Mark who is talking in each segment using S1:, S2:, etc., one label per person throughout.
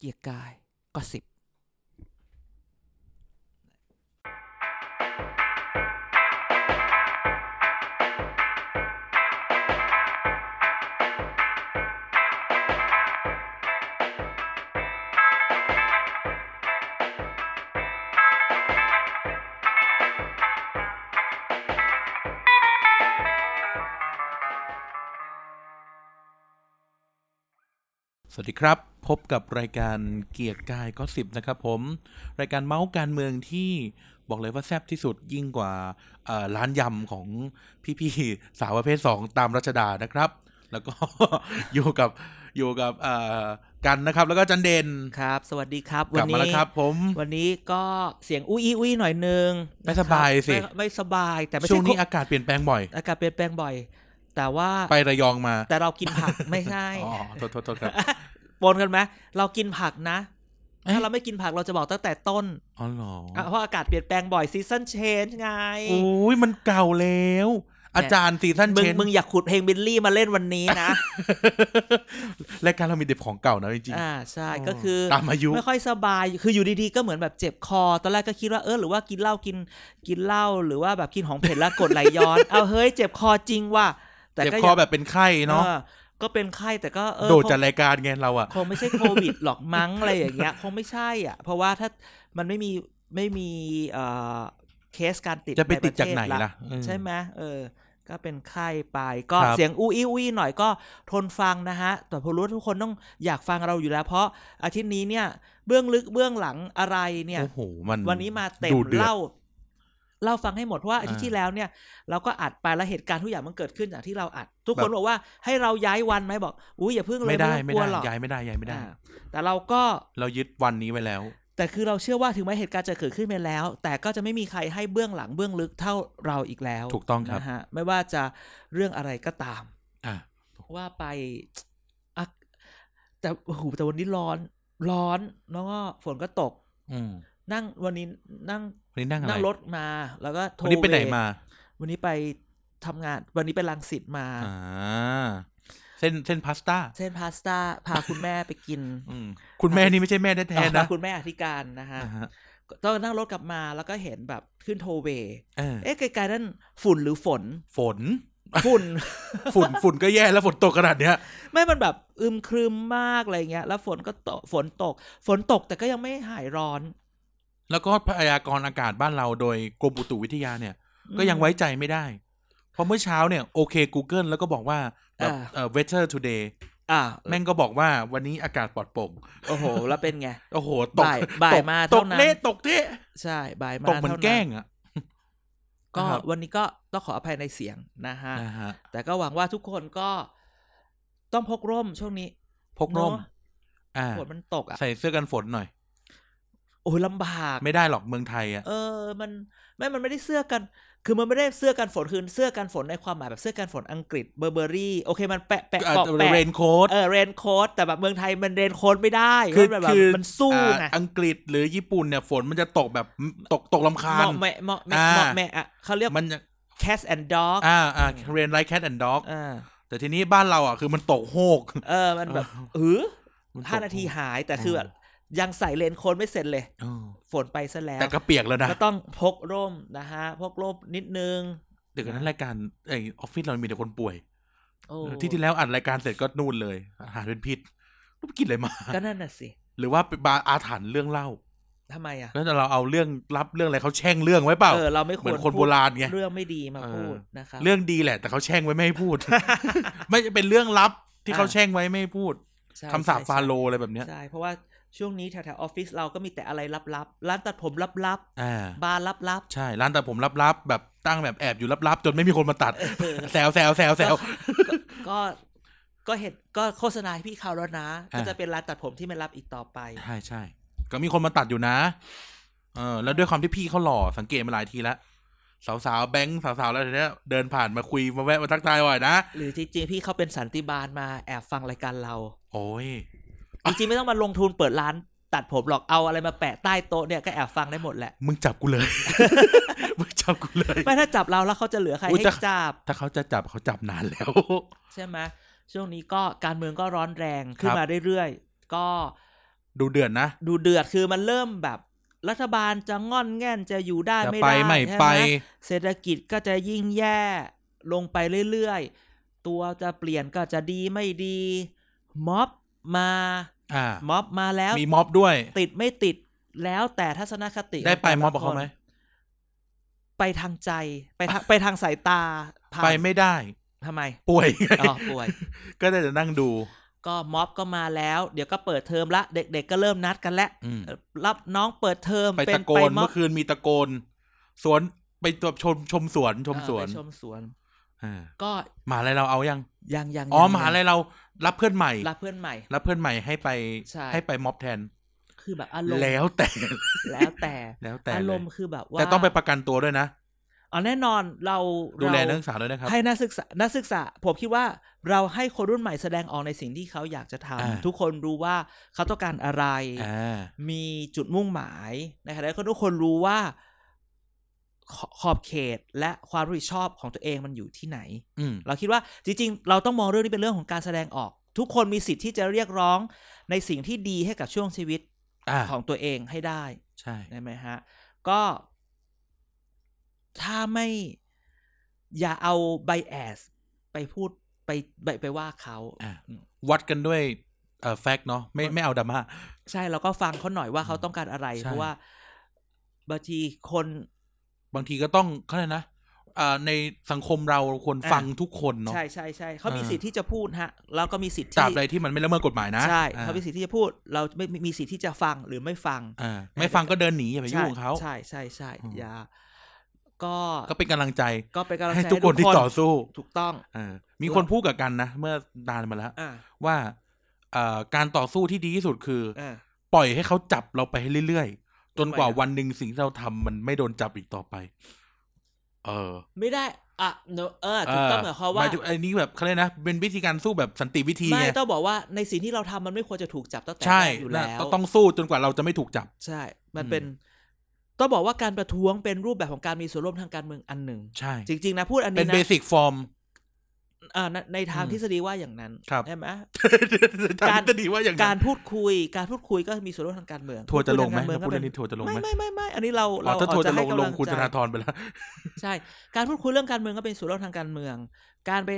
S1: กียร์กายก็สิบ
S2: สวัสดีครับ พบกับรายการเกียร์กายก็สิบนะครับผม รายการเมาส์การเมืองที่บอกเลยว่าแซ่บที่สุดยิ่งกว่าเอ่อร้านยำของพี่ๆ สาวประเภทสองตามรัชดานะครับ แล้วก็ อยู่กับอยู่กับเอ่อกันนะครับ แล้วก็จันเดน
S1: ครับ สวัสดีครับ
S2: กลับมาแล้วครับ ผม
S1: วันนี้ก็เสียงอุ้ยอุ้ยหน่อยนึง
S2: ไม่สบายสิ
S1: ไม่ไม่สบายแต่ไม่
S2: ช่
S1: ใช่
S2: วงนี้อากาศเปลี่ยนแปลง บ่อย
S1: อากาศเปลี่ยนแปลงบ่อย แต่ว่า
S2: ไประยองมา
S1: แต่เรากินผัก ไม่ใช่
S2: อ๋อโทษโทษโทษ ครับ
S1: ปนกันไหมเรากินผักนะ
S2: เอ๊ะ
S1: ถ้าเราไม่กินผักเราจะบอกตั้งแต่ต้น
S2: อ๋อเหรอ
S1: อ่ะเพราะอากาศเปลี่ยนแปลงบ่อยซีซันเชนไง
S2: โอ้ยมันเก่าแล้ว อาจารย์ซีซั่น
S1: มึ
S2: เช
S1: ง
S2: น
S1: มึงอยากขุดเพลงบิลลี่มาเล่นวันนี้นะ
S2: รายการเรามีเด็บของเก่านะจริงๆ
S1: อ่าใช่ก็คือ
S2: ตามอายุ
S1: ไม่ค่อยสบายคืออยู่ดีๆก็เหมือนแบบเจ็บคอ ตอนแรกก็คิดว่าเออหรือว่ากินเหล้ากินกินเหล้าหรือว่าแบบกินของเผ็ดแล้วกดไหลย้อน เอาเฮ้ยเจ็บคอจริงว่ะแต่
S2: เจ็บ
S1: ก็
S2: คอ
S1: ยัง
S2: แบบเป็นไข้เนาะ
S1: ออก็เป็นไข้แต่ก็เออ
S2: โดด
S1: คง
S2: จากรายการไงเราอะ
S1: คงไม่ใช่โควิดหรอกมั้งอะไรอย่างเงี้ย คงไม่ใช่อ่ะ เพราะว่าถ้ามันไม่มีไม่มีเอ่อเคสการติด
S2: จะไป
S1: ใ
S2: ติดจาก
S1: เศ
S2: ไหน
S1: ละ
S2: ล่ะเออ
S1: ใช่ไหมเออ ก็เป็นไข้ไป ก็
S2: ครับ
S1: เสียงอู้อี้อู้อี้หน่อยก็ทนฟังนะฮะ แต่ผมรู้ว่าทุกคนต้องอยากฟังเราอยู่แล้ว เพราะอาทิตย์นี้เนี่ย เบื้องลึกเบื้องหลังอะไรเนี่ย
S2: โอ้โหมัน
S1: วันนี้มาเต็ม
S2: ดูดือด
S1: เล่าเล่าฟังให้หมดเพราะว่าอาทิตย์
S2: อ่า
S1: ที่แล้วเนี่ย เราก็อัดไปแล้วเหตุการณ์ทุกอย่างมันเกิดขึ้นจากที่เราอัด ทุกคน
S2: แบบ
S1: บอกว่าให้เราย้ายวันไหมบอกอุ้ยอย่าเพิ่งเลย
S2: ไม่ได้
S1: ต้อง
S2: ไม่
S1: กลัว
S2: ได้
S1: หรอก
S2: ย้ายไม่ได้ย้ายไม่ได้
S1: อ่าแต่เราก็
S2: เรายึดวันนี้ไว้แล้ว
S1: แต่คือเราเชื่อว่าถึงแม้เหตุการณ์จะเกิดขึ้นไปแล้ว แต่ก็จะไม่มีใครให้เบื้องหลังเบื้องลึกเท่าเราอีกแล้ว
S2: ถูกต้องครับ
S1: นะฮะไม่ว่าจะเรื่องอะไรก็ตาม
S2: อ่ะ
S1: ว่าไปอะแต่โอ้โหแต่วันนี้ร้อนร้อนแล้วก็ฝนก็ตก
S2: อืม
S1: นั่งวันนี้นั่ง
S2: วันนี้นั่งอะไร
S1: นั่งรถมา แล้วก็โทร
S2: วันนี้ไปไหน
S1: เว
S2: มา
S1: วันนี้ไปทำงาน วันนี้ไปลังสิตมา
S2: อ่าเส้นเส้นพาสต้า
S1: เส้นพาสต้าพาคุณแม่ไปกิน
S2: อืมคุณแม่นี่ไม่ใช่แม่แท้ๆ
S1: พา
S2: นะ
S1: คุณแม่อธิการนะฮะ
S2: อ่าฮะ
S1: ก็ต้องนั่งรถกลับมาแล้วก็เห็นแบบขึ้นโทเวย์
S2: เออ
S1: เอ๊ะไกลๆนั่นฝุ่นหรือฝน
S2: ฝน
S1: ฝุ่น
S2: ฝุ่นฝุ่นก็แย่แล้วฝนตกขนาดเนี้ย
S1: ไม่มันแบบอึมครึมมากอะไรเงี้ย แล้วฝนก็ตกฝนตก ฝนตกแต่ก็ยังไม่หายร้อน
S2: แล้วก็พยากรณ์อากาศบ้านเราโดยกรมอุตุวิทยาเนี่ย ก็ยัง
S1: อืม
S2: ไว้ใจไม่ได้ เพราะเมื่อเช้าเนี่ยโอเค Google แล้วก็บอกว่าแบบ
S1: อ่า
S2: เอ่อ weather today
S1: อ่า
S2: แม่งก็บอกว่าวันนี้อากาศปลอดโปร่ง
S1: โอ้โห แล้วเป็นไง
S2: โอ้โห ตก
S1: บ่ายบ่าย
S2: ตก
S1: มา
S2: ต
S1: เท่าก นั้น
S2: เละตกเทะ
S1: ใช่บ่ายมา
S2: ตกเหมือน
S1: ท่า
S2: แกล้งอ่ะ
S1: ก็
S2: นะครับ
S1: วันนี้ก็ต้องขออภัยในเสียงนะฮะ
S2: นะฮะ
S1: แต่ก็หวังว่าทุกคนก็ต้องพกร่มช่วงนี้
S2: พกร่ม
S1: เนอะ
S2: อ่า
S1: ฝนมันตกอ่ะ
S2: ใส่เสื้อกันฝนหน่อย
S1: โอ้ยลำบาก
S2: ไม่ได้หรอกเมืองไทยอ่ะ
S1: เออมันไม่มันไม่ได้เสื้อกัน คือมันไม่ได้เสื้อกันฝนคือเสื้อกันฝนในความหมายแบบเสื้อกันฝนอังกฤษเบอร์เบอรี่โอเคมันแปะแปะปอกแปะ
S2: เรนโค้ด
S1: เออเรนโค้ดแต่แบบเมืองไทยมันเรนโค้ดไม่ได้
S2: คือ
S1: มันแบบ
S2: คือ
S1: มันสู้ไง
S2: อ่าอังกฤษหรือญี่ปุ่นเนี่ย ฝนมันจะตกแบบตกตกลำคาญ
S1: เหมาะแม่เหมาะแม่
S2: อ่า
S1: เหมาะแม่อะเขาเรียก
S2: มันจะ
S1: cat and dog
S2: อ่าอ่าเรนไลท์แคทแอนด์ด็อก
S1: เออ
S2: แต่ทีนี้บ้านเราอ่ะคือมันตกโฮก
S1: เออมันแบบเออ
S2: มันตก
S1: ห้านาทีหายแต่
S2: อ๋อ
S1: คือแบบยังใส่เรนโค้ดไม่เสร็จเลย
S2: เออ
S1: ฝนไปซะแล้ว
S2: แต่ก็เปียกแล้วนะ
S1: ก็ต้องพกร่มนะฮะ พกร่มนิดนึง
S2: เดี๋ยวก่อนนั้นรายการไอออฟฟิศเรามีแต่คนป่วย
S1: โอ้
S2: ที่ที่แล้วอัดรายการเสร็จก็นู่นเลยอาหารเป็นพิษรู้ไปกินอะไรมา
S1: ก็นั่นน่ะสิ
S2: หรือว่าไปบาร์อาถรรพ์เรื่องเล่า
S1: ทำไมอ่ะ
S2: แล้วเราเอาเรื่องรับเรื่องอะไรเขาแช่งเรื่องไว้เปล่า
S1: เออเราไม่ค
S2: เห
S1: ว
S2: มื
S1: ร
S2: อนคน
S1: พูด
S2: โบราณไง
S1: เรื่องไม่ดีมา
S2: เออ
S1: พูดนะครับ
S2: เรื่องดีแหละ แต่เขาแช่งไว้ไม่ให้พูด ไม่เป็นเรื่องลับที่เขาแช่งไว้ไม่ให้พูด
S1: ใช่
S2: คำสาป
S1: ใช่
S2: ฟาโร
S1: ใช่
S2: ห์อะไรแบบเนี้ย
S1: ใช่เพราะว่าช่วงนี้แถวๆออฟฟิศเราก็มีแต่อะไรลับๆร้านตัดผมลับๆ
S2: อ่า
S1: บาร์ลับ
S2: ใช่ร้านแต่ผมลับๆแบบตั้งแบบแอบอยู่ลับๆจนไม่มีคนมาตัด
S1: เออ
S2: แซวแซวแซวแซว
S1: ๆ ก็ก็เห็นก็โฆษณาให้พี่เขาแล้วนะ
S2: อ่า
S1: ก็จะเป็นร้านตัดผมที่ไม่รับอีกต่อไป
S2: ใช่ใช่ก็มีคนมาตัดอยู่นะ เออ แล้วด้วยความที่พี่เขาหล่อสังเกตมาหลายทีแล้วสาวสาวๆแบงค์สาวสาวๆแล้วเนี้ยเดินผ่านมาคุยมาแวะมาทักทายบ่อยนะ
S1: หรือจริงๆ พี่เขาเป็นสันติบาลมาแอบฟังรายการเรา
S2: โอ้ย
S1: จริงๆ ไม่ต้องมาลงทุนเปิดร้านตัดผมหรอกเอาอะไรมาแปะใต้โต๊ะเนี่ยก็แอบฟังได้หมดแหละ
S2: มึงจับกูเลย มึงจับกูเลย
S1: ไม่ถ้าจับเราแล้วเขาจะเหลือใคร
S2: อุ๊ย
S1: ให้
S2: จะ
S1: จับ
S2: ถ้าเขาจะจับเขาจับนานแล้ว
S1: ใช่ไหมช่วงนี้ก็การเมืองก็ร้อนแรงขึ้นมาเรื่อยๆ ก็
S2: ดูเดือดนะ
S1: ดูเดือดคือมันเริ่มแบบรัฐบาลจะง่อนแง่นจะอยู่ได้
S2: จะ
S1: ไม่
S2: ไป
S1: ได้
S2: ไม่
S1: ใช่ห
S2: ไป
S1: เศรษฐกิจก็จะยิ่งแย่ลงไปเรื่อยๆ ตัวจะเปลี่ยนก็จะดีไม่ดี ม็อบมา
S2: อ่า
S1: ม็อบมาแล้ว
S2: มีม็อบด้วย
S1: ติดไม่ติดแล้วแต่ทัศนคติ
S2: ได้ไป
S1: ขงแต่ละ
S2: ม็อบกับเขา
S1: คน
S2: ไหม
S1: ไปทางใจไปทางไปทางสายตาผ่าน
S2: ไปไม่ได้
S1: ทำไม
S2: ป่วย
S1: อ๋อ ป่วย
S2: ก็ได้แต่นั่งดู
S1: ก็ม็อบก็มาแล้ว เดี๋ยวก็เปิดเทอมละ เด็ก ๆ ก็เริ่มนัดกันแล้ว
S2: อืม
S1: เอ่อรับน้องเปิดเทอม
S2: ไป
S1: เป็
S2: ตะโกน
S1: ไปม็อบ
S2: เมื่อคืนมีตะโกน สวนไปตัวชมชมสวนชมสวน
S1: เออไปชมสวน
S2: อ่า
S1: ก็
S2: มหาอะไรเราเอายัง
S1: ยังยัง
S2: อ๋อ
S1: ยัง
S2: มหาอะไร
S1: ยัง
S2: เรารับเพื่อนใหม่
S1: รับเพื่อนใหม่
S2: รับเพื่อนใหม่ให้ไป
S1: ใช่
S2: ไปม็อบแทน
S1: คือแบบอารมณ์
S2: แล้วแต่
S1: แล้วแต่
S2: แล้วแต่
S1: อารมณ์
S2: เลย
S1: คือแบบว่า
S2: แต่ต้องไปประกันตัวด้วยนะ
S1: อ๋อแน่นอนเรา
S2: ดูแล
S1: เรา
S2: นักศึกษาด้วยนะครับ
S1: ให้นักศึกษา นักศึกษา ผมคิดว่าเราให้คนรุ่นใหม่แสดงออกในสิ่งที่เขาอยากจะทำ
S2: อ่า
S1: ทุกคนรู้ว่าเขาต้องการอะไร
S2: อ่า
S1: มีจุดมุ่งหมายนะครับแล้วก็ทุกคนรู้ว่าขอขอบเขตและความรับผิดชอบของตัวเองมันอยู่ที่ไหน
S2: อืม
S1: เราคิดว่าจริงๆ เราต้องมองเรื่องนี้เป็นเรื่องของการแสดงออก ทุกคนมีสิทธิ์ที่จะเรียกร้องในสิ่งที่ดีให้กับช่วงชีวิต
S2: อ่า
S1: ของตัวเองให้ได้
S2: ใช่
S1: ใช่ไหมฮะ ก็ ถ้าไม่อย่าเอาไบแอสไปพูดไปไปไปว่าเขา
S2: อ่ะ
S1: อืม
S2: วัดกันด้วยเอ่อแฟกต์เนาะไม่ไม่เอาดราม่า
S1: ใช่เราก็ฟังเขาหน่อยว่าเขาต้องการอะไร
S2: ใช่
S1: เพราะว่าบางทีคน
S2: บางทีก็ต้องเขาเรียกนะเอ่อในสังคมเราควรฟังทุกคนเนาะ
S1: ใช่ใช่ใช่เขามี
S2: อ่า
S1: สิทธิ์ที่จะพูดฮะ แล้วก็มีสิทธิ์
S2: ตรา
S1: ที่
S2: บใดที่มันไม่ละเมิดกฎหมายนะ
S1: ใช่
S2: อ่า
S1: เขามีสิทธิ์ที่จะพูด เราไม่มีมีสิทธิ์ที่จะฟังหรือไม่ฟัง
S2: อ่าไม่ฟังก็เดินหนีอย่าไปยุ่งกับเขา
S1: ใช่ใช่ใช่
S2: อืม
S1: อย่าก็
S2: ก็เป็นกำลังใจ
S1: ก็เป็นกำลังใจ
S2: ให้ทุกคนที่ต่อสู้
S1: ถูกต้อง
S2: เออมีคนพูดกับกันนะ เมื่อนานมาแล้ว
S1: อ่า
S2: ว่าเอ่อการต่อสู้ที่ดีที่สุดคืออ
S1: อ่า
S2: ปล่อยให้เขาจับเราไปให้เรื่อยๆ จนกว่า
S1: ปล่อยนะ
S2: วันหนึ่งสิ่งที่เราทำมันไม่โดนจับอีกต่อไป เออ
S1: ไม่ได้อ่ะ no เออถูกต้องเหมือนความว่า
S2: หยถึงไอ้นี่แบบเขาเรียกนะ เป็นวิธีการสู้แบบสันติวิธี
S1: ไม่
S2: ไง
S1: ต้องบอกว่าในสิ่งที่เราทำมันไม่ควรจะถูกจับตั้งแต่
S2: ใช่
S1: แรกอยู่แล้
S2: นะ
S1: ว
S2: ต้องต้องสู้จนกว่าเราจะไม่ถูกจับ
S1: ใช่ มันเป็น ต้องบอกว่าการประท้วงเป็นรูปแบบของการมีส่วนร่วมทางการเมืองอันหนึ่ง
S2: ใช่
S1: จริง ๆ นะพูดอัน
S2: เป็น
S1: นี้
S2: เบ
S1: นะ
S2: สิกฟอร์ม
S1: อ่าในในทาง
S2: อืม
S1: ทฤษฎีว่าอย่างนั้น
S2: ครับ
S1: ใช่ไหมกา
S2: การ
S1: ร
S2: จะดีว่าอย่าง
S1: กา
S2: นั้
S1: ร
S2: น
S1: พูดคุย การพูดคุยก็มีส่วนร่วมทางการเมือง
S2: ทัวร์จะลงไหม
S1: พูดคุยทางการเมืองก็
S2: ถ้าพูดเรื่อง
S1: เป็น
S2: นี้ทัวร์จะลงไหม
S1: ไม่ไม่ไม่ไม่อันนี้เรา
S2: อ๋อ
S1: เรา
S2: ถ้าทัวร์จะล
S1: ให้
S2: ง
S1: กำ
S2: ล
S1: ลั
S2: งคุณธนาธรไปแล้ว
S1: ใช่ การพูดคุยเรื่องการเมืองก็เป็นส่วนร่วมทางการเมือง การไป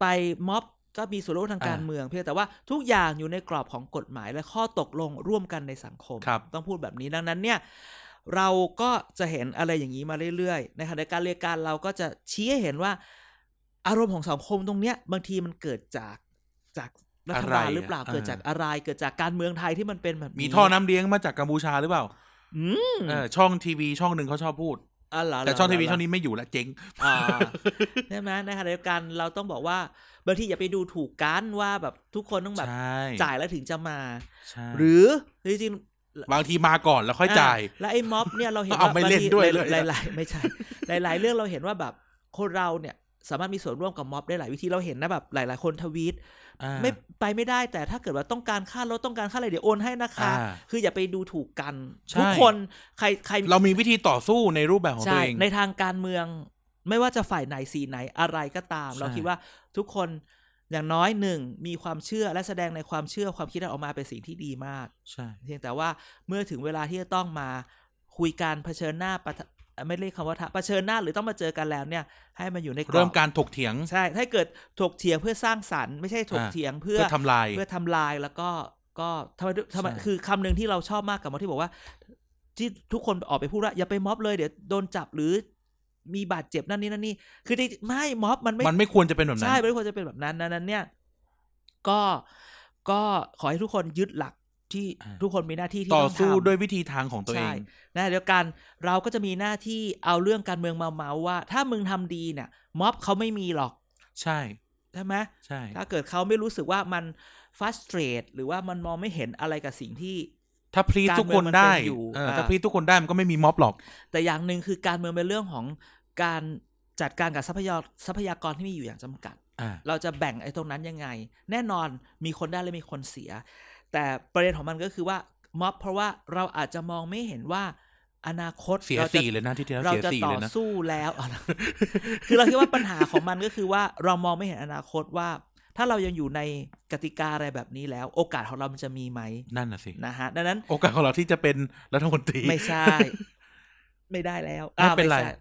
S1: ไปม็อบก็มีส่วนร่วมทางการ
S2: อ่า
S1: เมือง เพียงแต่ว่าทุกอย่างอยู่ในกรอบของกฎหมายและข้อตกลงร่วมกันในสังคม
S2: ครับ
S1: ต้องพูดแบบนี้ดังนั้นเนี่ย เราก็จะเห็นอะไรอย่างนี้มาเรื่อยๆ ในขณะเดียวการเรียนการเราก็จะชี้ให้เห็นว่า อารมณ์ของสังคมตรงเนี้ย บางทีมันเกิดจากจากรัฐบาล
S2: อะไร
S1: หรือเปล่า
S2: อ่ะ
S1: เกิดจากอะไรเกิดจากการเมืองไทยที่มันเป็นแบบ
S2: มี
S1: นี้
S2: ท่อน้ำเลี้ยงมาจากกัมพูชาหรือเปล่า
S1: อืม
S2: เออช่องทีวีช่องหนึ่งเขาชอบพูด
S1: อ๋อเหร
S2: แต่ช่องทีวี
S1: หร
S2: ช่องนี้ไม่อยู่ละเจ๊ง
S1: อ่าใช่ไหมในขณะเดียวกันเราต้องบอกว่าบางทีอย่าไปดูถูกกันว่าแบบทุกคนต้องแบบ
S2: ใช่
S1: จ่ายแล้วถึงจะมา
S2: ใช่
S1: หรือจริงๆ
S2: บางทีมาก่อนแล้วค่อยจ่าย
S1: อ่ะแล้วไอ้ม็อบเนี่ยเราเห็น
S2: เอา
S1: ว่า
S2: ไม่
S1: บาง
S2: เล่น
S1: ที
S2: ด้วยเลย
S1: ห
S2: อะ
S1: ลายๆไม่ใช่ หลายๆ เรื่องเราเห็นว่าแบบคนเราเนี่ยสามารถมีส่วนร่วมกับม็อบได้หลายวิธีเราเห็นนะแบบหลาย ๆ คนทวีต
S2: อ่า
S1: ไม่ไปไม่ได้แต่ถ้าเกิดว่าต้องการค่ารถต้องการค่าอะไรเดี๋ยวโอนให้นะคะ
S2: อ่า
S1: คืออย่าไปดูถูกกัน
S2: ใช่
S1: ทุกคนใครใคร
S2: เรามีวิธีต่อสู้ในรูปแบบของตั
S1: ใช่
S2: วเอง
S1: ในทางการเมือง ไม่ว่าจะฝ่ายไหนสีไหนอะไรก็ตาม
S2: ใช่
S1: เราคิดว่าทุกคนอย่างน้อยหนึ่งมีความเชื่อและแสดงในความเชื่อความคิดนั้นออกมาเป็นสิ่งที่ดีมาก
S2: ใช่
S1: เพียงแต่ว่าเมื่อถึงเวลาที่จะต้องมาคุยกันเผชิญหน้าปะทะเอ่อไม่เรียกคำว่าทะเผชิญหน้าหรือต้องมาเจอกันแล้วเนี่ย ให้มันอยู่ในอบ
S2: เริ่มการถกเถียง
S1: ใช่ ถ้าเกิดถกเถียงเพื่อสร้างสรรค์ไม่ใช่ถกเถียงเพื่
S2: เพื่
S1: อ
S2: อทำลาย
S1: เพื่อทำลายแล้วก็ก็ทำไมทำไม
S2: ใช่
S1: คือคำหนึ่งที่เราชอบมากกับมอที่บอกว่า ที่ทุกคนออกไปพูดว่าอย่าไปม็อบเลยเดี๋ยวโดนจับหรือมีบาดเจ็บนั่นนี่นั่นนี่คือจริงๆไม่ม็อบมันไม่
S2: มันไม่ควรจะเป็นแบบนั้น
S1: ใช่ไม่ควรจะเป็นแบบนั้นดังนั้นเนี่ย ก็ก็ขอให้ทุกคนยึดหลักที่
S2: อ่า
S1: ทุกคนมีหน้าที่ที่
S2: ต่อ
S1: ต้อง
S2: สู้
S1: ทำ
S2: ด้วยวิธีทางของตัวเอ
S1: ใช่
S2: ง
S1: นะเดียวกันเราก็จะมีหน้าที่เอาเรื่องการเมืองมาเมาว่า ถ้ามึงทำดีเนี่ย ม็อบเขาไม่มีหรอก
S2: ใช่
S1: ใช่ไหม
S2: ใช่
S1: ถ้าเกิดเขาไม่รู้สึกว่ามันฟาสเตรดหรือว่ามันมองไม่เห็นอะไรกับสิ่งที่
S2: ถ้าพลีส
S1: การ
S2: ทุกคนได้
S1: เมืองมันเป็นอยู่
S2: เอออา ถ้าพลีสทุกคนได้มันก็ไม่มีม็อบหรอก
S1: แต่อย่างหนึ่งคือการเมืองเป็นเรื่องของการจัดการกับทรัพยากรทรัพยากรที่มีอยู่อย่างจำกัด
S2: อ่า
S1: เราจะแบ่งไอ้ตรงนั้นยังไง แน่นอนมีคนได้และมีคนเสีย แต่ประเด็นของมันก็คือว่าม็อบเพราะว่าเราอาจจะมองไม่เห็นว่าอนาคต
S2: เสีย
S1: ราจะ
S2: สี่เลยนะที่ที่แล้ว
S1: เรา
S2: เสีย
S1: จะ
S2: สี่
S1: ต่
S2: เล
S1: อย
S2: นะ
S1: สู้แล้วอ๋อคือเราคิดว่าปัญหาของมันก็คือว่าเรามองไม่เห็นอนาคตว่า ถ้าเรายังอยู่ในกติกาอะไรแบบนี้แล้ว โอกาสของเรามันจะมีไหม
S2: นั่นน่ะสิ
S1: นะฮะดั งนั้น
S2: โอกาสของเราที่จะเป็นรัฐมนตรี
S1: ไม่ใช่ ไม่ได้แล้ว
S2: ไม่
S1: อ่า
S2: เป็นไร
S1: ใช่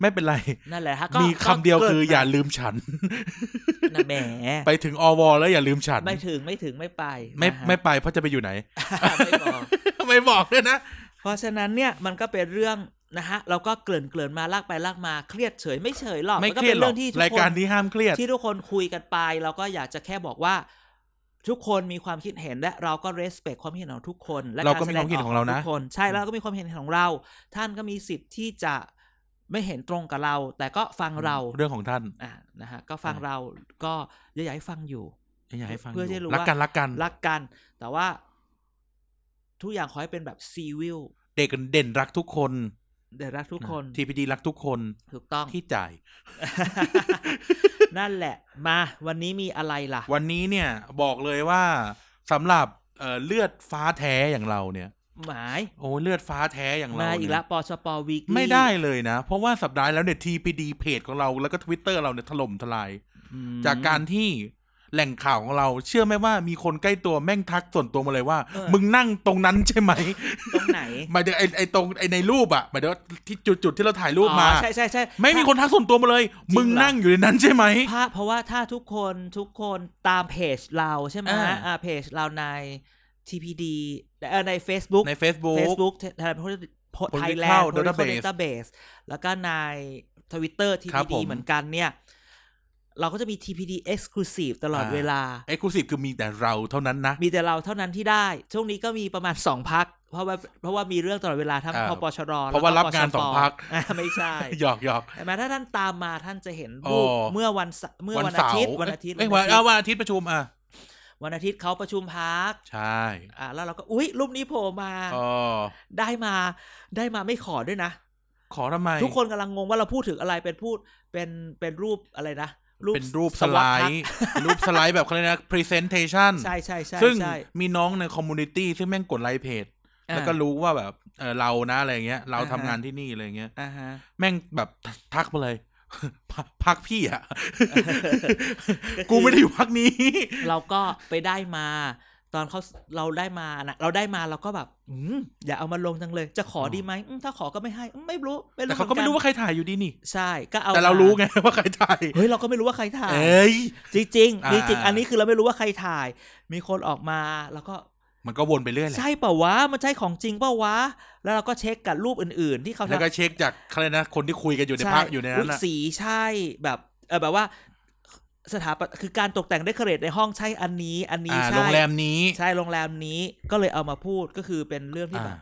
S2: ไม่เป็นไร
S1: นั่นแหละฮะก็
S2: มีคำเดียว
S1: ก็
S2: คือ
S1: กิด
S2: อย่าลืมฉัน
S1: นะแหม
S2: ไปถึงอวแล้วอย่าลืมฉัน
S1: ไม่ถึงไม่ถึงไม่ไป
S2: ไม่
S1: นะฮะ
S2: ไม่ไปเพราะจะไปอยู่ไหน
S1: ไม่บอก
S2: ไม่บอกด้วยนะ
S1: เพราะฉะนั้นเนี่ยมันก็เป็นเรื่องนะฮะเราก็เกริ่นเกริ่นๆมาลากไปลากมาเครียดเฉยไม่เฉยหรอก
S2: ไม่
S1: น
S2: เค
S1: ก็
S2: รี
S1: เป็
S2: ยด
S1: น
S2: หรอ
S1: เรื่
S2: ก
S1: ที่ทุ
S2: ราย
S1: ค
S2: การ
S1: น
S2: นี้ห้ามเครียด
S1: ที่ทุกคนคุยกันไป เราก็อยากจะแค่บอกว่า ทุกคนมีความคิดเห็นและเราก็ respect ความคิดเห็นของทุกคน และ
S2: เราก็มีความคิดเห็นของเรา
S1: กแสด
S2: นะ
S1: ทุกคนใช่แล้วเราก็มีความเห็นของเรา ท่านก็มีสิทธิ์ที่จะไม่เห็นตรงกับเรา แต่ก็ฟังเรา
S2: เรื่องของท่าน
S1: อ่ะนะฮะก็ฟังเราก็อยากให้ฟังอยู่
S2: อยากให้ฟัง
S1: เพื่อที่จะรู้
S2: รัก
S1: ว่า
S2: กันรักกัน
S1: รักกัน แต่ว่าทุกอย่างขอให้เป็นแบบซีวิล
S2: เด็กเด่นรักทุกคน
S1: เดี๋ยวรักทุกคน
S2: ทีพีดีรักทุกคน
S1: ถูกต้อง
S2: ที่จ่าย
S1: นั่นแหละ มาวันนี้มีอะไรล่ะ
S2: วันนี้เนี่ยบอกเลยว่าสำหรับเอ่อเลือดฟ้าแท้อย่างเราเนี่ย
S1: หมาย
S2: โอ้เลือดฟ้าแท้อย่างเรา
S1: มาอี
S2: เนี่
S1: ก
S2: ย
S1: แล้วปชปวีค
S2: ไม่ได้เลยนะ เพราะว่าสัปดาห์แล้วเนี่ย TPD เพจของเราแล้วก็ Twitter เราเนี่ยถล่มทลาย จากการที่แหล่งข่าวของเรา เชื่อไหมว่ามีคนใกล้ตัวแม่งทักส่วนตัวมาเลยว่า มึงนั่งตรงนั้นใช่ ไหม
S1: ตรงไหน
S2: หมายถึงไอ้ไอ้ตรงไอ้ในรูปอะหมายถึงว่าที่จุดจุดที่เราถ่ายรูปมา
S1: อ๋อใช่ใช่ใช่
S2: ไม่มีคนทักส่วนตัวมาเลย
S1: จริงเหรอ
S2: มึงนั่งอยู่ในนั้นใช่ไหม
S1: ภาพเพราะว่าถ้าทุกคนทุกคนตามเพจเราใช่ไหม
S2: อ่า
S1: อ่าเพจเราใน TPD เอ่อใน Facebook
S2: ใน Facebook
S1: Facebook ไทยไทยแลน
S2: Political
S1: ด์
S2: Database
S1: เบสแล้วก็ในทวิตเตอร์
S2: ครับผ
S1: TPD
S2: ม
S1: เหมือนกันเนี่ย เราก็จะมี TPD Exclusive ตลอด
S2: อ่า
S1: เวลา
S2: เอ็กซ์คลูซีฟคือมีแต่เราเท่านั้นนะ
S1: มีแต่เราเท่านั้นที่ได้ ช่วงนี้ก็มีประมาณสองพัก เพราะว่าเพราะว่ามีเรื่องตลอดเวลาทั้ง
S2: อ่า
S1: พปชร
S2: เพราะว่า
S1: แล้ว
S2: รับงาน
S1: ปชป
S2: สองพรรค
S1: อ่า ไม่ใช่
S2: หยอกหยอก
S1: แต่มาถ้าท่านตามมาท่านจะเห็นรูป
S2: อ๋อ
S1: เมื่อวันเสาร์เมื่อวัน
S2: เส
S1: อาทิตย์
S2: ร์
S1: วันอาทิตย์
S2: เอ้ย
S1: วั
S2: วัน น
S1: อาทิ
S2: เอา
S1: ตย์
S2: วันอาทิตย์ประชุมอ่ะ
S1: วันอาทิตย์เขาประชุมพัก
S2: ใช่
S1: อ่า แล้วเราก็อุ๊ยรูปนี้โผล่มา
S2: อ๋อ
S1: ได้มาได้มาไม่ขอด้วยนะ
S2: ขอทำไม
S1: ทุกคนกำลังงงว่าเราพูดถึงอะไรเป็นพูดเป็นเป็นรูปอะไรนะ
S2: เป็นรูปส
S1: วั
S2: ไล
S1: พรรค
S2: ด์ รูปสไลด์แบบเขาเรียกนะ presentation
S1: ใช่ใช่ใช่
S2: ซึ่ง
S1: ใช่
S2: มีน้องในคอมมูนิตี้ซึ่งแม่งกดไลค์เพจ
S1: อ่า
S2: แล้วก็รู้ว่าแบบเออเรานะอะไรเงี้ย เรา
S1: อ่าฮะ
S2: ทำงานที่นี่อะไรเงี้ย
S1: อ่าฮะ
S2: แม่งแบบทักมาเลย พักพักพี่ อ่ะ กูไม่ได้อยู่พักนี้
S1: เราก็ไปได้มา ตอนเขาเราได้มานะเราได้มาเราก็แบบอืมอย่าเอามาลงจังเลย จะขออ
S2: อ
S1: ดีไหมอืมถ้าขอก็ไม่ให้อืมไม่รู้ไม่รู้
S2: แต่เขาก็ไม่รู้
S1: หอน
S2: ว่าใครถ่ายอยู่ดีนี่
S1: นใช่ก็เอา
S2: แต่เรา
S1: ม
S2: รู้ไง ว่าใครถ่าย
S1: เฮ้ยเราก็ไม่รู้ว่าใครถ่าย
S2: เอ้ย
S1: จริงจริงๆ
S2: อ่า
S1: จริงๆอันนี้คือเราไม่รู้ว่าใครถ่าย มีคนออกมา แล้วก็
S2: มันก็วนไปเรื่อยแหละ
S1: ใช่เปล่าวะมันใช่ของจริงเปล่าวะ แล้วเราก็เช็คกับรูปอื่น ๆ ที่เขา
S2: แล้วก็
S1: ทำ
S2: เช็คจากเขาเลยกนะ คนที่คุยกันอยู่ใน
S1: ช่
S2: พักอยู่ในนั้น
S1: อุ๊
S2: น่ะ
S1: ยสีใช่แบบเออแบบว่า สถาปตคือการตกแต่งเดคอเรทในห้องใช่อันนี้อันนี้
S2: อ่า
S1: ใช่
S2: โรงแรมนี้
S1: ใช่โรงแรมนี้ก็เลยเอามาพูดก็คือเป็นเรื่องที่
S2: อ่า
S1: แบบ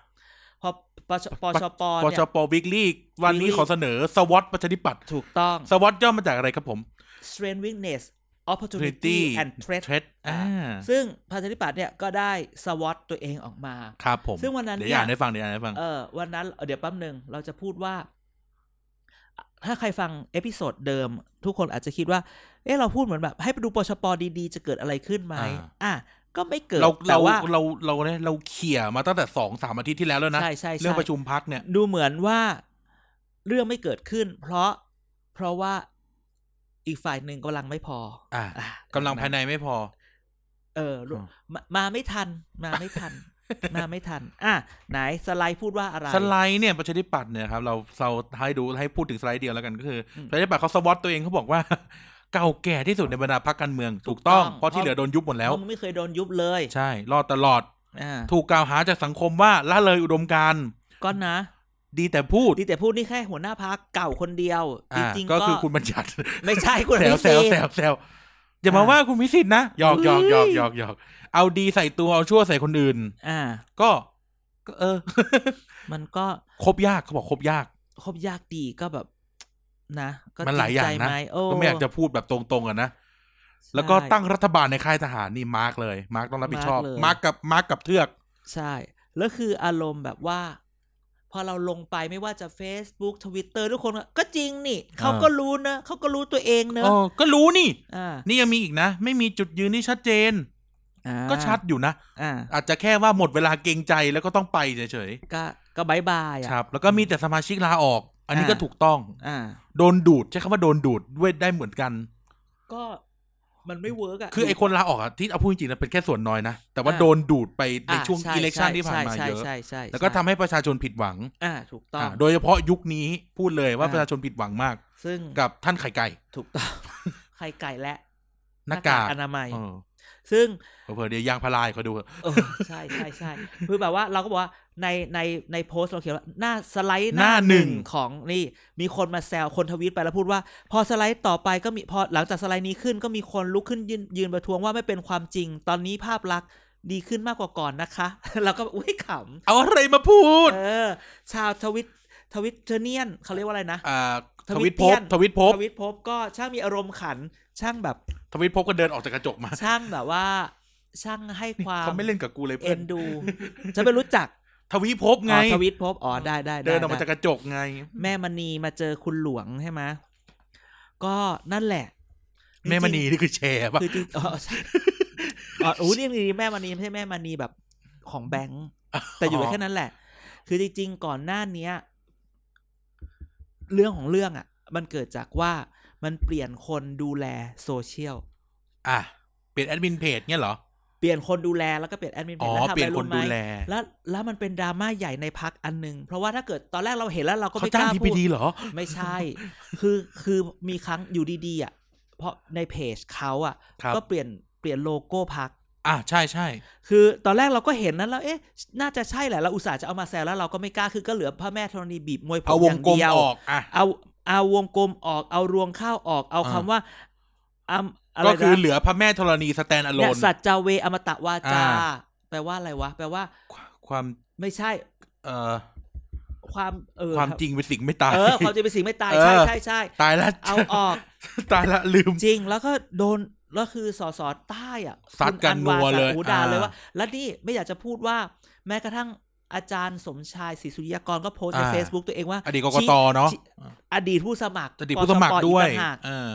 S1: พอปชปชป
S2: ป
S1: เนี่
S2: ช
S1: ย
S2: ปวิกลี่วันนี้
S1: Weekly
S2: ขอเสนอสวอตประชาธิปัตย์
S1: ถูกต้อง
S2: สวอตย่อมาจากอะไรครับผม
S1: strength weakness opportunity
S2: opportunity
S1: and threat
S2: เทรดอ่า
S1: ซึ่งพันธิปัตย์เนี่ยก็ได้สวอตตัวเองออกมา
S2: ครับผม
S1: ซึ่งวันนั้น
S2: เดี๋ยว
S1: เนี่ย
S2: อ่านให้ฟังเดี๋ยวอ่านให้ฟัง
S1: เออวันนั้นเดี๋ยวแป๊บหนึ่งเราจะพูดว่า ถ้าใครฟังเอพิโซดเดิม ทุกคนอาจจะคิดว่า เอะเราพูดเหมือนแบบ ให้ไปดูปชปดีๆ จะเกิดอะไรขึ้นไหม
S2: อ่า
S1: อ่ะก็ไม่เกิด
S2: เรา
S1: แต่
S2: เรา
S1: ว่า
S2: เราเราเนี่ยเราเขี่ยมาตั้งแต่สองสามอาทิตย์ที่แล้วแล้วนะ
S1: ใช่ใช่ใช่
S2: เรื่องประชุมพักเนี่ย
S1: ดูเหมือนว่าเรื่องไม่เกิดขึ้น เพราะเพราะว่าอีกฝ่ายหนึ่งกำลังไม่พอ
S2: อ่า
S1: อ่ะ
S2: กำลังภายในไม่พอ
S1: เออรู้
S2: อ่า
S1: มามาไม่ทัน มาไม่ ทัน มาไม่ทัน อ่ะไหนสไลด์พูดว่าอะไร
S2: สไลด์เนี่ยประชาธิปัตย์เนี่ยครับเราเราให้ดูให้พูดถึงสไลด์เดียวแล้วกันก็คือ
S1: อืม
S2: ประชาธิปัตย์เขาสวอตตัวเองเขาบอกว่า เก่าแก่ที่สุดในบรรดาพรรคการเมืองถูกต้อง
S1: ถูกต้อง
S2: เพราะที่เหลือโดนยุบหมดแล้ว
S1: เพราะมึงไม่เคยโดนยุบเลย
S2: ใช่ รอดตลอด
S1: อ่า
S2: ถูกกล่าวหาจากสังคมว่าละเลยอุดมการณ์
S1: ก็นะ
S2: ดีแต่พูด
S1: ดีแต่พูดนี่แค่หัวหน้าพักเก่าคนเดียว จ
S2: อ่า
S1: ริงๆ
S2: ก็
S1: ก็
S2: คือคุณบัญญัติ
S1: ไม่ใช่คุณ
S2: แซว
S1: พิ
S2: แซ
S1: สิ
S2: ว
S1: ทธิ์
S2: แซวแซวอย่ามา
S1: อ่า
S2: ว่าคุณพิสิทธิ์นะหยอกหยอกหยอกหยอกหยอกเอาดีใส่ตัวเอาชั่วใส่คนอื่น
S1: อ่า
S2: ก็ก็เอ อ
S1: มันก็
S2: ครบยากเขาบอกครบยาก
S1: ครบยากดีก็แบบ นะก็
S2: มันหลายอย่าง
S1: จริใจ
S2: นะ
S1: ไหมโ
S2: ก็ไม่อยากจะพูดแบบตรงๆอ่ะนะแล้วก็
S1: ใช่
S2: ตั้งรัฐบาลในค่ายทหารนี่มาร์กเลยมาร์กต้องรับผิดชอบ
S1: มาร์คเลย
S2: มาร์กกับมาร์กกับเทือก
S1: ใช่ แล้วคืออารมณ์แบบว่า พอเราลงไปไม่ว่าจะ Facebook Twitter ทุกคนก็ก็จริงนี่
S2: อ่า
S1: เขาก็รู้นะ เขาก็รู้ตัวเองเนอะ
S2: เออก็รู้นี่
S1: อ่า
S2: นี่ยังมีอีกนะ ไม่มีจุดยืนที่ชัดเจน
S1: อ่า
S2: ก็ชัดอยู่นะ
S1: อ่า
S2: อาจจะแค่ว่าหมดเวลาเกรงใจแล้วก็ต้องไปเฉย
S1: ก็ก็บายบาย
S2: ๆ
S1: อ่ะ
S2: ครับ แล้วก็มีแต่สมาชิกลาออก อันนี้
S1: อ่า
S2: ก็ถูกต้อง
S1: อ่า
S2: โดนดูดใช้คำว่าโดนดูดด้วยได้เหมือนกัน
S1: ก็ มันไม่เวิร์กอะ
S2: คือไอ้คนลาออกอะที่เอาพูดจริงๆนะเป็นแค่ส่วนน้อยนะ แต่ว่า
S1: อ่า
S2: โดนดูดไปใน
S1: อ่ะ
S2: ช่วง
S1: ใ
S2: อิเล็กชันที่ผ่านมา
S1: ใช่
S2: เยอะ
S1: ใช่ใช่ใช่
S2: แล้วก็ทำให้ประชาชนผิดหวัง
S1: อ่าถูกต้อง
S2: อ่ะโดยเฉพาะยุคนี้พูดเลยว่า
S1: อ่า
S2: ประชาชนผิดหวังมาก
S1: ซึ่ง
S2: กับท่านไข่ไก่
S1: ถูกต้อง ไข่ไก่และ
S2: หน้ากาก
S1: อนามัย
S2: เออ
S1: ซึ่ง
S2: เผื่อๆเดี๋ยวยางพารายเขาดู
S1: เออใช่ใช่ใช่คือแบบว่าเราก็บอกว่าในในในโพสต์เราเขียนว่าหน้าสไลด์
S2: หน้าหนึ่ง
S1: ของนี่ มีคนมาแซวคนทวีตไปแล้วพูดว่า พอสไลด์ต่อไปก็มีพอหลังจากสไลด์นี้ขึ้นก็มีคนลุกขึ้นยืนยืนประท้วงว่าไม่เป็นความจริง ตอนนี้ภาพลักษณ์ดีขึ้นมากกว่าก่อนนะคะ เราก็อุ้ยข
S2: เอาอะไรมาพูด
S1: ำเออ ชาวทวิตทวิตเทเนียนเขาเรียกว่าอะไรนะ
S2: ่าท
S1: ทวิ
S2: วิ
S1: ต
S2: ต
S1: เตี้
S2: ภพ
S1: ยน
S2: ทวิตภพ
S1: ทวิตภพบก็ช่างมีอารมณ์ขัน ช่างแบบ
S2: ทวิตภพก็เดินออกจากกระจกมา
S1: ช่างแบบว่า ช่างให้ความ
S2: เขาไม่เล่นกับกูเลยเพื่
S1: เอ็
S2: อน
S1: นดูจะไม่รู้จัก
S2: ทวิภพ
S1: ไง
S2: ไง
S1: ทวิตพบอ๋อได้ได้
S2: เดินออกมา
S1: ไ
S2: จากกระจกไง
S1: แม่มณีมาเจอคุณหลวงใช่ไหมก็นั่นแหละ
S2: แม่มณีนี่คือแชร์ป่ะ
S1: คือจริง ๆอ๋อใช่อ๋ออู้นี่มณีแม่มณีไม่ใช่แม่มณีแบบของแบงค์แต่อยู่ไว้แค่นั้นแหละ คือจริงๆก่อนหน้าเนี้ย เรื่องของเรื่องอ่ะ มันเกิดจากว่ามันเปลี่ยนคนดูแลโซเชียล
S2: อ่ะเปลี่ยนแอดมินเพจเนี่ยเหรอ
S1: เปลี่ยนคนดูแลแล้วก็เปลี่ยนแอดมิน
S2: อ๋อ
S1: แล้วทำ
S2: เปลี่ยน
S1: อะไร
S2: คน
S1: รู้ไหม
S2: ดูแล
S1: แล้วแล้วมันเป็นดราม่าใหญ่ในพักอันหนึ่งเพราะว่าถ้าเกิดตอนแรกเราเห็นแล้วเราก็
S2: เขา
S1: ไม่ก
S2: จ้าง
S1: ล้า
S2: ทีพี
S1: พูด
S2: ดีเหรอ
S1: ไม่ใช่ คือคือมีครั้งอยู่ดีๆอ่ะ เพราะในเพจเขาอ่ะ
S2: ครับ
S1: ก็เปลี่ยนเปลี่ยนโลโก้พัก
S2: อ่ะใช่ใช่
S1: คือตอนแรกเราก็เห็นนั้นแล้ว เอ๊ะ น่าจะใช่แหละ เราอุตส่าห์จะเอามาแซวแล้วเราก็ไม่กล้า คือก็เหลือพระแม่ธรณีบีบมวยผ
S2: เอา
S1: ม
S2: ว
S1: อง ย่าง
S2: กลม
S1: เดียว
S2: ออกอ่ะ
S1: เอาเอาวงกลมออก เอารวงข้าวออก เอาคำ
S2: อ่า
S1: ว่าอำอะไร
S2: ก็คือ
S1: นะ
S2: เหลือพระแม่ธรณีสแตนอะโล
S1: เนี่ย
S2: น
S1: สัจจาเวอมตะวาจา
S2: อ่า
S1: แปลว่าอะไรวะ แปลว่า
S2: ความ
S1: ไม่ใช่
S2: เอ่อ
S1: ความเออ
S2: ความจริงเป็นสิ่งไม่ตาย
S1: เออ ความจริงเป็นสิ่งไม่ตาย ใช่
S2: เออ
S1: ใช่ใช่
S2: ตายละ
S1: เอาออก
S2: ตายละลืม
S1: จริงแล้วก็โดนแล้วคือสอสอใต้อะ
S2: ซัดกัน
S1: คุณอัวา
S2: นัวเลย
S1: สักอูดา
S2: อ่า
S1: เลยว่า แล้วนี่ไม่อยากจะพูดว่า แม้กระทั่งอาจารย์สมชายศรีสุริยากรก็โพสต์ใน
S2: อ่า
S1: Facebook ตัวเองว่า
S2: อดีตกกตเนาะ
S1: ชี้อดีตผู้สมัคร
S2: อดีตผู้สมัครด้วย
S1: กตปอีกต่างหาก
S2: เออ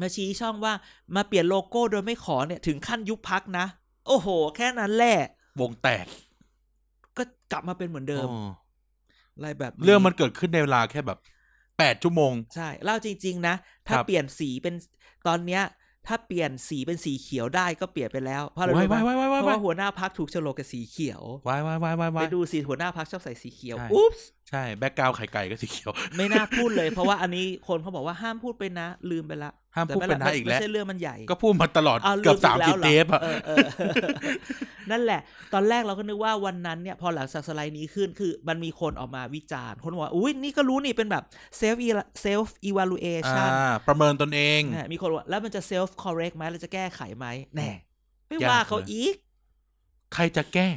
S1: มาชี้ช่องว่ามาเปลี่ยนโลโก้โดยไม่ขอเนี่ยถึงขั้นยุบพักนะ โอ้โห แค่นั้นแหละ
S2: วงแตก
S1: ก็กลับมาเป็นเหมือนเดิม
S2: อ๋อ
S1: อะไรแบบ
S2: เรื่องมันเกิดขึ้นในเวลาแค่แบบแปดชั่วโมง
S1: ใช่เล่าจริง ๆ นะ ถ้า
S2: ครับ
S1: เปลี่ยนสีเป็นตอนเนี้ย ถ้าเปลี่ยนสีเป็นสีเขียวได้ก็เปลี่ยนไปแล้วเพราะอะไร
S2: ว้าย
S1: รู้ไหม
S2: ว้ายว้ายว้าย
S1: เพราะ
S2: ว้ายว้าย
S1: ว่าหัวหน้าพักถูกโฉลกกับสีเขียว
S2: ว้ายว้ายว้ายว้าย
S1: ไป
S2: ว้าย
S1: ดูสิหัวหน้าพักชอบใส่สีเขียว
S2: ใช่
S1: อุ๊บ
S2: ใช่แบ็กกราวไข่ไก่ก็สีเขียว
S1: ไม่น่าพูดเลย เพราะว่าอันนี้คนเขาบอกว่าห้ามพูดไปนะ ลืมไปละ
S2: ห้ามพูดไปนะอีกแล้ว
S1: ไม่ใช่เรื่องมันใหญ่
S2: ก็พูดมาตลอด
S1: าว
S2: เกือบ
S1: ลื
S2: สาม
S1: ไป
S2: สิบ
S1: แล้วหร
S2: เทปอะ
S1: เเอ นั่นแหละ ตอนแรกเราก็นึกว่าวันนั้นเนี่ย พอหลังจากสไลด์นี้ขึ้นคือ มันมีคนออกมาวิจารณ์คนบอกว่าอุ้ยนี่ก็รู้นี่เป็นแบบเซลฟ์เซลฟ์อีวาลูเอชัน
S2: อ่าประเมินตนเอง
S1: มีคนว่าแล้วมันจะเซลฟ์คอร์เรกไหมเราจะแก้ไขไหมแน่ไม่
S2: ยาก
S1: ว่าเขา
S2: เลย
S1: อีก
S2: ใครจะแก้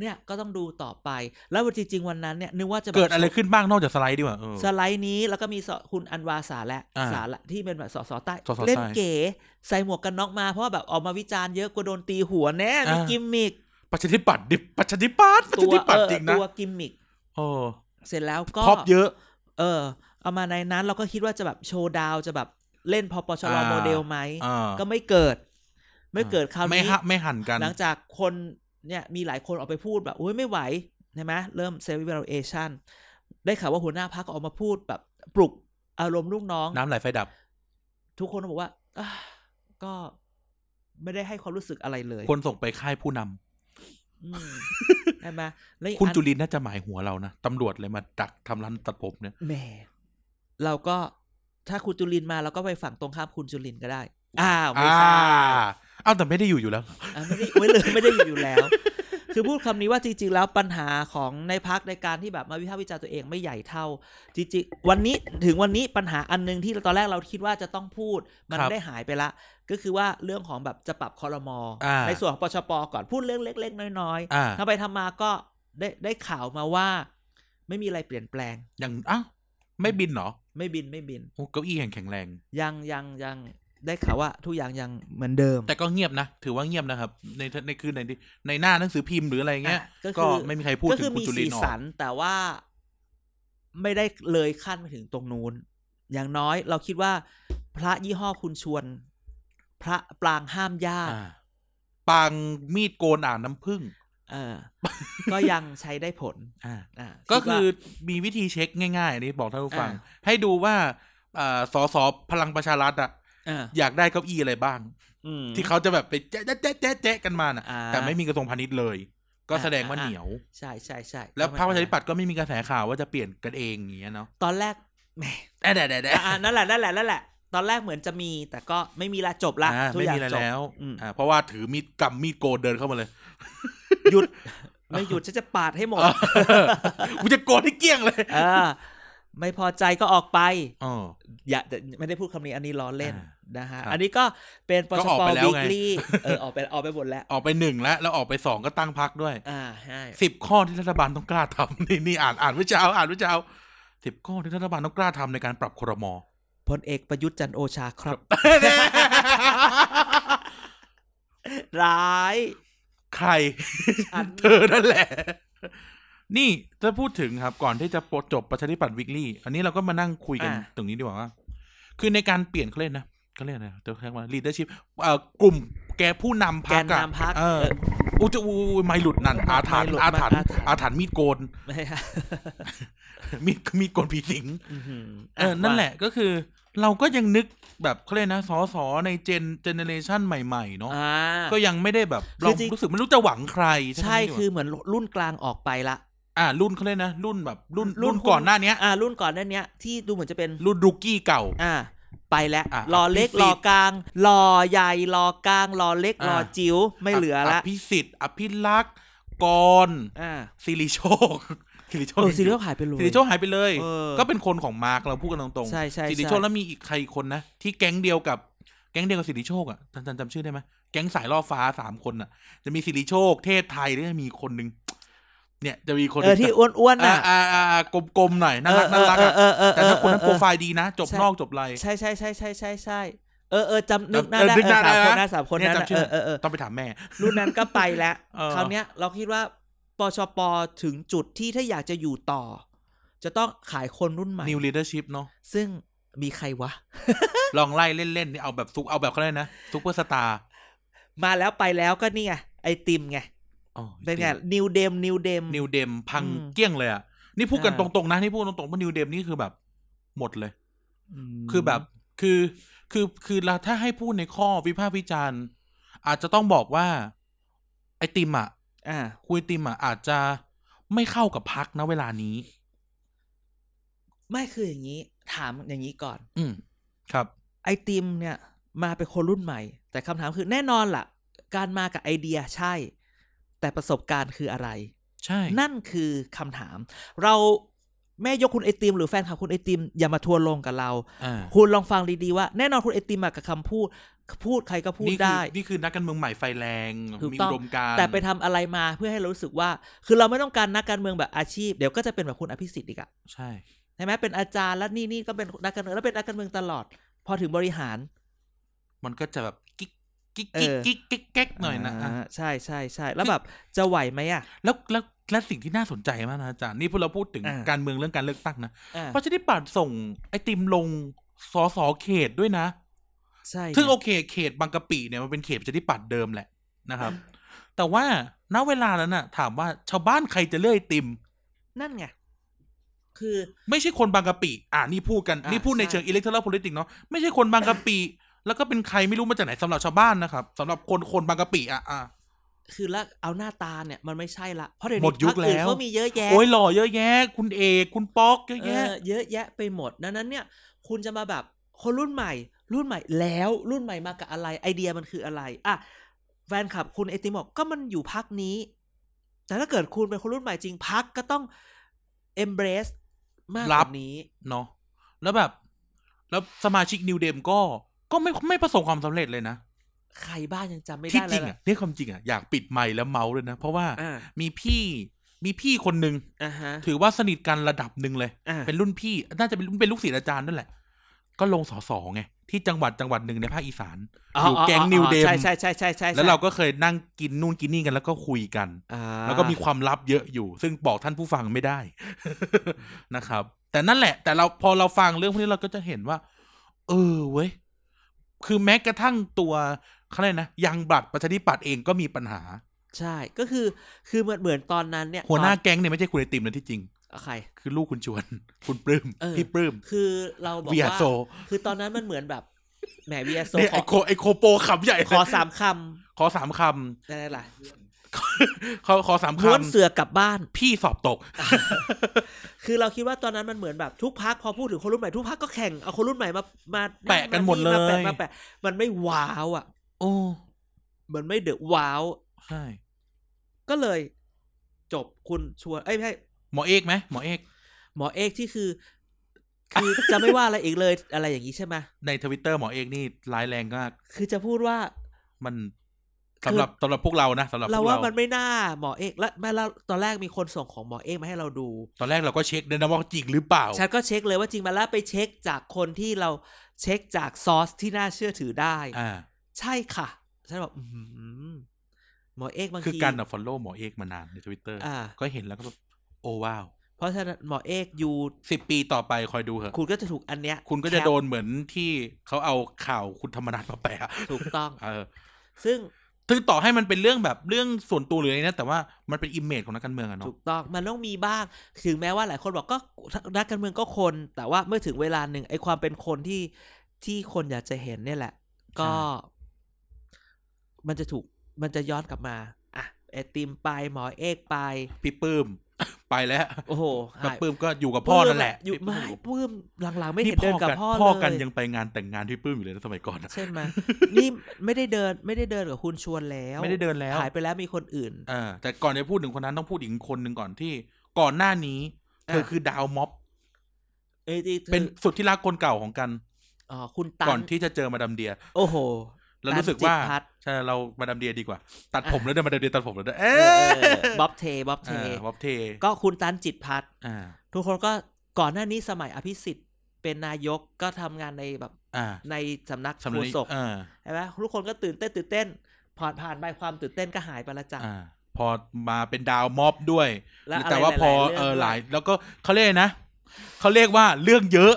S1: เนี่ยก็ต้องดูต่อไป แล้วจริง ๆ วันนั้นเนี่ยนึกว่าจะแบบ
S2: เกิดอะไรขึ้นบ้างนอกจากสไลด์ดีกว่าเออ
S1: สไลด์นี้แล้วก็มีสคุณอันวาสาและ
S2: อ่า
S1: สาละที่เป็นแบบสสใต้
S2: สสใต้
S1: เล่นเก๋ใส่หมวกกันน็อกมาเพราะว่าแบบออกมาวิจารณ์เยอะกลัวโดนตีหัวแน่มี
S2: อ่า
S1: กิมมิก
S2: ประชาธิปัตย์ดิประชาธิปัตย์ประ
S1: ตั
S2: ชาว ธิปั
S1: เอ
S2: ตย์
S1: อ
S2: จริงนะ
S1: ตัวกิมมิก
S2: โอ้
S1: เสร็จแล้วก็
S2: พอบเยอะ
S1: เออ เอามาในนั้นเราก็คิดว่าจะแบบโชว์ดาวจะแบบเล่นพอปชร
S2: อ่า
S1: โมเดลไหม
S2: อ่า
S1: ก็ไม่เกิด ไม่เกิดคราว
S2: ไม่
S1: นี้
S2: ฮะไม่หันกัน
S1: หลังจากคนเนี่ยมีหลายคนออกไปพูดแบบโอ้ยไม่ไหวใช่ไหมเริ่มเซ l ร์วิ a เอชันได้ข่าวว่าหัวหน้าพักออกมาพูดแบบปลุกอารมณ์ลูกน้อง
S2: น้ำไหลไฟดับ
S1: ทุกคนก็บอกว่าอ่ะก็ไม่ได้ให้ความรู้สึกอะไรเลย
S2: คนส่งไปค่ายผู้นำ
S1: อืมใช่ไหมแล้วอีก
S2: คุณ
S1: อัน
S2: จุลินน่าจะหมายหัวเรานะตำรวจเลยมาดักทำร้านตัดผมเนี่ย
S1: แหมเราก็ถ้าคุณจุลินมาเราก็ไปฝั่งตรงข้ามคุณจุลินก็ได้ อ้าวไม่
S2: อ่า
S1: ใช่
S2: เอ้าแต่ไม่ได้อยู่อยู่แล้ว
S1: อ่ะไม่ได้ไม่เลยไม่ได้อยู่แล้ว คือพูดคำนี้ว่าจริงๆแล้วปัญหาของในพักในการที่แบบมาวิพากษ์วิจารณ์ตัวเองไม่ใหญ่เท่า จริงๆวันนี้ถึงวันนี้ปัญหาอันหนึงที่ตอนแรกเราคิดว่าจะต้องพูด มัน
S2: ครับ
S1: ได้หายไปละ ก็คือว่าเรื่องของแบบจะปรับคอรมอ
S2: อ่า
S1: ในส่วนของปชปก่อนพูดเรื่องเล็ก ๆ น้อย
S2: อ่า
S1: ๆทำไปทำมาก็ได้ได้ข่าวมาว่า ไม่มีอะไรเปลี่ยนแปลง
S2: อย่างอ้าวไม่บินเหรอ
S1: ไม่บินไม่บิน
S2: โอ้เก้าอี้แข็งแข็งแรง
S1: ยังยังยังได้ข่าวว่าทุกอย่างยังเหมือนเดิม
S2: แต่ก็เงียบนะ ถือว่าเงียบนะครับ ในในคือในในหน้าหนังสือพิมพ์หรืออะไรเงี้ย
S1: อ่ะ
S2: ก็
S1: คือ
S2: ไม่มีใครพูด
S1: ก็
S2: ถึ
S1: คื
S2: ง
S1: อ
S2: คุณ
S1: มี
S2: จุลิ
S1: สี
S2: นออก
S1: สันแต่ว่าไม่ได้เลยขั้นไปถึงตรงนู้น อย่างน้อยเราคิดว่าพระยี่ห้อคุณชวน พระปรางห้ามญาติ
S2: อ่าปางมีดโกนอ่างน้ำผึ้ง
S1: เออ ก็ยังใช้ได้ผล
S2: อ่า
S1: อ่ะ
S2: ก็
S1: ดว่า
S2: คือมีวิธีเช็คง่ายๆอันนี้บอกท่านผู้ฟัง
S1: อ่า
S2: ให้ดูว่าเอ่อสสพลังประชารัฐอะ
S1: อ่า
S2: อยากได้เก้าอี้อะไรบ้าง
S1: อืม
S2: ที่เขาจะแบบไปแจ๊ะแจ๊ะแจ๊ะแจ๊ะแจ๊ะกันมาน่ะ
S1: อ่า
S2: แต่ไม่มีกระทรวงพาณิชย์เลย ก็
S1: อ่า
S2: แสดงว่า
S1: อ่า
S2: เหนียว
S1: ใช่ใช่ใช่
S2: แล้วพรรคประชาธิปัตย์ก็ไม่มีกระแสข่าวว่าจะเปลี่ยนกันเองอย่างเงี้ยเนาะ
S1: ตอนแรก แหม
S2: แต่แต่แต่แต่
S1: อ่านั่นแหละนั่นแหละนั่นแหละ ตอนแรกเหมือนจะมี แต่ก็ไม่มีละจบละ
S2: อ่า
S1: ทุก
S2: ไม่
S1: อย่าง
S2: มีอะไร
S1: จบ
S2: แล้ว
S1: อืม
S2: อ่าเพราะว่าถือมีดกำมีดโกนเดินเข้ามาเลย
S1: ห ยุด ไม่หยุดฉันจะปาดให้หมด
S2: กูจะโกนให้เกลี้ยงเลย
S1: เออไม่พอใจก็ออกไป
S2: เออ
S1: อย่าแต่ไม่ได้พูดคำนี้อันนี้ล้อเล่น
S2: อ่า
S1: นะฮะ
S2: ครับ
S1: อันนี้ก็เป็นป
S2: ก็
S1: ช
S2: ออก
S1: ป
S2: ไปแล้ว
S1: วิ
S2: ไง
S1: กฤ ตเออออกไปออกไปหมดแล้ว
S2: ออกไปหนึ่งแล้วแล้วออกไปสองก็ตั้งพักด้วย
S1: อ่าใช่
S2: สิบข้อที่รัฐบาลต้องกล้าทำ นี่นี่อ่านอ่านวิจาอ่านวิจาสิบข้อที่รัฐบาลต้องกล้าทำในการปรับครม
S1: พลเอกประยุทธ์จันทร์โอชาครับ ร้าย
S2: ใคร
S1: อัน
S2: เธอนั่นแหละ นี่จะพูดถึงครับ ก่อนที่จะจบประชาธิปัตย์วิกฤตอันนี้เราก็มานั่งคุยกันตรงนี้ดีกว่าว่า คือในการเปลี่ยนเขาเรียกนะเขาเรียกอะไรจะเรียกว่า leadership เอ่อกลุ่มแกผู้นำพร
S1: แก
S2: รคน อะ
S1: นำพัก
S2: เอออุยจะอูยไม่หลุดนั่นอาถรรพ์
S1: ไม่หลุด
S2: อาถรรพ์
S1: อาถรรพ์
S2: อาถรรพ์มีดโกน
S1: ไม่ ฮะ
S2: มีดมีดโกนผีสิง
S1: อื้อหือ
S2: เออ นั่นแหละก็คือ เราก็ยังนึกแบบเขาเรียกนะสอสอในเจนเจเนเรชันใหม่ๆเนาะ
S1: อ่า
S2: ก็ยังไม่ได้แบบ
S1: คือ
S2: เรา
S1: จริง
S2: รู้สึกไม่รู้จะหวังใคร
S1: ใช่
S2: ไหม
S1: คือเหมือนรุ่นกลางออกไปละ
S2: อ่ารุ่นเขาเรียกนะ รุ่นแบบรุ่น
S1: รุ่
S2: รุ่
S1: น
S2: น
S1: คุณ
S2: ก่อนหน้าเนี้ย
S1: อ่า รุ่นก่อนหนั้นเนี้ยที่ดูเหมือนจะเป็น
S2: รุ่นรุกี้เก่า
S1: อ่า ไปแล้ว
S2: อ่ะ
S1: รอเล็ก
S2: อภิ
S1: ร
S2: สิ
S1: อ
S2: ทธิ์
S1: กลางรอใหญ่รอกลางรอเล็ก
S2: อ่ะ
S1: รอจิ๋วไม่เหลือละ
S2: พิสิทธิ์อภิรักษ์กรณ์
S1: อ่า
S2: สิริโชค สิริโช
S1: เอ
S2: ค
S1: อซีเรียลหายไปเลย
S2: สิริโชคหายไปเลย
S1: เออ
S2: ก็เป็นคนของมาร์กเราพูดกันตรง
S1: ใช่ใช่
S2: สิริโชคแล้วมีอีกใครอีกคนนะที่แก๊งเดียวกับแก๊งเดียวกับสิริโชคอ่ะจำจำจำชื่อได้ไหมแก๊งสายล่อฟ้าสามคนอ่ะ จะมีสิริโชค เทพไทยแล้วจะมีคนหนึ่งเนี่ยจะมีคนห
S1: เอ
S2: นึ่
S1: อง ที่อ้วนๆ
S2: อ่า
S1: น่ะ
S2: อ่าอ่าอ่ากลมๆหน่อยน่ารักน่ารัก
S1: เอ
S2: อ่ะ
S1: อเออเออเออ
S2: แต่ถ้าคนนั้น
S1: เอ
S2: โปร
S1: อ
S2: ไฟล์ดีนะ จบ
S1: ใช่
S2: นอกจบไร
S1: ใช่ใช่ใช่ใช่ใช่ใช่เออเออจำนึกหน้า
S2: เออ
S1: ได้
S2: นึกหน้า
S1: เออสามคนนะสามคน
S2: ได้เนี่ย
S1: นั้นน่ะ
S2: จำชื่
S1: เออ
S2: อ
S1: เออเออ
S2: ต้องไปถามแม่
S1: รุ่นนั้นก็ไปแล้ว
S2: เออ
S1: คราวเนี้ยเราคิดว่าปชปถึงจุดที่ถ้าอยากจะอยู่ต่อ จะต้องขายคนรุ่นใหม่
S2: New Leadership เนาะ
S1: ซึ่งมีใครวะ
S2: ลองไล่เล่นๆนี่เอาแบบซุกเอาแบบเขาเลยกนะซุปเปอร์สตาร์
S1: มาแล้วไปแล้วก็นี่ไงไอติมไง เป็นไงนิวเดมนิวเดม
S2: นิวเดมพัง
S1: อืม
S2: เกลี้ยงเลยอ่ะ นี่พูดกันต
S1: อ่า
S2: รงๆนะ นี่พูดตรงๆว่านิวเดมนี่คือแบบ หมดเลย คือแบบคือคือคือเราถ้าให้พูดในข้อวิพากษ์วิจารณ์ อาจจะต้องบอกว่า ไอติมอ่ะ
S1: อ่า
S2: คุยติมอ่ะ อาจจะไม่เข้ากับพักนะเวลานี้
S1: ไม่คืออย่างนี้ ถามอย่างนี้ก่อน
S2: อืมครับ
S1: ไอติมเนี่ย มาเป็นคนรุ่นใหม่ แต่คำถามคือแน่นอนล่ะ การมากับไอเดียใช่ แต่ประสบการณ์คืออะไร
S2: ใช่
S1: นั่นคือคำถาม เราแม่ยกคุณไอติมหรือแฟนคลับคุณไอติม อย่ามาทัวร์ลงกับเรา
S2: อ่า
S1: คุณลองฟังดีๆว่า แน่นอนคุณไอติมมากับคำพูด พูดใครก็พูด
S2: นี่คือ
S1: ได้
S2: นี่คือนักการเมืองใหม่ไฟแรง
S1: ถูก
S2: มี
S1: ต้
S2: อุ
S1: อง
S2: ดมการณ์
S1: แต่ไปทำอะไรมาเพื่อให้เรารู้สึกว่า คือเราไม่ต้องการนักการเมืองแบบอาชีพ เดี๋ยวก็จะเป็นแบบคุณอภิสิทธิ์อีกอะ
S2: ใช่
S1: ใช่ไหมเป็นอาจารย์แล้วนี่นี่ก็เป็นนักการเมืองแล้วเป็นนักการเมืองตลอด พอถึงบริหาร
S2: มันก็จะแบบกิ๊กกิ๊ก
S1: เอ
S2: กิ๊ก
S1: อ
S2: กิ๊กกิ๊กกิ๊กหน่อยนะอ่ะ
S1: าใช่ใช่ใช่แล้วแบบจะไหวไหมอ่ะ
S2: แล้วแล้วและสิ่งที่น่าสนใจมากนะอาจารย์นี่พอเราพูดถึง
S1: อ่า
S2: การเมืองเรื่องการเลือกตั้งนะ
S1: อ่า
S2: ประชาธิปัตย์ส่งไอติมลงสอสอเขตด้วยนะ
S1: ใช่
S2: ซึ่งโอ
S1: ไ
S2: เคเขตบางกะปิเนี่ยมันเป็นเขตประชาธิปัตย์เดิมแหละนะครับ แต่ว่าณเวลานั้นน่ะ ถามว่าชาวบ้านใครจะเลือกไอติม
S1: นั่นไง คือ
S2: ไม่ใช่คนบางกะปิ อ่านี่พูดกัน
S1: อ่ะ
S2: นี่พูดใน
S1: ใช่
S2: เชิงอิเล็กทรอนิกส์เนาะ ไม่ใช่คนบางกะปิ แล้วก็เป็นใครไม่รู้มาจากไหนสำหรับชาวบ้านนะครับสำหรับคนคนบางกะปิอ่ะอ่ะ
S1: คือละเอาหน้าตาเนี่ย มันไม่ใช่ละเพราะเดี๋ยว
S2: หม
S1: นี้
S2: ดยุ
S1: พ
S2: ค
S1: รรอื่น
S2: แล้ว
S1: เขามีเยอะแยะ
S2: โอ้ยหล่อเยอะแยะ คุณเอก คุณป๊อกเยอะ
S1: เอ
S2: แยะ
S1: อเยอะแยะไปหมดดังนั้นเนี่ย คุณจะมาแบบคนรุ่นใหม่ รุ่นใหม่แล้วรุ่นใหม่มากับอะไร ไอเดียมันคืออะไรอ่ะแฟนคลับคุณไอติมบอกก็มันอยู่พักนี้ แต่ถ้าเกิดคุณเป็นคนรุ่นใหม่จริงพักก็ต้อง embrace มากก
S2: รั
S1: ว่า
S2: บ
S1: นี้
S2: เนาะ แล้วแบบ แล้วสมาชิกนิวเดมก็ ก็ไม่ไม่ประสบความสำเร็จเลยนะ
S1: ใครบ้านยังจำไม่
S2: ที่
S1: ได้
S2: จ
S1: แล้
S2: ริ
S1: ว
S2: ง
S1: ล่ะ
S2: อ่ะเนี่ยความจริงอ่ะ อยากปิดไมค์แล้วเมาส์เลยนะ เพราะว่า
S1: อ่า
S2: มีพี่มีพี่คนหนึ่ง
S1: อ่าฮะ
S2: ถือว่าสนิทกันระดับหนึ่งเลย
S1: อ่า
S2: เป็นรุ่นพี่ น่าจะเป็นเป็นลูกศิษย์อาจารย์ด้วยแหละ ก็ลงสอสอไงที่จังหวัดจังหวัดหนึ่งในภาคอีสาน อยู่แก๊งนิวเดม
S1: ใช่ใช่ใช่ใช่ใช่
S2: แล้วเราก็เคยนั่งกินนู่นกินนี่กันแล้วก็คุยกัน
S1: อ่า
S2: แล้วก็มีความลับเยอะอยู่ ซึ่งบอกท่านผู้ฟังไม่ได้ นะครับ แต่นั่นแหละ แต่เราพอเราฟังเรื่องพวกนี้เราก็จะเห็นว่า เออเว้ย คือแม้กระทั่งตัวเขาเรียกนะยังบัตรประชาธิปัตย์เองก็มีปัญหา
S1: ใช่ก็คือคือเหมือนเหมือนตอนนั้นเนี่ย
S2: หัวหน้า
S1: ตอ
S2: แก๊งเนี่ยไม่ใช่คุณไอติมนะที่จริง
S1: ใคร
S2: คือลูกคุณชวน คุณปลื้ม
S1: เออ
S2: พี่ปลื้ม
S1: คือเราบอก
S2: เวีย
S1: ว่า
S2: โซ
S1: คือตอนนั้นมันเหมือนแบบ แหมวีโซ
S2: เนี่ย
S1: ข
S2: ไอ
S1: อ
S2: โคไอโคโปขำใหญ่เลย
S1: ขอสามค
S2: ขอสามค
S1: ำได้ละ
S2: ำขอขอสาม
S1: ม้วนเสื
S2: คำ
S1: อกลับบ้าน
S2: พี่สอบตก
S1: คือเราคิดว่าตอนนั้นมันเหมือนแบบทุกพักพอพูดถึงคนรุ่นใหม่ทุกพักก็แข่งเอาคนรุ่นใหม่มามา
S2: แปะกันหมดเลย
S1: าแปะมาแปะมันไม่ว้าวอ่ะ
S2: โอ้
S1: มันไม่เดือดว้าว
S2: ใช่
S1: ก็เลย จบคุณชวนเอ้ยไม่ใช่
S2: หมอเอกไหมหมอเอก
S1: หมอเอกที่คือ คือ จะไม่ว่าอะไรอีกเลย อะไรอย่างนี้ใช่ไหม
S2: ในทวิตเตอร์หมอเอกนี่ร้ายแรงมาก
S1: คือจะพูดว่า
S2: มันสำหรับสำหรับพวกเรานะสำหรับพ
S1: เรา
S2: วก
S1: ว่า
S2: เรา
S1: มันไม่น่าหมอเอกและแม่เราตอนแรกมีคนส่งของหมอเอกมาให้เราดู
S2: ตอนแรกเราก็เช็คด้วยนะว่าจริงหรือเปล่า
S1: ฉันก็เช็คเลยว่าจริงไหมาแล้วไปเช็คจากคนที่เราเช็คจากซอสที่น่าเชื่อถือได้
S2: อ่า
S1: ใช่ค่ะ ฉันบอกอื้อหือหมอเอกบางที
S2: คือการฟอลโล่หมอเอกมานานในทวิตเตอร์
S1: อ่า
S2: ก็เห็นแล้วก็แบบโอ้ว้าว
S1: เพราะฉะนั้นหมอเอกอยู่
S2: สิบปีต่อไปคอยดูเหอะ
S1: คุณก็จะถูกอันเนี้ย
S2: คุณก็จะ
S1: แป
S2: โดนเหมือนที่เขาเอาข่าวคุณธรรมนัฐมาแปะ
S1: ถูกต้อง
S2: เออ
S1: ซึ่ง
S2: ถึงต่อให้มันเป็นเรื่องแบบเรื่องส่วนตัวหรืออะไรนะ แต่ว่ามันเป็นอิมเมจของนักการเมืองอะ
S1: ถู
S2: เนาะ
S1: กต้องมันต้องมีบ้าง ถึงแม้ว่าหลายคนบอกก็นักการเมืองก็คน แต่ว่าเมื่อถึงเวลาหนึ่งไอ้ความเป็นคนที่ที่คนอยากจะเห็นเนี่ยแหละ ก็ มันจะถูกมันจะย้อนกลับมาอ่ะไอติมไปหมอเอกไป
S2: พี่ปื้ม ไปแล้ว
S1: โอ้โห
S2: แต่
S1: หาย
S2: ปื้มก็อยู่กับพ่อนั่นแหละ
S1: อยู่
S2: พี่
S1: ไม่
S2: ปื้
S1: ปลื้มหลังๆ ไม่
S2: นี่
S1: เห็นเดินกับพ่อเลย
S2: พ่อกันยังไปงานแต่งงานพี่ปื้มอยู่เลยนะสมัยก่อนอะ
S1: ใช่ไหมนี่ไม่ได้เดินไม่ได้เดินกับคุณชวนแล้ว
S2: ไม่ได้เดินแล้ว
S1: หายไปแล้วมีคนอื่น
S2: เออแต่ก่อนจะพูดถึงคนนั้นต้องพูดถึงคนหนึ่งก่อนที่ ก่อนหน้านี้
S1: อ่ะ
S2: เธอคือดาวม็อบ
S1: เอยที่
S2: เป็นสุดที่รักคนเก่าของกัน
S1: อ๋อคุณตั
S2: ก่อน
S1: น
S2: ที่จะเจอมาดามเดีย
S1: โอ้โห
S2: เรารู้สึกว่า
S1: ตันจิตพัฒน์
S2: ใช่เรามาดามเดียดีกว่า ตัดผมแล้วเดินมาดามเดียตัดผมแล้วเดินเอ
S1: เออ
S2: อ
S1: เออบ๊อบเทบ๊อบเท
S2: อ่าบ๊อบเท
S1: ก็คุณตันจิตพัฒน์
S2: อ่า
S1: ทุกคนก็ก่อนหน้านี้สมัยอภิสิทธิ์ เป็นนายกก็ทำงานในแบบ
S2: อ่า
S1: ในสำนัก
S2: สำห
S1: โฆ
S2: รับ
S1: ษก
S2: เอ่า
S1: ใช่ไหมทุกคนก็ตื่นเต้นตื่นเต้นผ่านผ่านไปความตื่นเต้นก็หายไปและจ้ะ
S2: อ่า พอมาเป็นดาวม็อบด้วย
S1: และอะไร
S2: แต่ว่าพอ
S1: ๆ
S2: เออ
S1: รื่งด้วย
S2: หลาย แล้วก็เขาเรียกนะเขาเรียกว่าเรื่องเยอะ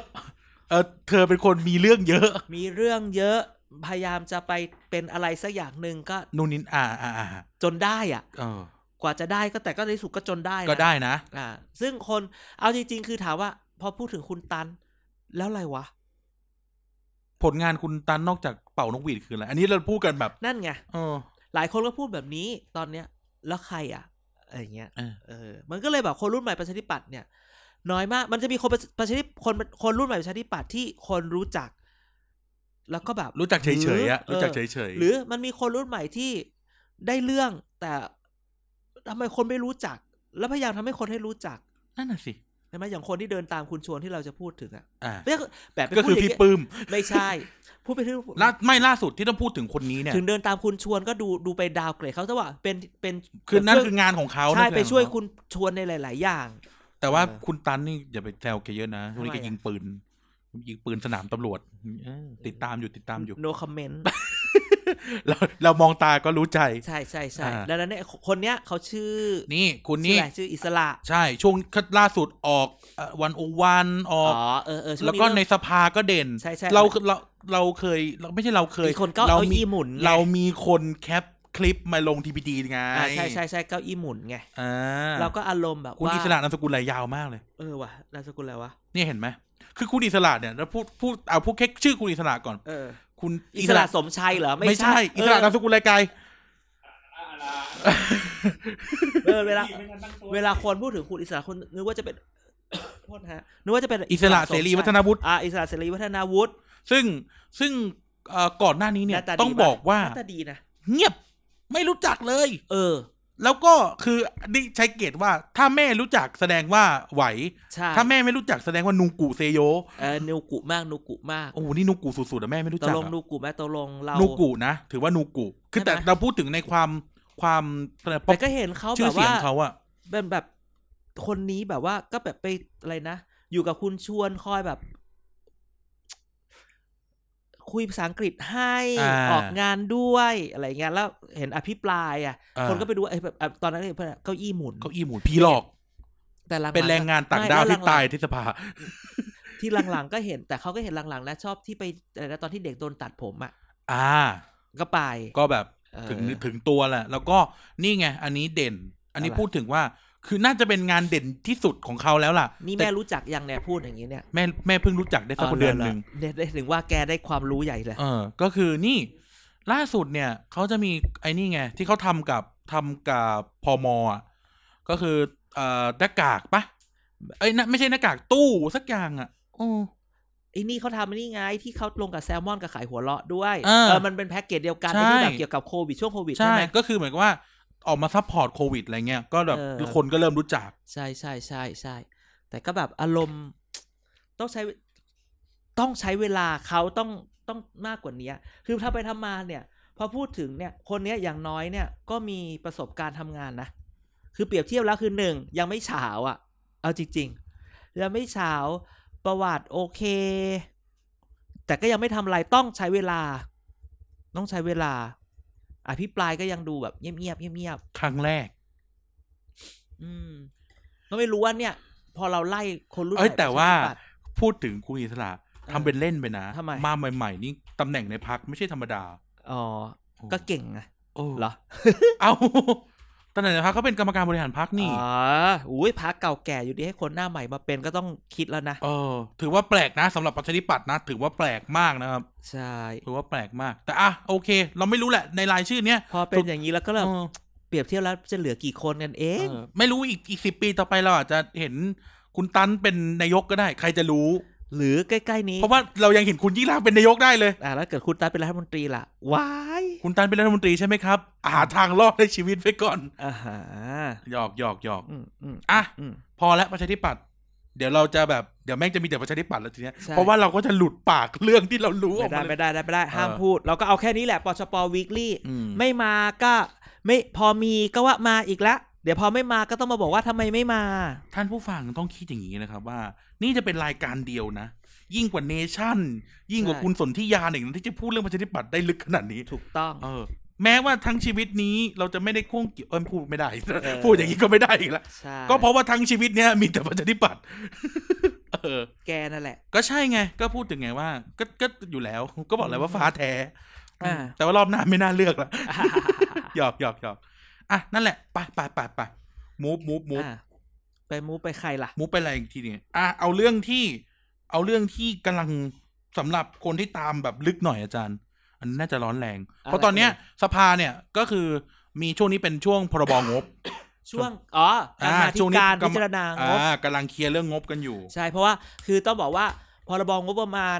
S2: เออเธอเป็นคนมีเรื่องเยอะ
S1: มีเรื่องเยอะพยายามจะไปเป็นอะไรสักอย่างหนึ่งก็
S2: นูนนินอ่าอ่าอ่า
S1: จนได้อ่ะ
S2: เออ
S1: กว่าจะได้ก็แต่ก็ในสุดก็จนได้นะ
S2: ก็ได้นะ
S1: อ่า ซึ่งคนเอาจริง ๆ คือถามว่า พอพูดถึงคุณตัน แล้วอะไรวะ
S2: ผลงานคุณตันนอกจากเป่านกหวีดคืออะไร อันนี้เราพูดกันแบบ
S1: นั่นไง
S2: เออ
S1: หลายคนก็พูดแบบนี้ตอนเนี้ย แล้วใครอ่ะอะไรอย่างเงี้ย
S2: เออ
S1: เออ มันก็เลยแบบคนรุ่นใหม่ประชาธิปัตย์เนี่ย น้อยมากมันจะมีคนประประชาธิคนคนรุ่นใหม่ประชาธิปัตย์ที่คนรู้จัก แล้วก็แบบ
S2: รู้จักเฉยๆอะ
S1: ห
S2: รู้จักเฉย
S1: ออ
S2: ๆ
S1: หรือมันมีคนรุ่นใหม่ที่ได้เรื่องแต่ทำไมคนไม่รู้จัก แล้วพยายามทำให้คนให้รู้จัก
S2: นั่นน่ะสิ
S1: ใช่ไหมอย่างคนที่เดินตามคุณชวนที่เราจะพูดถึงอ่ะ
S2: อ่า
S1: ไม่ใช่แบบเป็น
S2: ก็คือ
S1: พูดย่าง
S2: พี่
S1: เงี้ย
S2: ปื้ม
S1: ไม่ใช่พูดไปที่
S2: ล่าไม่ล่าสุดที่ต้องพูดถึงคนนี้เนี่ย
S1: ถึงเดินตามคุณชวนก็ดูดูไปดาวเกรดเขาซะว่าเป็นเป็น
S2: คือนั่น
S1: ช่วย
S2: คืองานของเขา
S1: ใช่
S2: นั่น
S1: ไป
S2: อ
S1: ช่วย
S2: งเขา
S1: คุณชวนในหลาย ๆ อย่าง
S2: แต่ว่า
S1: เออ
S2: คุณตันนี่อย่าไปแซวแกเยอะนะช่วงนี้
S1: ทำ
S2: แก
S1: ไมอะ
S2: ยิงปืน ยิงปืนสนามตำรวจเออติดตามอยู่ติดตามอยู่
S1: no comment
S2: เราเรามองตาก็รู้ใจ
S1: ใช่ใช่ใช่
S2: อ่า
S1: แล้วนั้นเนี่ยคนเนี้ยเขาชื่อ
S2: นี่คุณ
S1: ชื่อ
S2: นี่
S1: อะไรชื่ออิสระ
S2: ใช่ช่วงล่าสุดออกวันโอวันออ
S1: อ๋
S2: ก
S1: อเออเออช่ง
S2: แล้วก็ใน
S1: เริ่ม
S2: สภาก็เด่น
S1: ใช่ใช่
S2: เราเราเราเคยเราไม่ใช่เราเคย
S1: มีคนเก้า
S2: เรา
S1: เก้า
S2: มี
S1: อี้หมุนไง
S2: เรามีคนแคปคลิปมาลงทีพีดีไง
S1: อ่าใช่ใช่ใช่เก้าอี้หมุนไง
S2: อ่า
S1: เราก็อารมณ์แบบ
S2: คุณ
S1: ว่า
S2: อิสระนามสกุลรายยาวมากเลย
S1: เออว่ะนามสกุลอะไรวะ
S2: นี่เห็นไหม คือคุณอิสระเนี่ยเราพูดพูดเอาพูดแค่ชื่อคุณอิสระก่อน
S1: เออ
S2: คุณ
S1: อิสระสมชัยเหรอ
S2: ไม่ใช่ อิสระนามสกุลรายไกล
S1: เออเวลาเวลาคนพูดถึงคุณอิสระคนนึกว่าจะเป็น โทษนะฮะนึกว่าจะเป็น
S2: อิสระเสรีวัฒนวุฒิ
S1: อ่าอิสระเสรีวัฒนาวุฒิ
S2: ซึ่งซึ่งเอ่อก่อนหน้านี้เนี่ย
S1: หน้าตาดี
S2: ต้องบอกว่า
S1: หน้าตาดีนะ
S2: เงียบไม่รู้จักเลย
S1: เออ
S2: แล้วก็คือนี่ใช้เกตว่าถ้าแม่รู้จักแสดงว่าไหว
S1: ใช่
S2: ถ้าแม่ไม่รู้จักแสดงว่านูกุเซโย
S1: เออนูกุมากนูกุมาก
S2: โอ้โหนี่นูกุสุดๆอะแม่ไม่รู้
S1: ตก
S2: จัก
S1: ลง
S2: อะ
S1: นูกูไหมตกลงเรา
S2: นูกุนะ ถือว่านูกุคือแต่
S1: ใช่ไหม
S2: เราพูดถึงในความความ
S1: แต่ก็เห็นเขา
S2: ชื่
S1: แบ
S2: อบ เสีย
S1: ว่าง
S2: เขาอะ
S1: เป็นแบบคนนี้แบบว่าก็แบบไปอะไรนะ อยู่กับคุณชวนคอยแบบ คุยภาษาอังกฤษให้
S2: อ่า
S1: ออกงานด้วยอะไรเงี้ยแล้วเห็นอภิปรายอ่ะ
S2: อ่า
S1: คนก็ไปดูไอ้แบบอ่ะตอนนั้นเพื่อนเก้าอี้หมุน
S2: เก้าอี้หมุนผีหลอก
S1: แต่หลังๆ
S2: เป็นแรงงานต่างดาว
S1: ไม่แล้
S2: ที่
S1: หลังๆ
S2: ตายที่สภา
S1: ที่หลังๆก็เห็น แต่เขาก็เห็นหลังๆนะชอบที่ไปอะไรนะตอนที่เด็กโดนตัดผมอ่ะ
S2: อ่า
S1: ก็ไป
S2: ก็แบบ
S1: เออ
S2: ถึงถึงตัวแหละ แล้วก็นี่ไง อันนี้เด่น อันนี้
S1: อะไร
S2: พูดถึงว่า คือน่าจะเป็นงานเด่นที่สุดของเขาแล้วล่ะ
S1: นี่
S2: ต่
S1: แม่รู้จักยังเนี่ยพูดอย่างนี้เนี่ย
S2: แม่แม่เพิ่งรู้จักได้สักประมาณเดือนหนึ่ง
S1: เออเหรอเหรอเดี๋ยวถึงว่าแกได้ความรู้ใหญ่เลย
S2: เออ ก็คือนี่ ล่าสุดเนี่ย เขาจะมีไอ้นี่ไง ที่เขาทำกับทำกับพมอ่ะ ก็คือเอ่อหน้ากากปะเอ้ยนะไม่ใช่หน้ากากตู้สักอย่างอ่ะโอ้
S1: ไอ้นี่เขาทำไอ้นี่ไงที่เขาลงกับแซลมอนกับขายหัวเราะด้วย
S2: เออ
S1: มันเป็นแพ็กเกจเดียวกัน
S2: ใช่
S1: ไอ้ที่แบบเกี่ยวกับโควิดช่วงโควิด
S2: ใช่
S1: ใช่ไหม
S2: ก็คือเหมือนกับว่าออกมาซัพพอร์ตโควิดอะไรเงี้ย ก็แบบ
S1: เออ
S2: คนก็เริ่มรู้จัก
S1: ใช่ใช่ใช่ใช่ แต่ก็แบบอารมณ์ ต้องใช้ ต้องใช้เวลาเขาต้องต้องมากกว่านี้คือถ้าไปทำมาเนี่ย พอพูดถึงเนี่ย คนเนี้ยอย่างน้อยเนี่ยก็มีประสบการณ์ทำงานนะ คือเปรียบเทียบแล้วคือหนึ่งยังไม่เฉาอ่ะ เอาจริงๆยังไม่เฉาประวัติโอเค แต่ก็ยังไม่ทำอะไรต้องใช้เวลา ต้องใช้เวลา อภิปรายก็ยังดูแบบเงียบๆเงียบๆ
S2: ครั้งแรก
S1: อืมก็ไม่รู้ว่าเนี่ย พอเราไล่คนรุ่น
S2: เอ้ย
S1: ใหม่
S2: แต่ว่า
S1: ประชธิปัตย์
S2: พูดถึงคุณอิสระทำเป็นเล่นไปนะ
S1: ทำไม
S2: มาใหม่ ๆ นี่ตำแหน่งในพักไม่ใช่ธรรมดา
S1: อ๋อ ก็เก่งอะ
S2: โอ้
S1: เหรอ
S2: เอา ตำแหน่งในพักเขาเป็นกรรมการบริหารพักนี่
S1: อ๋ออุ้ยพักเก่าแก่อยู่ดีให้คนหน้าใหม่มาเป็นก็ต้องคิดแล้วนะ
S2: เออถือว่าแปลกนะสำหรับประชาธิปัตย์นะ ถือว่าแปลกมากนะครับ
S1: ใช่
S2: ถือว่าแปลกมาก แต่อ่ะโอเค เราไม่รู้แหละในรายชื่อเนี้ย
S1: พอเป็นอย่างนี้แล้วก็เริ่ม
S2: เออ
S1: เปรียบเทียบแล้วจะเหลือกี่คนกันเอ
S2: เอง อไม่รู้อีกอีกสิบปีต่อไปเราอาจจะเห็นคุณตันเป็นนายกก็ได้ ใครจะรู้
S1: หรือใกล้ๆนี้
S2: เพราะว่าเรายังเห็นคุณยิ่งรักษณ์เป็นนายกได้เลย
S1: อ่าแล้วเกิดคุณตาเป็นรัฐมนตรีล่ะว้าย
S2: คุณตันเป็นรัฐมนตรีใช่ไหมครับหาทางรอดในชีวิตไปก่อน
S1: อ่าฮะ
S2: หยอกหยอกหยอก
S1: อืมอืม
S2: อ่ะ
S1: อืม
S2: พอแล้วประชาธิปัตย์เดี๋ยวเราจะแบบเดี๋ยวแม่งจะมีแต่ประชาธิปัตย์แล้วทีเนี้ย
S1: ใช่
S2: เพราะว่าเราก็จะหลุดปากเรื่องที่เรารู้ออ
S1: ไม่
S2: ก
S1: ได้
S2: มาเลย
S1: ไม่ได้ไม่ได้ ห้าม
S2: เออ
S1: พูด เราก็เอาแค่นี้แหละปชปวีคลี่
S2: อืม
S1: ไม่มาก็ไม่พอมีก็ว่ามาอีกละเดี๋ยวพอไม่มาก็ต้องมาบอกว่าทำไมไม่มา
S2: ท่านผู้ฟังต้องคิดอย่างนี้นะครับว่า นี่จะเป็นรายการเดียวนะ ยิ่งกว่าเนชั่น ยิ่งกว่า
S1: ใช่
S2: คุณสนธิยาหนึ่งนะที่จะพูดเรื่องประชาธิปัตย์ได้ลึกขนาดนี้
S1: ถูกต้อง
S2: เออ แม้ว่าทั้งชีวิตนี้เราจะไม่ได้ข้องเกี่ยวเออพูดไม่ได้
S1: เออ
S2: พูดอย่างนี้ก็ไม่ได้อีกแล้ว
S1: ใช่
S2: ก็เพราะว่าทั้งชีวิตเนี้ยมีแต่ประชาธิปัตย์ เออ
S1: แกนั่นแหละ
S2: ก็ใช่ไง ก็พูดถึงไงว่า ก็ก็อยู่แล้ว ก็บอกเลยว่าฟ้าแท้
S1: อ่า
S2: แต่ว่ารอบหน้าไม่น่าเลือกละ หยอกหยอกหยอกอ่ะนั่นแหละไปไปไปไปมูฟมูฟมูฟ
S1: อ่ะไปมูไปใครล่ะ
S2: มูฟไปอะไรอีกทีเนี่ยอ่ะเอาเรื่องที่ เอาเรื่องที่กำลังสำหรับคนที่ตามแบบลึกหน่อยอาจารย์ อันนี้น่าจะร้อนแรง เพราะตอนเนี้ยสภาเนี่ยก็คือมีช่วงนี้เป็นช่วงพรบงบ
S1: ช่วง อ๋อ การมา
S2: ช่
S1: ธิ
S2: วงนี้
S1: การ
S2: กำ
S1: พิจารณางบ
S2: อ่ากำลังเคลียร์เรื่องงบกันอยู่
S1: ใช่เพราะว่าคือต้องบอกว่าพรบงบประมาณ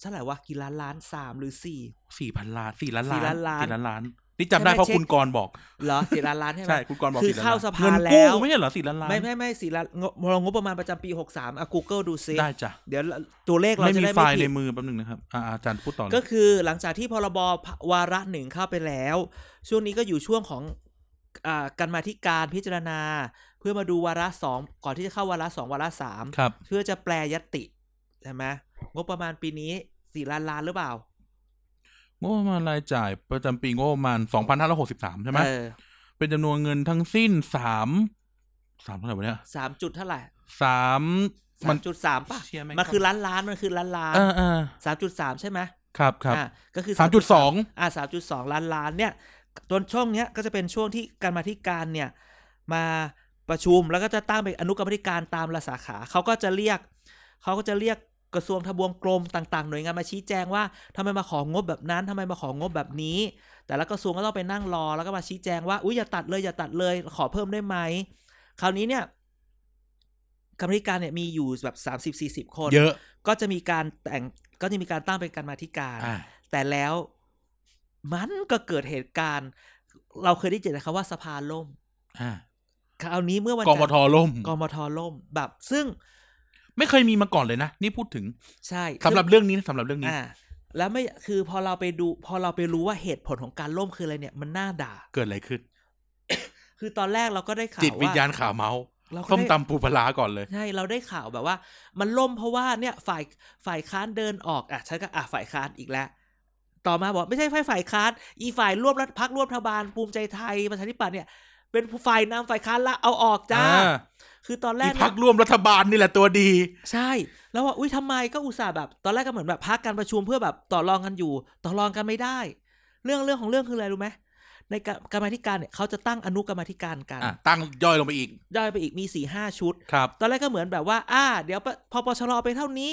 S1: เท่าไหร่ว่ากี่ล้านล้านสามหรือสี่
S2: สี่พันล้านสี่ล้าน
S1: สี่
S2: ล้าน
S1: ล้านล้าน
S2: สี่ล้านล้านนี่จำได้
S1: ใช่ไหม
S2: เพราะ
S1: เช็ค
S2: คุณกรณ์บอก
S1: เหรอสี่ล้านล้านใช่ไหม
S2: ใช่คุณกรณ์บอก
S1: คือ
S2: 4ล้น
S1: เข้าสภา
S2: เงิน
S1: แล้ว
S2: กู้ไม่ใช่เหรอสี่ล้านล้าน
S1: ไม่ไม่ไม่สี่ล้านงบงบประมาณประจำปีหกสามอ่ะ Google ดูซิ
S2: ได้จ้ะ
S1: เดี๋ยวตัวเลขเรา
S2: ไม่
S1: จะ
S2: มี
S1: ได้
S2: ไฟ
S1: ไม่
S2: ล์
S1: ผิ
S2: ใน
S1: ด
S2: มือแป๊บหนึงนะครับอ่าอาจารย์พูดต่อเลย
S1: ก็คือหลังจากที่พรบวาระหนึ่งเข้าไปแล้ว ช่วงนี้ก็อยู่ช่วงของอ่าการมาธิการพิจารณา เพื่อมาดูวาระสองก่อนที่จะเข้าวาระสองวาระสาม
S2: ครับ
S1: เพื่อจะแปลยติใช่ไหมงบประมาณปีนี้สี่ล้านล้านหรือเปล่าง
S2: บประมาณรายจ่ายประจำปีงบประมาณสองพันห้าร้อยหกสิบสามใช่ไหม
S1: เออ
S2: เป็นจำนวนเงินทั้งสิ้นสามสามเท่าไหร่วะเนี่ย
S1: สามจุดเท่าไหร่
S2: สาม
S1: สา
S2: มัน
S1: มจุดสามป่ะ
S2: เชี่ยแม่ง
S1: มันคือล้านล้านมันคือล้านล้าน
S2: เออเออ
S1: สามจุดสามใช่ไหม
S2: ครับครับ
S1: อ่ะก็คือ
S2: สามจุดสอง
S1: อ่าสามจุดสองล้านล้านเนี่ยตอนช่วงเนี้ยก็จะเป็นช่วงที่การมาธิการเนี่ย มาประชุมแล้วก็จะตั้งเป็นอนุกรรมธิการตามละสาขาเขาก็จะเรียกเขาก็จะเรียกกระทรวงทบวงกรมต่างๆ หน่วยงานมาชี้แจงว่าทำไมมาของงบแบบนั้นทำไมมาของงบแบบนี้ แต่ละกระทรวงก็ต้องไปนั่งรอแล้วก็มาชี้แจงว่าอุ้ยอย่าตัดเลยอย่าตัดเลยขอเพิ่มได้ไหมคราวนี้เนี่ยกรรมาธิการเนี่ยมีอยู่แบบสามสิบสี่สิบคน
S2: เยอะ
S1: ก็จะมีการแต่งก็จะมีการตั้งเป็นการมาธิการ
S2: อ่า
S1: แต่แล้วมันก็เกิดเหตุการณ์ เราเคยได้ยินนะครับว่าสภาล่ม
S2: อ่า
S1: คราวนี้เมื่อวัน
S2: กมท
S1: จันทร์
S2: ล่ม
S1: กมทล่มแบบ ซึ่ง
S2: ไม่เคยมีมาก่อนเลยนะ นี่พูดถึง
S1: ใช่
S2: สำหรับ
S1: ซึ่ง
S2: เรื่องนี้นะสำหรับเรื่องนี้
S1: อ่า แล้วไม่คือพอเราไปดู พอเราไปรู้ว่าเหตุผลของการล่มคืออะไรเนี่ยมันน่าด่า
S2: เกิดอะไรขึ้น
S1: คือตอนแรกเราก็ได้ข่าว
S2: จิตวิญญาณ
S1: ว่า
S2: ขาเมาส์
S1: เราก็
S2: ส้ม
S1: ได้
S2: ตำปูปลาร้าก่อนเลย
S1: ใช่เราได้ข่าวแบบว่า มันล่มเพราะว่าเนี่ยฝ่ายฝ่ายค้านเดินออกอ่ะฉันก็อ่ะฝ่ายค้านอีกแล้ว ต่อมาบอกไม่ใช่ฝ่ายฝ่ายค้าน อีฝ่ายร่วมรัฐพักร่วมรัฐบาลภูมิใจไทยประชาธิปัตย์เนี่ย เป็นฝ่ายนำฝ่ายค้านละเอาออกจ้า
S2: อ่า
S1: คือตอนแร
S2: อี
S1: ก
S2: พั
S1: เนี่
S2: ก
S1: ย
S2: ร่วมรัฐบาลนี่แหละตัวดี
S1: ใช่ แล้วว่าอุ้ยทำไมก็อุตส่าห์แบบ ตอนแรกก็เหมือนแบบพักการประชุมเพื่อแบบต่อรองกันอยู่ ต่อรองกันไม่ได้ เรื่องเรื่องของเรื่องคืออะไรรู้ไหม ในกรกรรมาธิการเนี่ยเขาจะตั้งอนุกรรมาธิการกัน
S2: อ่ะตั้งย่อยลงไปอีก
S1: ย่อยไปอีกมีสี่ห้าชุด
S2: ครับ
S1: ตอนแรกก็เหมือนแบบว่า อ่า เดี๋ยวปะพอปชรไปเท่านี้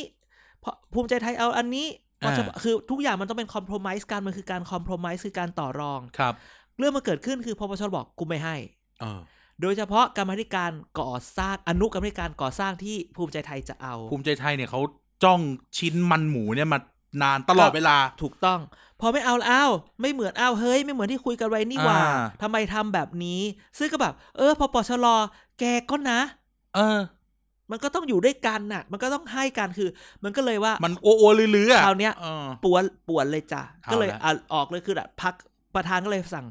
S1: พอภูมิใจไทยเอาอันนี้ป
S2: อ่า
S1: ชคือทุกอย่างมันต้องเป็นคอม p r o m i s e กันมันคือการคอม p r o m i s e คือการต่อรอง
S2: ครับ
S1: เรื่องมาเกิดขึ้นคือพอปชรบอกกูไม่ให้
S2: เออ
S1: โดยเฉพาะกรรมาธิการก่อสร้างอนุกรรมาธิการก่อสร้างที่ภูมิใจไทยจะเอา
S2: ภูมิใจไทยเนี่ยเขาจ้องชิ้นมันหมูเนี่ยมานานตลอดเวลา
S1: ถูกต้อง พอไม่เอาแล้วอ้าวไม่เหมือนอ้าวเฮ้ย ไม่เหมือนที่คุยกันไว้นี่หว่า
S2: อ่า
S1: ทำไมทำแบบนี้ ซึ่งก็แบบ เออ พอปชรแกก็นะ
S2: เออ
S1: มันก็ต้องอยู่ด้วยกันน่ะ มันก็ต้องให้กันคือ มันก็เลยว่า
S2: มันโอโอลือลือๆอะ
S1: คราวเนี้ย
S2: ออ
S1: ปวนปวนเลยจ้ะ
S2: เอาละ
S1: ก็เลยอ่ะออกเลยคือแบบพักประธานก็เลยสั่ง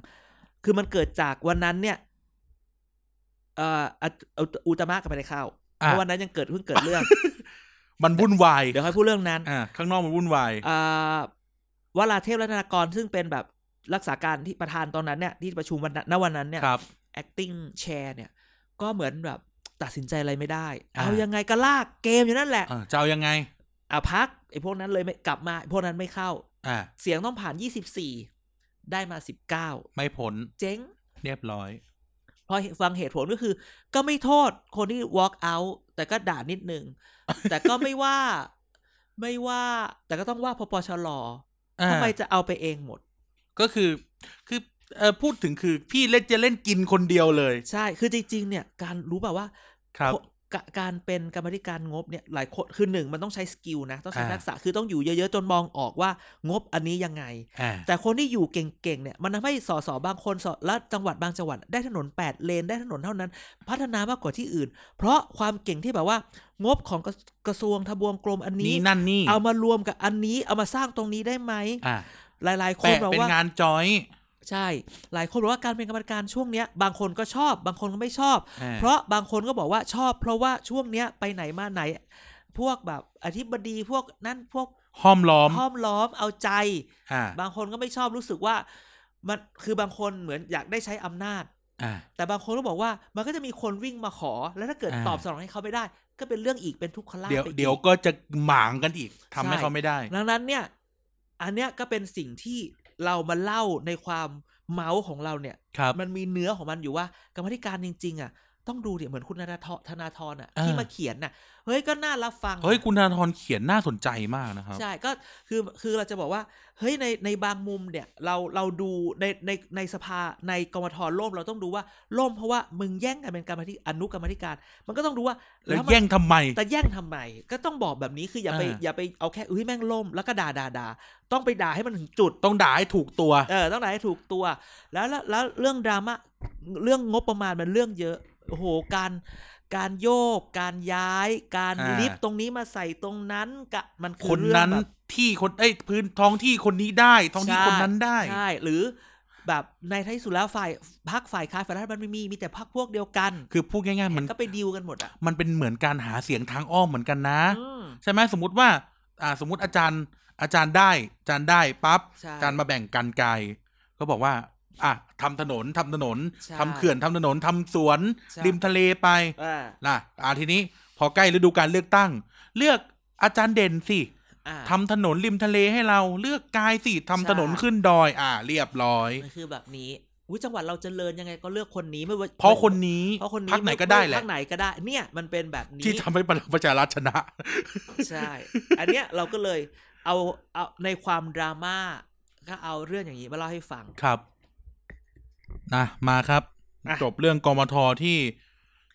S1: คือมันเกิดจากวันนั้นเนี่ยเอ่ออะอุตอุตมะกับไปได้ข้าว
S2: อ่ะ
S1: เพราะวันนั้นยังเกิดเพิ่งเกิด เรื่อง
S2: มันวุ่นวาย
S1: เดี๋ยวค่อยพูดเรื่องนั้น
S2: อ่าข้างนอกมันวุ่นวาย
S1: อ่าวราเทพรัตนากรซึ่งเป็นแบบรักษาการที่ประธานตอนนั้นเนี่ยที่ประชุมวันนั้นณวันนั้นเนี่ย
S2: ครับ
S1: acting chair เนี่ย ก็เหมือนแบบตัดสินใจอะไรไม่ได้
S2: อ่ะ
S1: เอายังไงก็ลากเกมอยู่นั่นแหละ
S2: เออจะเอายังไง
S1: อ่ะพักไอ้พวกนั้นเลยไม่กลับมาไอ้พวกนั้นไม่เข้า
S2: อ่า
S1: เสียงต้องผ่าน 24 ได้มา 19
S2: ไม่ผล
S1: เจ๊ง
S2: เรียบร้อย
S1: พอฟังเหตุผลก็คือ ก็ไม่โทษคนที่ walk out แต่ก็ด่านิด นึง แต่ก็ไม่ว่า ไม่ว่า แต่ก็ต้องว่าพปชร
S2: อ่า
S1: ทำไมจะเอาไปเองหมด
S2: ก็คือคือเออพูดถึงคือพี่เล่นจะเล่นกินคนเดียวเลย
S1: ใช่ คือจริง ๆ เนี่ย การรู้ป่าว่า
S2: ครับ
S1: พวกกะการเป็นกรรมาธิการงบเนี่ย หลายคน คือหนึ่งมันต้องใช้สกิลนะ ต้องใช้
S2: อ่า
S1: ทักษะ คือต้องอยู่เยอะ ๆ จนมองออกว่างบอันนี้ยังไง
S2: อ่า
S1: แต่คนที่อยู่เก่งๆ เนี่ย มันทำให้สสบางคนสและจังหวัดบางจังหวัดได้ถนน 8 เลนได้ถนนเท่านั้น พัฒนามากกว่าที่อื่น เพราะความเก่งที่แบบว่า งบของกระกระทรวงทบวงกรมอัน
S2: นี่
S1: นี้
S2: นั่นนี่
S1: เอามารวมกับอันนี้เอามาสร้างตรงนี้ได้ไหม
S2: อ่า
S1: หลายๆ คน
S2: แต่
S1: บอก
S2: เป็น
S1: ว่า
S2: งานจอย
S1: ใช่ หลายคนบอกว่าการเป็นกรรมการช่วงเนี้ยบางคนก็ชอบ บางคนก็ไม่ชอบ
S2: อ่
S1: เพราะบางคนก็บอกว่าชอบ เพราะว่าช่วงเนี้ยไปไหนมาไหน พวกแบบอธิบดีพวกนั่นพวก
S2: ห้อมล้อม
S1: ห้อมล้อมเอาใจ
S2: อ่า
S1: บางคนก็ไม่ชอบรู้สึกว่า มันคือบางคนเหมือนอยากได้ใช้อำนาจ
S2: อ่า
S1: แต่บางคนก็บอกว่ามันก็จะมีคนวิ่งมาขอ แล้วถ้าเกิด
S2: อ่า
S1: ตอบสนองให้เขาไม่ได้ ก็เป็นเรื่องอีกเป็นทุกขลาภ
S2: เดี๋ยว
S1: ไปอีก
S2: เดี๋ยวก็จะหมางกันอีกทำให้
S1: ใช่
S2: เขาไม่ได้
S1: ดังนั้นเนี่ย อันเนี้ยก็เป็นสิ่งที่เรามาเล่าในความเมาส์ของเราเนี่ย
S2: ครับ
S1: มันมีเนื้อของมันอยู่ว่ากรรมาธิการจริง ๆ อ่ะ ต้องดูเดี๋ยวเหมือนคุณธนาธรธนาธรอ่ะ
S2: อ่า
S1: ที่มาเขียนน่ะเฮ้ยก็น่ารับฟัง
S2: เฮ้ย
S1: นะ
S2: คุณธนาธรเขียนน่าสนใจมากนะครับ
S1: ใช่ก็คือคือเราจะบอกว่า เฮ้ยในในบางมุมเนี่ย เราเราดูในในในสภาในกรมทล่มเราต้องดูว่าล่มเพราะว่ามึงแย่งกันเป็นกรรมธิอนุกรรมธิการ มันก็ต้องดูว่า
S2: แล้ว
S1: มัน
S2: แย่งทำไม
S1: แต่แย่งทำไมก็ต้องบอกแบบนี้คืออย่าไป
S2: อ่า
S1: อย่าไปเอาแค่อุ้ยแม่งล่มแล้วก็ด่าด่าด่าต้องไปด่าให้มันถึงจุด
S2: ต้องด่าให้ถูกตัว
S1: เออต้องไหนให้ถูกตัว แล้วแล้วแล้วเรื่องดราม่าเรื่องงบประมาณมันเรื่องเยอะโอ้โหการการโยก การย้าย การ
S2: อ่า
S1: ลิฟต์ตรงนี้มาใส่ตรงนั้นกะมันอ
S2: คน
S1: เรื่อง
S2: นั้น
S1: แบบ
S2: ที่คนเอ้ยพื้นท้องที่คนนี้ได้ท้องที่
S1: ใช่
S2: คนนั้นได้
S1: ใช่หรือแบบในท้ายสุดแล้วฝ่ายพักฝ่ายค้านฝ่ายรัฐบาลไม่มีมีแต่พักพวกเดียวกัน
S2: คือพูดง่ายๆมัน
S1: ก็ไปดีลกันหมดอ่ะ
S2: มันเป็นเหมือนการหาเสียงทางอ้อมเหมือนกันนะ
S1: อืม
S2: ใช่ไหมสมมติว่า อ่า สมมติอาจารย์ อาจารย์ได้ อาจารย์ได้ปั๊บ
S1: ใช่
S2: อาจารย์มาแบ่งกันไกลก็บอกว่า อ่ะทำถนนทำถนน
S1: ใช่
S2: ทำเขื่อนทำถนนทำสวน
S1: ใช่
S2: ริมทะเลไป
S1: อ่า
S2: นะอ่าทีนี้พอใกล้ฤดูการเลือกตั้ง เลือกอาจารย์เด่นสิ
S1: อ่า
S2: ทำถนนริมทะเลให้เราเลือกกายสิทำ
S1: ใช่
S2: ถนนขึ้นดอย อ่า เรียบร้อย
S1: มันคือแบบนี้อุยจังหวัดเราเจริญยังไงก็เลือกคนนี้ไม่ว่า
S2: เพราะคนนี้
S1: เพราะคนนี้
S2: พักไหนก็ได้แหละ
S1: พักไหนก็ได้ เนี่ยมันเป็นแบบนี้
S2: ที่ทำให้พลังประชารัฐชนะ
S1: ใช่ อันเนี้ยเราก็เลยเอาเอาในความดราม่าก็เอาเรื่องอย่างนี้มาเล่าให้ฟัง
S2: ครับนะมาครับ
S1: อ่ะ
S2: จบเรื่องกมทที่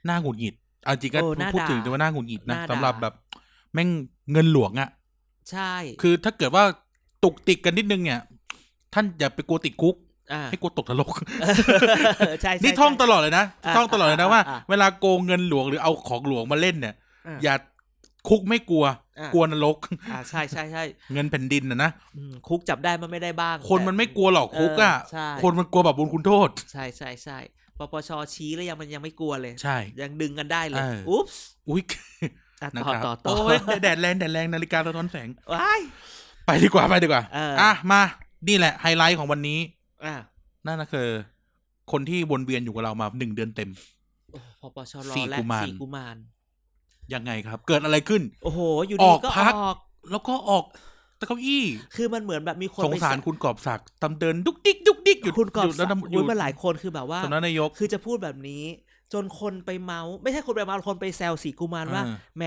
S2: น่าหงุดหงิดเอาจริงก็
S1: โอ้น่า
S2: พูดถึง
S1: ด่า
S2: แต่ว่าน่าหงุดหงิดนะ
S1: น่าด่า
S2: สำหรับแบบ แม่งเงินหลวงอะ่ะ
S1: ใช่
S2: คือถ้าเกิดว่าตุกติกกันนิดนึงเนี่ย ท่านอย่าไปกลัวติดคุก
S1: อ่า
S2: ให้กลัวตกนรก
S1: ใช่ใช่
S2: นี่ท่องต
S1: ใช่
S2: ลอดเลยนะ
S1: อ่ะ
S2: ท่องตลอดเลยนะ
S1: อ่ะ
S2: ว่า
S1: อ่ะ
S2: เวลาโกงเงินหลวงหรือเอาของหลวงมาเล่นเนี่ย
S1: อ่า
S2: อย่าคุกไม่กลัว
S1: อ่ะ
S2: กลัวนรก
S1: อ่าใช่ใช่ใช่
S2: เงินแผ่นดินนะนะ
S1: อืมคุกจับได้มันไม่ได้บ้าง
S2: คน
S1: แต่
S2: มันไม่กลัวหรอกคุกอะ่ะ
S1: เออใช่
S2: คนมันกลัวแบบบุญคุณโทษ
S1: ใช่ใช่ใช่ปปชชี้แล้วยังมันยังไม่กลัวเลย
S2: ใช่
S1: ยังดึงกันได้เลย
S2: เอออุ๊
S1: อุ๊ปส์
S2: อุ้ย
S1: อ่ะ
S2: นะ
S1: ต่อ
S2: ครับ
S1: ต่อต่อ
S2: โอ้ยแดดแรงแดดแรงนาฬิกาสะท้อนแสง
S1: ว้าย
S2: ไปดีกว่าไปดีกว่า
S1: เอออ่
S2: อ่ะมา นี่แหละไฮไลท์ของวันนี้
S1: อ่ะ
S2: นั่นก็คือ คนที่วนเวียนอยู่กับเรามาหนึ่งเดือนเต็ม
S1: โอ้โหปปชรอ
S2: สี่
S1: และ
S2: กุมาร
S1: สี่กุมาร
S2: ยังไงครับ เกิดอะไรขึ้น
S1: โอ้โห อยู่
S2: อ
S1: ดี
S2: อก
S1: ก็
S2: พัก
S1: ออก
S2: แล้วก็ออกตะเก้าอี้
S1: คือมันเหมือนแบบมีคน
S2: สงสาร
S1: ไป
S2: คุณกอบศักดิ์ตำเดินดุกดิกดุกดิก หยุด
S1: คุณกอบ
S2: หยุดแล้วนะหยุ
S1: ยุ
S2: ด
S1: ดมาหลายคนคือแบบว่า
S2: สำนักนายก
S1: คือจะพูดแบบนี้ จนคนไปเมาส์ไม่ใช่คนไปเมาส์คนไปแซวสีกุมารว่า
S2: อ่า
S1: แหม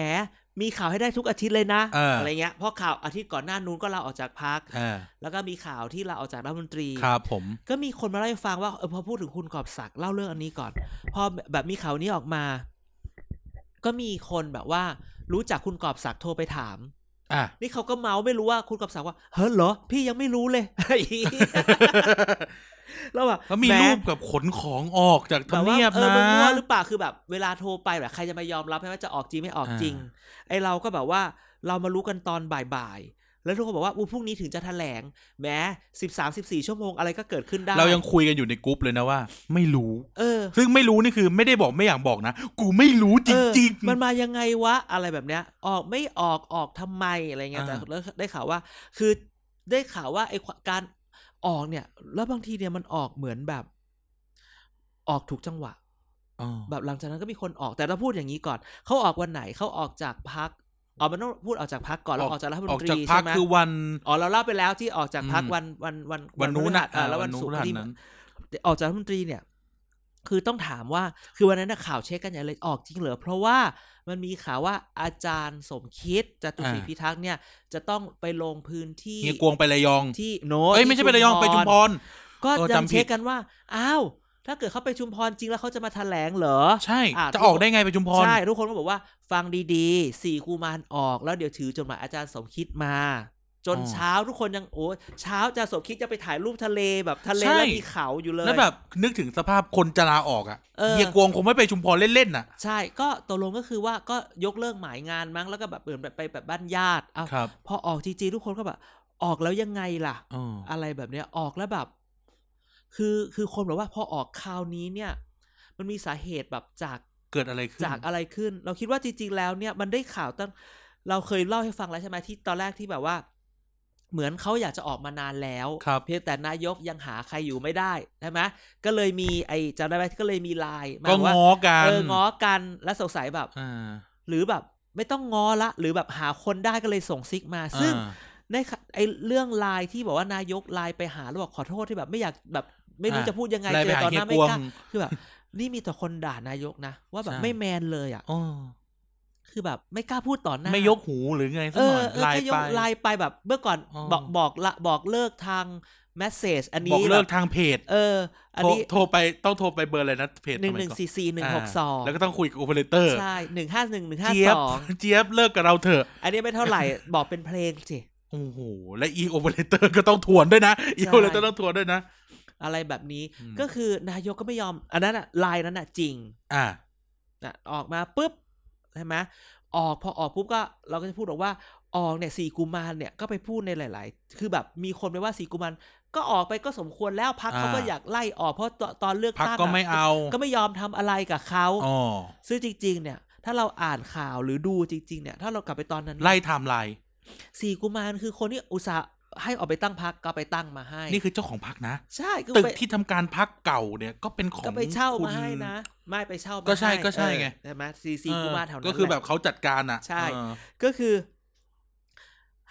S1: มีข่าวให้ได้ทุกอาทิตย์เลยนะ
S2: อ่า
S1: ไรเงี้ยเพราะข่าวอาทิตย์ก่อนหน้านู้นก็ลาออกจากพัก
S2: อ่า
S1: แล้วก็มีข่าวที่ลาออกจากรัฐมนตรี
S2: ครับผม
S1: ก็มีคนมาเล่าให้ฟังว่าเออพอพูดถึงคุณกอบศักดิ์เล่าเรื่องอันนี้ก่อน พอแบบมีข่าวนี้ออกมา ก็มีคนแบบว่า รู้จักคุณกอบศักดิ์โทรไปถาม
S2: อ่ะ
S1: นี่เขาก็เมาส์ไม่รู้ว่าคุณกอบศักดิ์ว่าเฮ้ยเหรอ พี่ยังไม่รู้เลย แล้วแบบ
S2: แล้วมี
S1: ห
S2: รูปกับขนของออกจาก
S1: แบบ
S2: ทำ
S1: ว่า
S2: เนียบ
S1: เออ
S2: นะ
S1: มันมั่วหรือเปล่าคือแบบ เวลาโทรไปแบบใครจะมายอมรับให้ว่าจะออกจริงไม่ออกจริง
S2: อ่
S1: ไอเราก็แบบว่า เรามารู้กันตอนบ่ายๆแล้วทุกคนบอกว่าอู้พรุ่งนี้ถึงจะแถลงแหม้สิบสามสิบสี่ชั่วโมงอะไรก็เกิดขึ้นได้
S2: เรายังคุยกันอยู่ในกรุ๊ปเลยนะว่า ไม่รู้
S1: เออ
S2: ซึ่งไม่รู้นี่คือไม่ได้บอกไม่อยากบอกนะ กูไม่รู้จ
S1: เออ
S2: ริง
S1: มันมายังไงวะ อะไรแบบเนี้ย ออกไม่ออกออกทำไมอะไรเงี้ยแต่
S2: อ่า
S1: แล้วได้ข่าวว่า คือได้ข่าวว่าไอ้การออกเนี่ย แล้วบางทีเนี่ยมันออกเหมือนแบบ ออกถูกจังหวะ
S2: ๆอ๋อ
S1: แบบหลังจากนั้นก็มีคนออกแต่เราพูดอย่างนี้ก่อนเขาออกวันไหนเขาออกจากพักออกมันต้องพูดออกจากพักก่อนแล้วออกจากรัฐมน
S2: ออก
S1: ตรี
S2: จากพั
S1: ใช่
S2: ก
S1: ไหม
S2: คือวัน
S1: อ๋อเราเล่าไปแล้วที่ออกจากพัก
S2: อืม
S1: วันวันวัน
S2: วันนู้นนะ
S1: พฤหัสอ่าแล้ววันศุกร์
S2: พฤหัส
S1: ที่
S2: นั้น
S1: ออกจากรัฐมนตรีเนี่ย คือต้องถามว่าคือวันนั้นนะข่าวเช็คกันใหญ่เลยออกจริงเหรอเพราะว่ามันมีข่าวว่าอาจารย์สมคิดจตุศรี
S2: อ่า
S1: พิทักษ์เนี่ย จะต้องไปลงพื้นที่
S2: เฮียกวงไประยอง
S1: ที่โน
S2: เอ้ย
S1: ที่
S2: ไม่ใช่ไประยองไปชุมพร
S1: ก็
S2: เออ
S1: ยัง
S2: จำผิด
S1: เช็คกันว่าอ้าวถ้าเกิดเขาไปชุมพรจริงแล้วเขาจะมาแถลงเหรอ
S2: ใช่
S1: อ่ะ
S2: จะออกได้ไงไปชุมพร
S1: ใช่ทุกคนก็บอกว่าฟังดีๆสี่กูมารออกแล้วเดี๋ยวถือจดหมายอาจารย์สมคิดมา จนเช้าทุกคนยังโอ้เช้าอาจารย์สมคิดจะไปถ่ายรูปทะเลแบบทะเลแล้วมีเขาอยู่เลย
S2: แล้วแบบนึกถึงสภาพคนจะลาออกอ่ะ
S1: เออ
S2: เฮียกวงคงไม่ไปชุมพรเล่นๆน่ะ
S1: ใช่ ก็ตกลงก็คือว่าก็ยกเลิกหมายงานมั้ง แล้วก็แบบเปลี่ยนแบบไปแบบบ้านญาติเอา
S2: ครับ
S1: พอออกจริงๆทุกคนก็แบบ ออกแล้วยังไงล่ะ
S2: อ๋อ
S1: อะไรแบบเนี้ย ออกแล้วแบบ คือคือคนบอกว่าพอออกคราวนี้เนี่ย มันมีสาเหตุแบบจาก
S2: เกิดอะไรขึ้น
S1: จากอะไรขึ้น เราคิดว่าจริงๆแล้วเนี่ยมันได้ข่าวตั้ง เราเคยเล่าให้ฟังแล้วใช่ไหมที่ตอนแรกที่แบบว่า เหมือนเขาอยากจะออกมานานแล้ว
S2: ครับ
S1: เพียงแต่นายกยังหาใครอยู่ไม่ได้ใช่ไหมก็เลยมีไอ้จำได้ไหมก็เลยมีไลน์มา
S2: ก็
S1: ว่า
S2: ง้อกัน
S1: เออง้อกันแล้วสงสัยแบบ
S2: อ่า
S1: หรือแบบไม่ต้องง้อละ หรือแบบหาคนได้ก็เลยส่งซิกมา ซึ่ง
S2: อ่า
S1: ในค่ะไอเรื่องไลน์ที่บอกว่านายกไลน์ไปหาแล้วบอกขอโทษที่แบบไม่อยากแบบ ไม่รู้
S2: อ่ะ
S1: จะพูดยังไง
S2: ไลน์
S1: เจ
S2: ไป
S1: อ
S2: หา
S1: ตอนหน้า
S2: เฮี
S1: ไม่
S2: ยกวง
S1: กล้าคือแบบ นี่มีแต่คนด่านายกนะ ว่าแบบ
S2: ใช่
S1: ไม่แมนเลยอ่ะ
S2: อ๋อ
S1: คือแบบไม่กล้าพูดต่อหน้า
S2: ไม่ยกหูหรือไงสั
S1: เอกอ
S2: หน่อย
S1: เออ
S2: ไล
S1: ก็ย
S2: น์ไป
S1: กไลน์ไปแบบเมื่อก่อน
S2: อ๋อ
S1: บอกบอกละบอกเลิกทางแมสเซจอัน
S2: บอ
S1: นี้
S2: กเลิก
S1: แบบ
S2: ทางเพจ
S1: เออ อัน
S2: โทร
S1: นี้
S2: โทรไปต้องโทรไปเบอร์อะไรนะเพจ
S1: หนึ่ง
S2: สมั
S1: ห
S2: ย
S1: นึ่ง
S2: ก่อ
S1: สี่สี่หนึ่งหกสอง
S2: าแล้วก็ต้องคุยกับโอเปอเรเตอร์
S1: ใช่หนึ่งห้าหนึ่งหนึ่งห้า
S2: เจี๊ย
S1: ส
S2: บ
S1: อง
S2: เจี๊ยบเลิกกับเราเถอะ
S1: อันนี้ไม่เท่าไห ร่ บอกเป็นเพลงสิ
S2: โอ้โหและอีโอเปอเรเตอร์ก็ต้องทวนด้วยนะอี
S1: ใช่
S2: โอเปอเรเตอร์ต้องทวนด้วยนะ
S1: อะไรแบบนี้
S2: อืม
S1: ก็คือนายกก็ไม่ยอม อันนั้นอะลายนั้นอะจริง
S2: อ่า
S1: นะออกมาปุ๊บใช่ไหมออกพอออกปุ๊บก็เราก็จะพูดบอกว่าออกเนี่ยสีกุมารเนี่ยก็ไปพูดในหลาย ๆ คือแบบมีคนไปว่าสีกุมารก็ออกไปก็สมควรแล้วพัก
S2: อ่า
S1: เขาก็อยากไล่ออกเพราะตอนตอนเลือก
S2: พั
S1: ตั้
S2: ก
S1: งะ
S2: ก็ไม่เอา
S1: ก็ไม่ยอมทำอะไรกับเขา
S2: อ๋อ
S1: ซึ่งจริง ๆ เนี่ย ถ้าเราอ่านข่าวหรือดูจริง ๆ เนี่ย ถ้าเรากลับไปตอนนั้น
S2: ไล่ไทม์ไลน์
S1: สีกุมารคือคนที่อุตส่าห์ให้ออกไปตั้งพักก็ไปตั้งมาให้
S2: นี่คือเจ้าของพักนะ
S1: ใช่คือ
S2: ตึก
S1: ไป
S2: ที่ทำการพักเก่าเนี่ยก็เป็นของ
S1: ก็ไปเช่า
S2: คุณ
S1: มาให้นะ ไม่ไปเช่ามา
S2: ก็ใช่
S1: ห้
S2: ก็ใช่ไง
S1: เออใช่ไหมซีซี
S2: เออ
S1: กูมาแถวนั้น
S2: ก็คือแบ
S1: ห
S2: บ
S1: ละ
S2: เขาจัดการอ่ะ
S1: ใช่
S2: เออ
S1: ก็คือ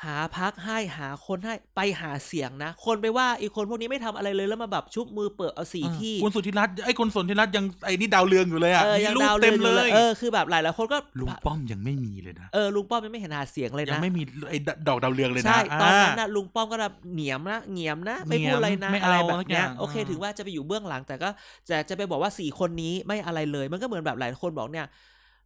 S1: หาพักให้หาคนให้ไปหาเสียงนะ คนไปว่าอีกคนพวกนี้ไม่ทำอะไรเลยแล้วมาแบบชุบมือเปิดเอาสีที่
S2: คุณสุทธิรัตน์ไอ้ยคุณสุทธิรัตน์ยังไอ้นี่ดาวเรืองอยู่เลยอ่ะ
S1: เออ
S2: มี
S1: ยัง
S2: รูป
S1: ดาว
S2: เต็
S1: เต็
S2: ม
S1: ม
S2: เล
S1: เลย ยเออคือแบบหลายหลายๆคนก็
S2: ลุงป้อมยังไม่มีเลยนะ
S1: เออลุงป้อมยังไม่เห็นหาเสียงเลย
S2: ยัง
S1: นะ
S2: ไม่มีไอ้ดอกดาวเรืองเลยนะ
S1: ใช่ตอนนั้น
S2: อ่า
S1: นะลุงป้อมก็แบบเหนียมนะเหนียมนะ
S2: เหนีย
S1: ไม่
S2: ม
S1: พูดอะไรนะ
S2: ไม่
S1: อะ
S2: เอา
S1: ไรแบบเนี้ย
S2: สักอย่าง
S1: โอเค
S2: อ่า
S1: ถึงว่าจะไปอยู่เบื้องหลัง แต่ก็จะจะไปบอกว่าสี่คนนี้ไม่อะไรเลย มันก็เหมือนแบบหลายคนบอกเนี่ย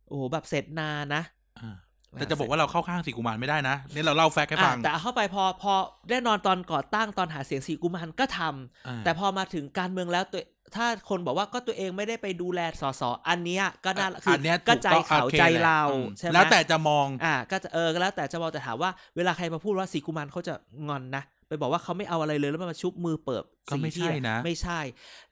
S1: โอ้โหแบบเสร็จนานะ
S2: อ่าแต่จะบอกว่าเราเข้าข้างสีกุมารไม่ได้นะเนี่ยเราเล่าแฟกต์ให้ฟัง
S1: อ่ะแต่เอาเข้าไปพอพอแน่นอนตอนก่อตั้งตอนหาเสียงสีกุมารก็ทำ
S2: อ่า
S1: แต่พอมาถึงการเมืองแล้วตัวถ้าคนบอกว่าก็ตัวเองไม่ได้ไปดูแลสสอันเนี้ยก็น่าคื
S2: อันเนี้ย
S1: ก็
S2: ถู
S1: ใจ
S2: ต้อง
S1: เขา
S2: โอค
S1: ใจ
S2: แหละ
S1: เรา
S2: อืม
S1: ใช่ไหม
S2: แล้วแต่จะมอง
S1: อ่าก็จะเออก็แล้วแต่จะมองแต่ถามว่าเวลาใครมาพูดว่าสีกุมารเขาจะงอนนะไปบอกว่าเขาไม่เอาอะไรเลยแล้วมันมาชุบมือเปิบ
S2: ก็ไม่ใช่
S1: สีที่
S2: นะ
S1: ไม่ใช่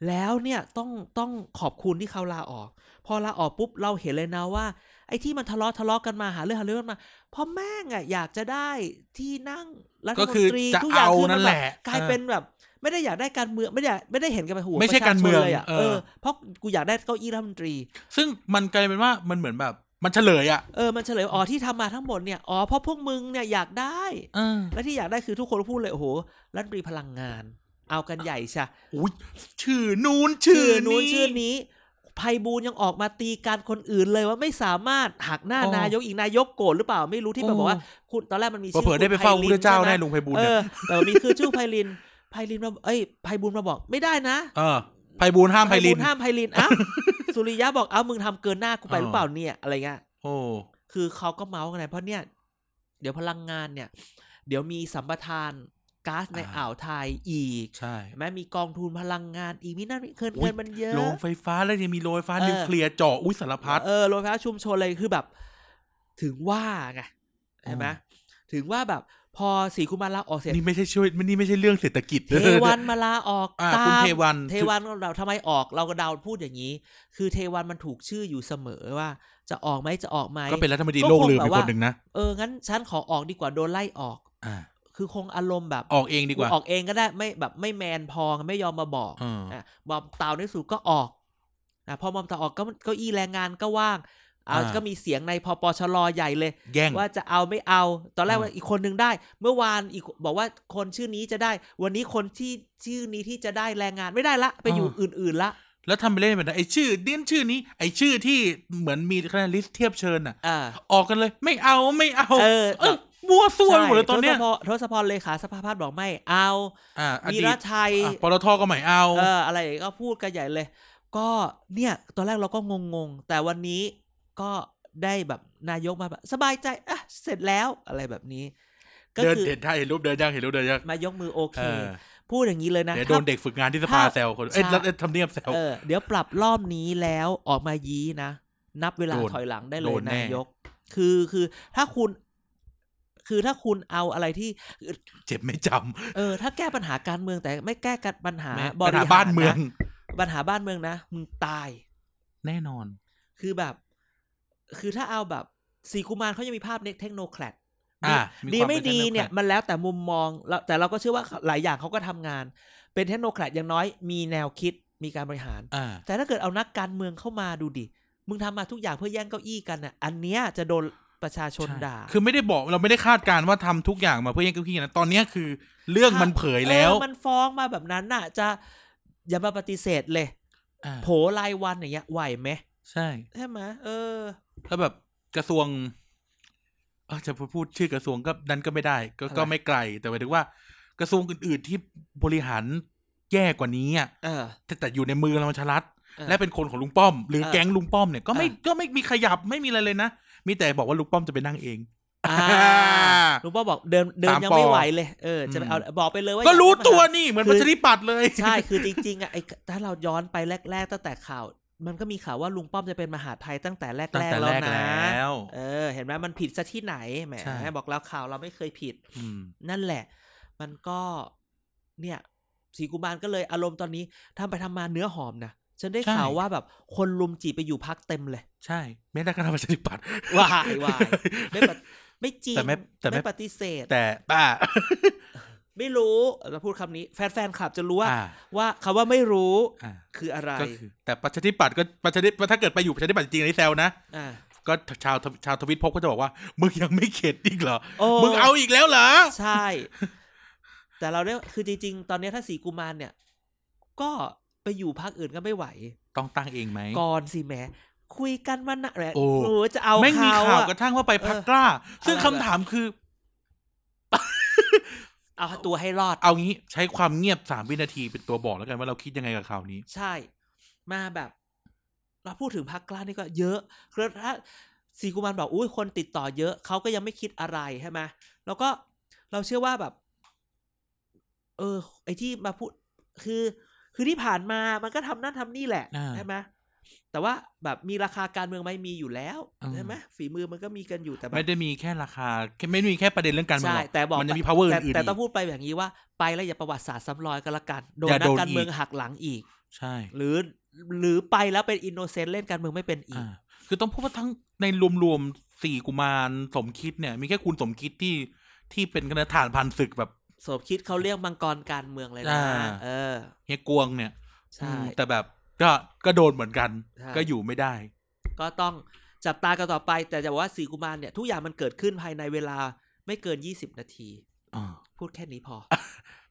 S1: แล้วเนี่ยต้องต้องขอบคุณที่เขาลาออก พอลาออกปุ๊บเราเห็นเลยนะว่า ไอ้ที่มันทะเลาะทะเลาะกันมาหาเรื่องหาเรื่องกันมาเพ่อแม่งอ่ะอยากจะได้ที่นั่งรัฐ
S2: ก็
S1: ม
S2: คื
S1: น
S2: อ
S1: ตรี
S2: จะ
S1: ทุกอย่าง
S2: เอา
S1: คือมั
S2: นั่น
S1: น
S2: แห
S1: แบ
S2: ละ
S1: บกลายเป็นแบบ ไม่ได้อยากได้การเมืองไม่ได้ไม่ได้เห็นกันไปหัว
S2: ไม่ใช่
S1: ประช
S2: การเมือง
S1: ชนเลยอ่ะ
S2: เออ
S1: เออเพราะกูอยากได้เก้าอี้รัฐมนตรี
S2: ซึ่งมันกลายเป็นว่ามันเหมือนแบบมันเฉลยอ่ะ
S1: เออมันเฉลยว่าอ๋อที่ทำมาทั้งหมดเนี่ยอ๋อเพราะพวกมึงเนี่ยอยากได้
S2: เออ
S1: และที่อยากได้คือทุกคนพูดเลยโอ้โหรัฐมนตรีพลังงาน เอากันใหญ่ใช่
S2: อุ้ยชื่อนู้น ชื่อ
S1: นู้
S2: นี้
S1: นชื่อนี้ไพบูลย์ยังออกมาตีการคนอื่นเลยว่าไม่สามารถหักหน้า
S2: อ๋อน
S1: ายกอีกนายกโกรธหรือเปล่าไม่รู้ที่แบบ
S2: โอ้
S1: บอกว่าคุณตอนแรกมันมีชื่อ
S2: เผลอๆได้ไป
S1: คุณ
S2: เฝ้าพ
S1: พ
S2: ระ
S1: ลิ
S2: พุทธเจ้า
S1: ใช่ไหม
S2: แน่ลุงไพบูลย์
S1: เอ
S2: เนี่ย
S1: อแต่มีคือชื่อไพลิน ไพลินมาเอ้ยไพบูลย์มาบอกไม่ได้นะ
S2: เออไพบูลย์ห้ามไพลิน
S1: บูลย์ห้ามไพลิน อ่ะ สุริยะบอกเอ้ามึงทำเกินหน้ากูไป
S2: อ๋อ
S1: หรือเปล่าเนี่ยอะไรเงี้ย
S2: โอ้
S1: คือเขาก็เมาส์กันไงเพราะเนี่ย เดี๋ยวพลังงานเนี่ย เดี๋ยวมีสัมปทานก๊าซในอ่าวไทยอีก
S2: ใช่
S1: เห็นไหมมีกองทุนพลังงานอีกมีนั่นมีเคิน
S2: อุ๊ย
S1: เงินมันเยอะ
S2: โรงไฟฟ้าแล้วยังมีโรงไฟฟ้า
S1: เออ
S2: นิวเคลียร์เจาะอุ้ยสารพัด
S1: เออโรงไฟฟ้าชุมชนอะไรคือแบบ ถึงว่าไงเห็นไหม
S2: อ๋
S1: ถึงว่าแบบ พอสีคุมารลาออกเสร็จ
S2: นี่ไม่ใช่ช่วยมันนี่ไม่ใช่เรื่องเศรษฐกิจ
S1: เทวันมาลาออก
S2: อ่า
S1: ตา
S2: คุณ
S1: ม
S2: เทวัน
S1: เทวันเราทำไมออกเราก็เดาพูดอย่างนี้ คือเทวันมันถูกชื่ออยู่เสมอว่า จะออกไหมจะออกไหม
S2: ก็เป็นรัฐมนตรี
S1: ก็คง
S2: โลกลืม
S1: แบ
S2: ไป
S1: บ
S2: ค
S1: ว่า
S2: นหนึ่งนะ
S1: เอองั้นฉันขอออกดีกว่าโดนไล่ออก
S2: อ่า
S1: คือคงอารมณ์แบบ
S2: ออกเองดีกว่า
S1: ออกเองก็ได้ไม่แบบไม่แมนพอไม่ยอมมาบอก
S2: เอออ่
S1: ะบอมเตาในที่สุดก็ออกนะพอบอมเตาออกก็เก็อี้แรงงานก็ว่างเอา
S2: อ่า
S1: ก็มีเสียงในพอปชรใหญ่เลย
S2: แย่ง
S1: ว่าจะเอาไม่เอา ตอนแรก
S2: อ่า
S1: ว่าอีกคนนึงได้ เมื่อวานอีกบอกว่าคนชื่อนี้จะได้ วันนี้คนที่ชื่อนี้ที่จะได้แรงงานไม่ได้ละไปอยู่อื่นๆละ
S2: แล้วทำไปเล่นแบบนั้นไอ้ชื่อเด่นชื่อนี้ ไอ้ชื่อที่เหมือนมีคะแนนลิสต์เทียบเชิญอ่ะ
S1: อ่า
S2: ออกกันเลย ไม่เอาไม่เอา
S1: เออ
S2: เออมั่วซั่วไปหมดเลยตอนเนี้ย
S1: ใช่ทศพรทศพรเลขาสภาพัฒน์บอกไม่เอา
S2: อ่าอ
S1: มี
S2: ดี
S1: รั
S2: ต
S1: ชัย
S2: อ่ะปตทก็ไม่เอา
S1: เอออะไรอย่างเงี้ยก็พูดกันใหญ่เลย ก็เนี่ย ตอนแรกเราก็งงๆ แต่วันนี้ก็ได้แบบนายกมาแบบสบายใจอ่ะเสร็จแล้วอะไรแบบนี้ ก็
S2: เดิน
S1: คือ
S2: เห็นท่าเห็นรูปเดินย่างเห็นรูปเดินย่าง
S1: มายกมือโอเค
S2: เออ
S1: พูดอย่างนี้เลยนะ
S2: เดี๋ยวโดน
S1: ถ้า
S2: เด็กฝึกงานที่สภา
S1: ถ้า
S2: แซวคนเอ้ย
S1: ใช่
S2: รัฐทำเนียบแซว
S1: เออเดี๋ยวปรับรอบนี้แล้วออกมายี้นะ นับเวลา
S2: โดน
S1: ถอยหลังได้เล
S2: โด
S1: ย
S2: นแน่
S1: นายก คือคือถ้าคุณ คือถ้าคุณเอาอะไรที่
S2: เจ็บไม่จ
S1: เออถ้าแก้ปัญหาการเมืองแต่ไม่แก้กันปัญหา
S2: ำแม่
S1: บ
S2: ปัญ
S1: ริ
S2: หา
S1: หาร
S2: บ้านเมือง
S1: ะปัญหาบ้านเมืองนะมึงตาย
S2: แน่นอน
S1: คือแบบ คือถ้าเอาแบบสีกุมารเขายังมีภาพเน็กเทคโนแครด
S2: อ่ะมี
S1: ดี
S2: ความ
S1: ไม่
S2: เป็น
S1: ดีเนี่ย
S2: technocrat
S1: มันแล้วแต่มุมมองแล้วแต่เราก็เชื่อว่าหลายอย่างเขาก็ทำงาน เป็นเทคโนแครดอย่างน้อยมีแนวคิดมีการบริหาร
S2: อ่า
S1: แต่ถ้าเกิดเอานักการเมืองเข้ามาดูดิ มึงทำมาทุกอย่างเพื่อแย่งเก้าอี้กันน่ะ อันเนี้ยจะโดนประชาชน
S2: ใช่
S1: ด่า
S2: คือไม่ได้บอกเราไม่ได้คาดการณ์ว่าทำทุกอย่างมาเพื่อแย่งเก้าอี้นะตอนเนี้ยคือเรื่องมันเผยแล้ว
S1: เออมันฟ้องมาแบบนั้นน่ะ จะอย่ามาปฏิเสธเลย
S2: อ่า
S1: โผรายวันอย่างเงี้ยไหวไหม
S2: ใช่
S1: ใช่ไหมเออ
S2: แล้วแบบกระทรวงเอ้อจะพูดชื่อกระทรวงก็นั้นก็ไม่ได้ ก็
S1: อะไร
S2: ก็ไม่ไกล แต่หมายถึงว่า กระทรวงอื่น ๆ ที่บริหารแย่กว่านี้อ่ะ
S1: เออ
S2: แต่แต่อยู่ในมือเราชรัฐ
S1: เออ
S2: และเป็นคนของลุงป้อม หรือ
S1: เออ
S2: แก๊งลุงป้อมเนี่ยก็ไม่
S1: เออ
S2: ก็ไม่มีขยับไม่มีอะไรเลยนะมีแต่บอกว่าลุงป้อมจะไปนั่งเอง
S1: อ่าหลวงพ่อบอกเดินเดิน
S2: สาม
S1: ยังไม่
S2: ปอ
S1: ไหวเลย เออ จะไป
S2: อืม
S1: เอาบอกไปเลยว่า
S2: ก็รู้
S1: อยาให้มา
S2: ตัวนี่เหมือน
S1: คือ
S2: ประชาธิปัตย์เลย
S1: ใช่ คือจริงๆอ่ะไอ้ถ้าเราย้อนไปแรก ๆ ตั้งแต่ข่าว มันก็มีข่าวว่าลุงป้อมจะเป็นมหาไทยตั้งแต่แรก
S2: ตั้งแต่
S1: ๆแล้
S2: แร
S1: ว
S2: ก
S1: นะ
S2: แล้ว
S1: เออ เห็นไหมมันผิดซะที่ไหน แหม
S2: ใช่
S1: บอกแล้วข่าวเราไม่เคยผิด
S2: อืม
S1: นั่นแหละ มันก็เนี่ยสีกุมารก็เลยอารมณ์ตอนนี้ทำไปทำมาเนื้อหอมนะ ฉันได้
S2: ใช่
S1: ข่าวว่าแบบคนลุมจีบไปอยู่พักเต็ม เลย
S2: ใช่แม้แต่คณะประชาธิปัตย์
S1: วายวายไม่ปฏิไม่จริง
S2: แต่ไม่แต่ไม่
S1: ปฏิเสธ
S2: แต่ป้า
S1: ไม่รู้เราพูดคำนี้ แฟนๆขับจะรู้ว่า
S2: อ่า
S1: ว่าคำว่าไม่รู้
S2: อ่า
S1: คืออะไร
S2: ก็คือ แต่ประชาธิปัตย์ก็ประชาธิถ้าเกิดไปอยู่ประชาธิปัตย์จริงๆในแซวนะ
S1: อ่า
S2: ก็ชาวชาวทวิตพบก็จะบอกว่า มึงยังไม่เข็ดอีกเหรอ
S1: โอ้
S2: มึงเอาอีกแล้วเหรอ
S1: ใช่ แต่เราเนี่ยคือจริงๆ ตอนเนี้ยถ้าสีกุมารเนี่ย ก็ไปอยู่พักอื่นก็ไม่ไหว
S2: ต้องตั้งเองไหม
S1: ก่อนสิแหมคุยกันวันน่ะแหละ
S2: โอ้
S1: หนูจะเอา
S2: แม่งมีข่าว
S1: อะ
S2: กระทั่งว่าไปพัก
S1: เออก
S2: ล้า ซึ่ง
S1: อะไร
S2: คำ
S1: ล่ะ
S2: ถามคือ
S1: เอาตัวให้รอด
S2: เอางี้ใช้ความเงียบสามวินาทีเป็นตัวบอกแล้วกันว่าเราคิดยังไงกับข่าวนี้
S1: ใช่ มาแบบ เราพูดถึงพักกล้านี่ก็เยอะคือถ้าสีกุมารบอกอุ้ยคนติดต่อเยอะ เขาก็ยังไม่คิดอะไรใช่ไหมแล้วก็เราเชื่อว่าแบบ เออ ไอที่มาพูด คือ คือที่ผ่านมามันก็ทำนั่นทำนี่แหละ
S2: อ่า
S1: ใช่ไหมแต่ว่าแบบมีราคาการเมืองไหม่มีอยู่แล้ว
S2: อืม
S1: ใช่ไหมฝีมือมันก็มีกันอยู่แต่แบบ
S2: ไม่ได้มีแค่ราคาแค่ไม่ได้มีแค่ประเด็นเรื่องการเมือง
S1: ใช่
S2: หรอก
S1: แต่บอก
S2: มันจะมี
S1: ไป
S2: power
S1: แต่
S2: อื่นๆ
S1: แต่ต้อ
S2: อี
S1: ง
S2: ก
S1: พูดไปแบบนี้ว่าไปแล้วอย่าประวัติศาสตร์ซ้ำรอยกันละกัน โดน
S2: อย่า
S1: นัก
S2: โดน
S1: การเมือง
S2: อีก
S1: หักหลังอีก
S2: ใช่
S1: หรือหรือไปแล้วเป็นอินโนเซนต์เล่นการเมืองไม่เป็นอีก
S2: อ่าคือต้องพูดว่าทั้งในรวมๆสี่กุมารสมคิดเนี่ย มีแค่คุณสมคิดที่ที่เป็นคณะฐานพันศึกแบบ
S1: สมคิดเขาเรียกมังกรการเมืองเลยนะ
S2: อ่า
S1: เออ
S2: เฮียกวงเนี่ย
S1: ใช่
S2: อืมแต่แบบก็ก็โดนเหมือนกัน
S1: ใช่
S2: ก็อยู่ไม่ได้
S1: ก็ต้องจับตากันต่อไป แต่จะบอกว่าสีกุมารเนี่ย ทุกอย่างมันเกิดขึ้นภายในเวลาไม่เกินยี่สิบนาที
S2: อ่า
S1: พูดแค่นี้พอ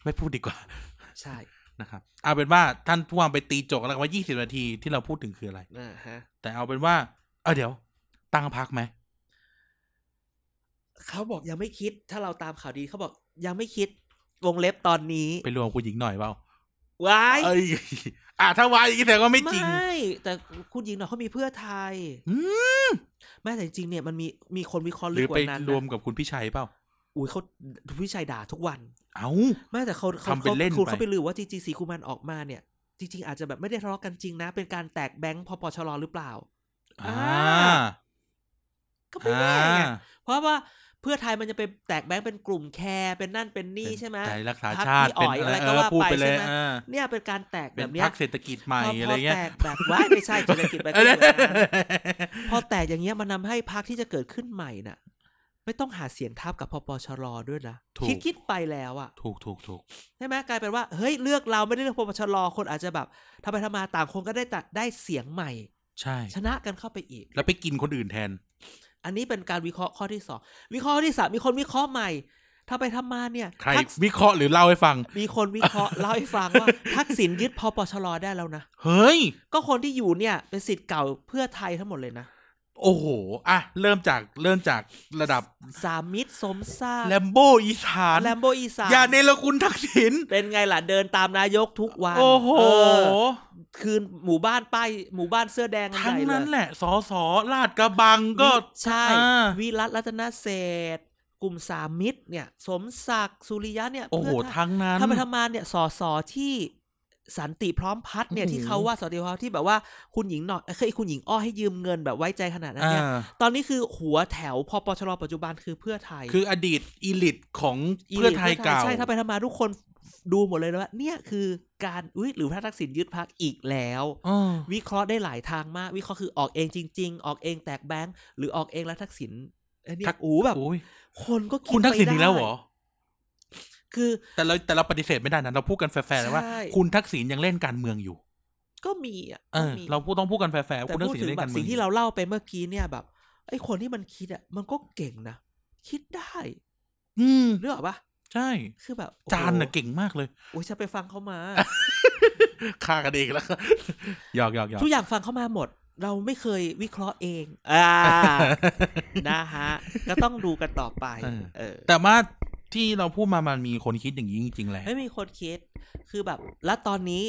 S2: ไม่พูดดีกว่า
S1: ใช่
S2: นะครับเอาเป็นว่าท่านผู้ฟังไปตีโจทย์กันแล้วกันว่า 20 นาทีที่เราพูดถึงคืออะไร
S1: นะฮะ
S2: แต่เอาเป็นว่าเออเดี๋ยว ตั้งพักไหม
S1: เขาบอกยังไม่คิด ถ้าเราตามข่าวดีเขาบอกยังไม่คิดวงเล็บตอนนี้
S2: ไปรวมคุณหญิงหน่อยเปล่า
S1: วาย
S2: เอ้ย อ่ะถ้าวายอย่างนี้แต่ก็ไม่จริง
S1: ไม่แต่คุณหญิงหน่อยเขามีเพื่อไทย
S2: อื
S1: แม้แต่จริงๆเนี่ยมันมีมีคนวิเคราะห์
S2: ห
S1: ลึ
S2: รื
S1: ก
S2: อก ไป
S1: ว่านั้นนะ
S2: รวมกับคุณพี่ชัยเปล่า
S1: อุ้ยเขาวิชัยด่าทุกวัน
S2: เอา
S1: ไม่แต่เขาเขา
S2: ทำเป็นเล่น
S1: คุณ
S2: ไป
S1: เขาไปลือว่าจริงๆสีคูมันออกมาเนี่ย จริง ๆ อาจจะแบบไม่ได้ทะเลาะกันจริงนะ เป็นการแตกแบงค์พอปชรหรือเปล่า
S2: อ่า
S1: ก็ไม่ได้ไงเพราะว่าเพื่อไทยมันจะเป็นแตกแบงค์เป็นกลุ่มแคร์เป็นนั่นเป็นนี่ใช่ไหม
S2: ใจรักษา
S1: พรรค
S2: ชาติ
S1: พี่อ๋อยอะไรก็ว่า
S2: พูดไปเลย
S1: ไปใช่ไหม
S2: อ่า
S1: เนี่ยเป็นการแตก
S2: เป็
S1: แบ
S2: น
S1: บเนี้
S2: พร
S1: ย
S2: รคเศรษฐกิจใหม่
S1: พอ
S2: อะไรเงี้ย
S1: พอแตกแบบว่าไม่ใช่เศรษฐกิจไปก็เหมือนกันพอแตกอย่างเงี้ยมันนาให้พรรคที่จะเกิดขึ้นใหม่น่ะ ไม่ต้องหาเสียงทับกับพปชรด้วยนะคิดคิดๆไปแล้วอ่ะ
S2: ถูกถูกถูก
S1: ใช่ไหมกลายเป็นว่าเฮ้ยเลือกเราไม่ได้เลือกพบชรคนอาจจะแบบทำไปทำมาต่างคนก็ได้แต่ได้เสียงใหม่
S2: ใช่
S1: ชนะกันเข้าไปอีก
S2: แล้วไปกินคนอื่นแทน
S1: อันนี้เป็นการวิเคราะห์ข้อที่สองวิเคราะห์ข้อที่สามมีคนวิเคราะห์ใหม่ทำไปทำมาเนี่ย
S2: ใคร
S1: ทัก
S2: วิเคราะห์หรือเล่าให้ฟัง
S1: มีคนวิเคราะห์ เล่าให้ฟัง ว่าทักษิณยึดพปชรได้แล้วนะ
S2: เฮ้ย
S1: ก็คนที่อยู่เนี่ยเป็นสิทธิ์เก่าเพื่อไทยทั้งหมดเลยนะ
S2: โอ้โห อ่ะ เริ่มจากเริ่มจากระดับ
S1: สามมิตรสมซา
S2: แล
S1: แล
S2: มโบอีสาน
S1: มโบอีสาน
S2: อย่าเนรคุณทักษิณ
S1: เป็นไงล่ะเดินตามนายกทุกวัน
S2: โอ้โห
S1: เอคืนหมู่บ้านป้ายหมู่บ้านเสื้อแดงกั
S2: ทั้ง
S1: ใญ่เลย
S2: นั้นแหละสอสอลาดกระบังก็
S1: วิใช่
S2: อ่า
S1: วิรัตรัตนเศรษฐ์กลุ่มสามมิตรเนี่ย สมศักดิ์สุริยะเนี่ย
S2: โอ้โห
S1: เพื่
S2: ทั้งนั้น
S1: ทำไปทำมาเนี่ยสอสอที่สันติพร้อมพัฒน์เนี่ย
S2: อื้อหือ
S1: ที่เขาว่าสอติพร้อมพัฒน์ที่แบบว่าคุณหญิงหน่อยเคยคุณหญิงอ้อให้ยืมเงินแบบไว้ใจขนาดนั้น
S2: อ่า
S1: เนี่ยตอนนี้คือหัวแถวพอปชรปัจจุบันคือเพื่อไทย
S2: คืออดีตอีลิตของเพื่อไทยเก่า
S1: ใช่ถ้าไปทำมาทุกคนดูหมดเลยนะว่าเนี่ยคือการอุ้ยหรือพระทักษิณยึดพักอีกแล้ว
S2: อ๋อ
S1: วิเคราะห์ได้หลายทางมาก วิเคราะห์คือออกเองจริง ๆ ออกเองแตกแบงค์หรือออกเองแล้วทักษิณไอ้เนี่ย
S2: ทัก
S1: โอ้แบบ
S2: โอ้ย
S1: คนก็ด
S2: คุณทักษิณ
S1: ไป
S2: อี
S1: ได้
S2: กแล้วเหรอ
S1: คือ
S2: แต่เราแต่เราปฏิเสธไม่ได้นะเราพูดกันแฟร์ๆนะว่า
S1: ใช่
S2: คุณทักษิณยังเล่นการเมืองอยู่
S1: ก็มีอ่ะ
S2: เออ
S1: ก็มี
S2: เราพูดต้องพูดกันแฟร์ๆว่า
S1: แต่
S2: คุณทั
S1: พูด
S2: กษิณ
S1: ถึง
S2: เล่น
S1: แบ
S2: การ
S1: บ
S2: เมือง
S1: สิ่ง
S2: อยู่
S1: ที่เราเล่าไปเมื่อกี้เนี่ยแบบไอ้คนที่มันคิดอ่ะมันก็เก่งนะ คิดได้
S2: อืม
S1: เรืองปะ
S2: ใช่
S1: คือแบบโอ้โห
S2: จานน่ะเก่งมากเลย
S1: โอ้ยฉันไปฟังเขามา
S2: ฆ่ากันเองแล้ว หยอกหยอกหยอก
S1: ทุกอย่างฟังเขามาหมด เราไม่เคยวิเคราะห์เอง อ่า นะฮะ ก็ต้องดูกันต่อไป เออ
S2: แต่ว่าที่เราพูดมามันมีคนคิดอย่างนี้จริงๆแหละ
S1: ไม่มีคนคิด คือแบบ แล้วตอนนี้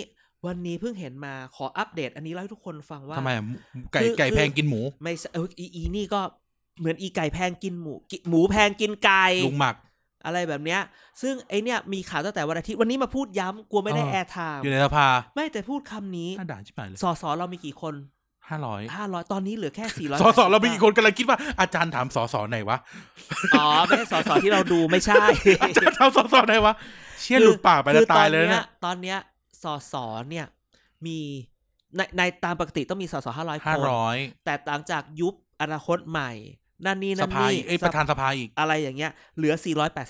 S1: วันนี้เพิ่งเห็นมาขออัปเดต อันนี้เล่าให้ทุกคนฟังว่า
S2: ทำไมอ่ะไก่
S1: คือ
S2: ไก่
S1: คือ
S2: แพงกินหมู
S1: ไม่ใช่เอยอีอีนี่ก็เหมือนอีไก่แพงกินหมูกิหมูแพงกินไก่
S2: ลุงหมัก
S1: อะไรแบบเนี้ย ซึ่งไอเนี้ยมีข่าวตั้งแต่วันอาทิตย์วันนี้มาพูดย้ำกลัวไม่ได้
S2: เออ
S1: แอร์ไทม์
S2: อยู่ในสภา
S1: ไม่แต่พูดคำนี้
S2: หน้าด่านชิบหายเลย
S1: สอสอเรามีกี่คน
S2: ห้าร้อย
S1: ห้าร้อยตอนนี้เหลือ แค่สี่ร้อย
S2: สอสอเรามีอีกคนกำลังคิดว่าอาจารย์ถามสอสอไหนวะ
S1: อ๋อไม่ใช่สอสอที่เราดูไม่ใช่
S2: อาจารย์ถามสอสอไหนวะ เชี่ยหลุดปากไปแล้ว
S1: คือ
S2: ตายเลย
S1: ต
S2: นะ
S1: อนเนี้ยตอนเนี้ยสสเนี่ย มีในในตามปกติต้องมีสสห้าร้อยค
S2: ห้าน ร้อย
S1: แต่หลังจากยุบอนาคตใหม่ นั่นนี่
S2: ส
S1: นั่น
S2: ภาอี
S1: นี่
S2: กเอ้ยประธานสภาอีก
S1: อะไรอย่างเงี้ย เหลือ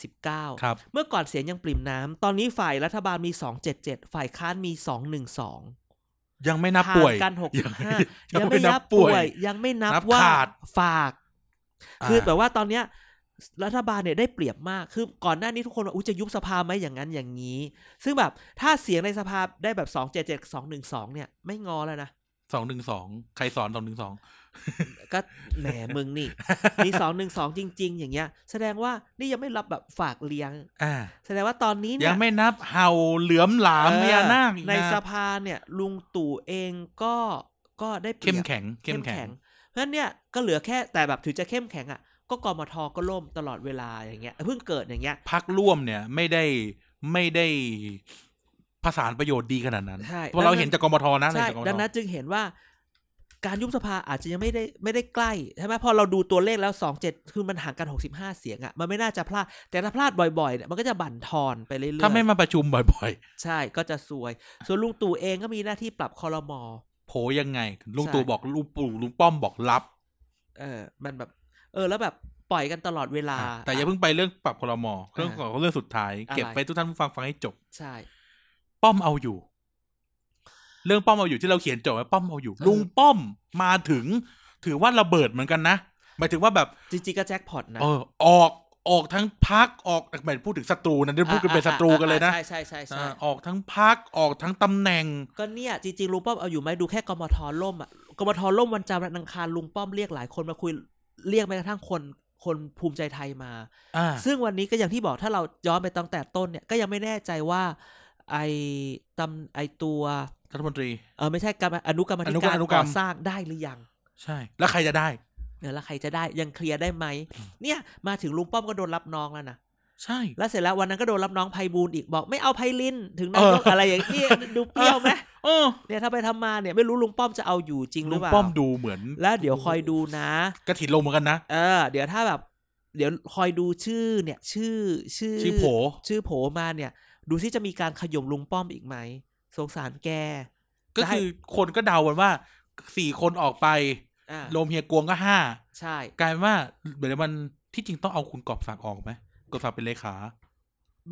S1: 489
S2: ครับ
S1: เมื่อก่อนเสียงยังปริ่มน้ำ ตอนนี้ฝ่ายรัฐบาลมี 277 ฝ่ายค้านมี 212
S2: ยังไม่นับป่วย
S1: ห่างกัน 65
S2: ยั
S1: ยังง
S2: ไม่
S1: ไม่
S2: นั
S1: นั
S2: บบ ป่
S1: ป่
S2: ว
S1: วย ย ยังไม่นับ
S2: นับ
S1: ว่า
S2: ขาด
S1: ฝาก
S2: อ่า
S1: คือแบบว่าตอนเนี้ยรัฐบาลเนี่ยได้เปรียบมาก คือก่อนหน้านี้ทุกคนว่าอุ้จะยุบสภาไหมอย่างนั้นอย่างนี้ ซึ่งแบบถ้าเสียงในสภาได้แบบสองเจ็ดเจ็ดสองหนึ่งสองเนี่ยไม่งอแล้วนะ
S2: สองหนึ่งสองใครสอนสองหนึ่งสอง
S1: ก็แหมมึงนี่ มีสองหนึ่งสองจริง ๆ อย่างเงี้ย แสดงว่านี่ยังไม่รับแบบฝากเลี้ยง
S2: อ่า
S1: แสดงว่าตอนนี้เนี่
S2: ยั
S1: ย
S2: งไม่นับเห่าเหลือมหลามพญานาคอีก
S1: ใน
S2: นะ
S1: สภาเนี่ยลุงตู่เองก็ก็ได้ปรีย
S2: เข้
S1: บ
S2: มแข็งเข้มแข็ง
S1: เพราะฉะนั้นเนี่ยก็เหลือแค่แต่แบบถึงจะเข้มแข็งอ่ะก็กมทก็ล่มตลอดเวลาอย่างเงี้ยเพิ่งเกิดอย่างเงี้ย
S2: พักร่วมเนี่ยไม่ได้ไม่ได้ผสานประโยชน์ดีขนาดนั้น
S1: ใช่
S2: เพราะเราเห็นจากกมทนะเรา
S1: ใช่
S2: เห็นจากกมท
S1: ดังนั้นจึงเห็นว่า การยุบสภาอาจจะยังไม่ได้ไม่ได้ใกล้ใช่ไหมพอเราดูตัวเลขแล้วสองเจ็ดคือมันห่างกันหกสิบห้าเสียงอ่ะมันไม่น่าจะพลาด แต่ถ้าพลาดบ่อยๆเนี่ยมันก็จะบั่นทอนไปเรื่อยๆ
S2: ถ้าไม่มาประชุมบ่อย
S1: ใช่ก็จะซวย ส่วนลุงตู่เองก็มีหน้าที่ปรับคอรมอ
S2: ๆโผยังไง ลุง
S1: ใช่
S2: ตู่บอกลุงปู่ลุงป้อมบอกรับ
S1: เออ มันแบบ เออ แล้วแบบปล่อยกันตลอดเวลา
S2: แต่อย่าเพิ่งไปเรื่องปรับคลมอเรื่องของเรื่องสุดท้าย
S1: อะไร
S2: เก็บไปทุกท่านผู้ฟังฟังให้จบ
S1: ใช่
S2: ป้อมเอาอยู่ เรื่องป้อมเอาอยู่ที่เราเขียนจบไว้ป้อมเอาอยู่ ลุงป้อมมาถึง ถือว่าระเบิดเหมือนกันนะหมายถึงว่าแบบ
S1: จริงๆก็แจ็คพอตนะ
S2: เออ ออก ออกทั้งพักออกหมายพูดถึงศัตรูนะได้พูดกันเป็นศัตรูกันเลยนะ
S1: ใช่ใช่ใช่ใช่
S2: อ่าออกทั้งพักออกทั้งตำแหน่ง
S1: ก็เนี่ยจริงๆลุงป้อมเอาอยู่ไหมดูแค่กมทล่มอ่ะกมทล่มวันจันทร์วันอังคารลุงป้อมเรียกหลายคนมาคุยเรียกแม้กระทั่งคนคนภูมิใจไทยมา
S2: อ่า
S1: ซึ่งวันนี้ก็อย่างที่บอกถ้าเราย้อนไปตั้งแต่ต้นเนี่ยก็ยังไม่แน่ใจว่า ไอตำไอตัว
S2: รัฐมนตรี
S1: เออไม่ใช่กรรมอนุกรรมธิ
S2: อนุกร
S1: การร
S2: อนุกรร
S1: ก่อ
S2: ม
S1: สร้างได้หรือยัง
S2: ใช่ แล้วใครจะได้
S1: เออแล้วใครจะได้ยังเคลียร์ได้ไหม เนี่ยมาถึงลุงป้อมก็โดนรับน้องแล้วนะ
S2: ใช่
S1: แล้วเสร็จแล้ววันนั้นก็โดนรับน้องไพบูลย์อีกบอกไม่เอาไพลินถึงนายก
S2: เอออ
S1: อะไรอย่างนี้ดูเปรี้ยวไหม
S2: เออ
S1: เนี่ยถ้าไปทำมาเนี่ยไม่รู้ลุงป้อมจะเอาอยู่จริงหรื
S2: ลุ
S1: อง เปล่า
S2: ป้อมดูเหมือน
S1: แล้วเดี๋ยวคอยดูนะ
S2: กระถิ่นลงเหมือนกันนะ
S1: เออ เดี๋ยวถ้าแบบ เดี๋ยวคอยดูชื่อเนี่ย ชื่อชื่อ
S2: ชื่อโผ
S1: ชื่อโผมาเนี่ย ดูซิจะมีการขย่มลุงป้อมอีกไหมสงสารแก
S2: ก็คือคนก็เดากันว่าสี่คนออกไป
S1: อ่า
S2: โรมเฮียกวงก็ห้า
S1: ใช่
S2: กลายเป็นว่าเดี๋ยวมันที่จริงต้องเอาคุณกอบศักดิ์ออกไหมกอบศักดิ์เป็นเลขา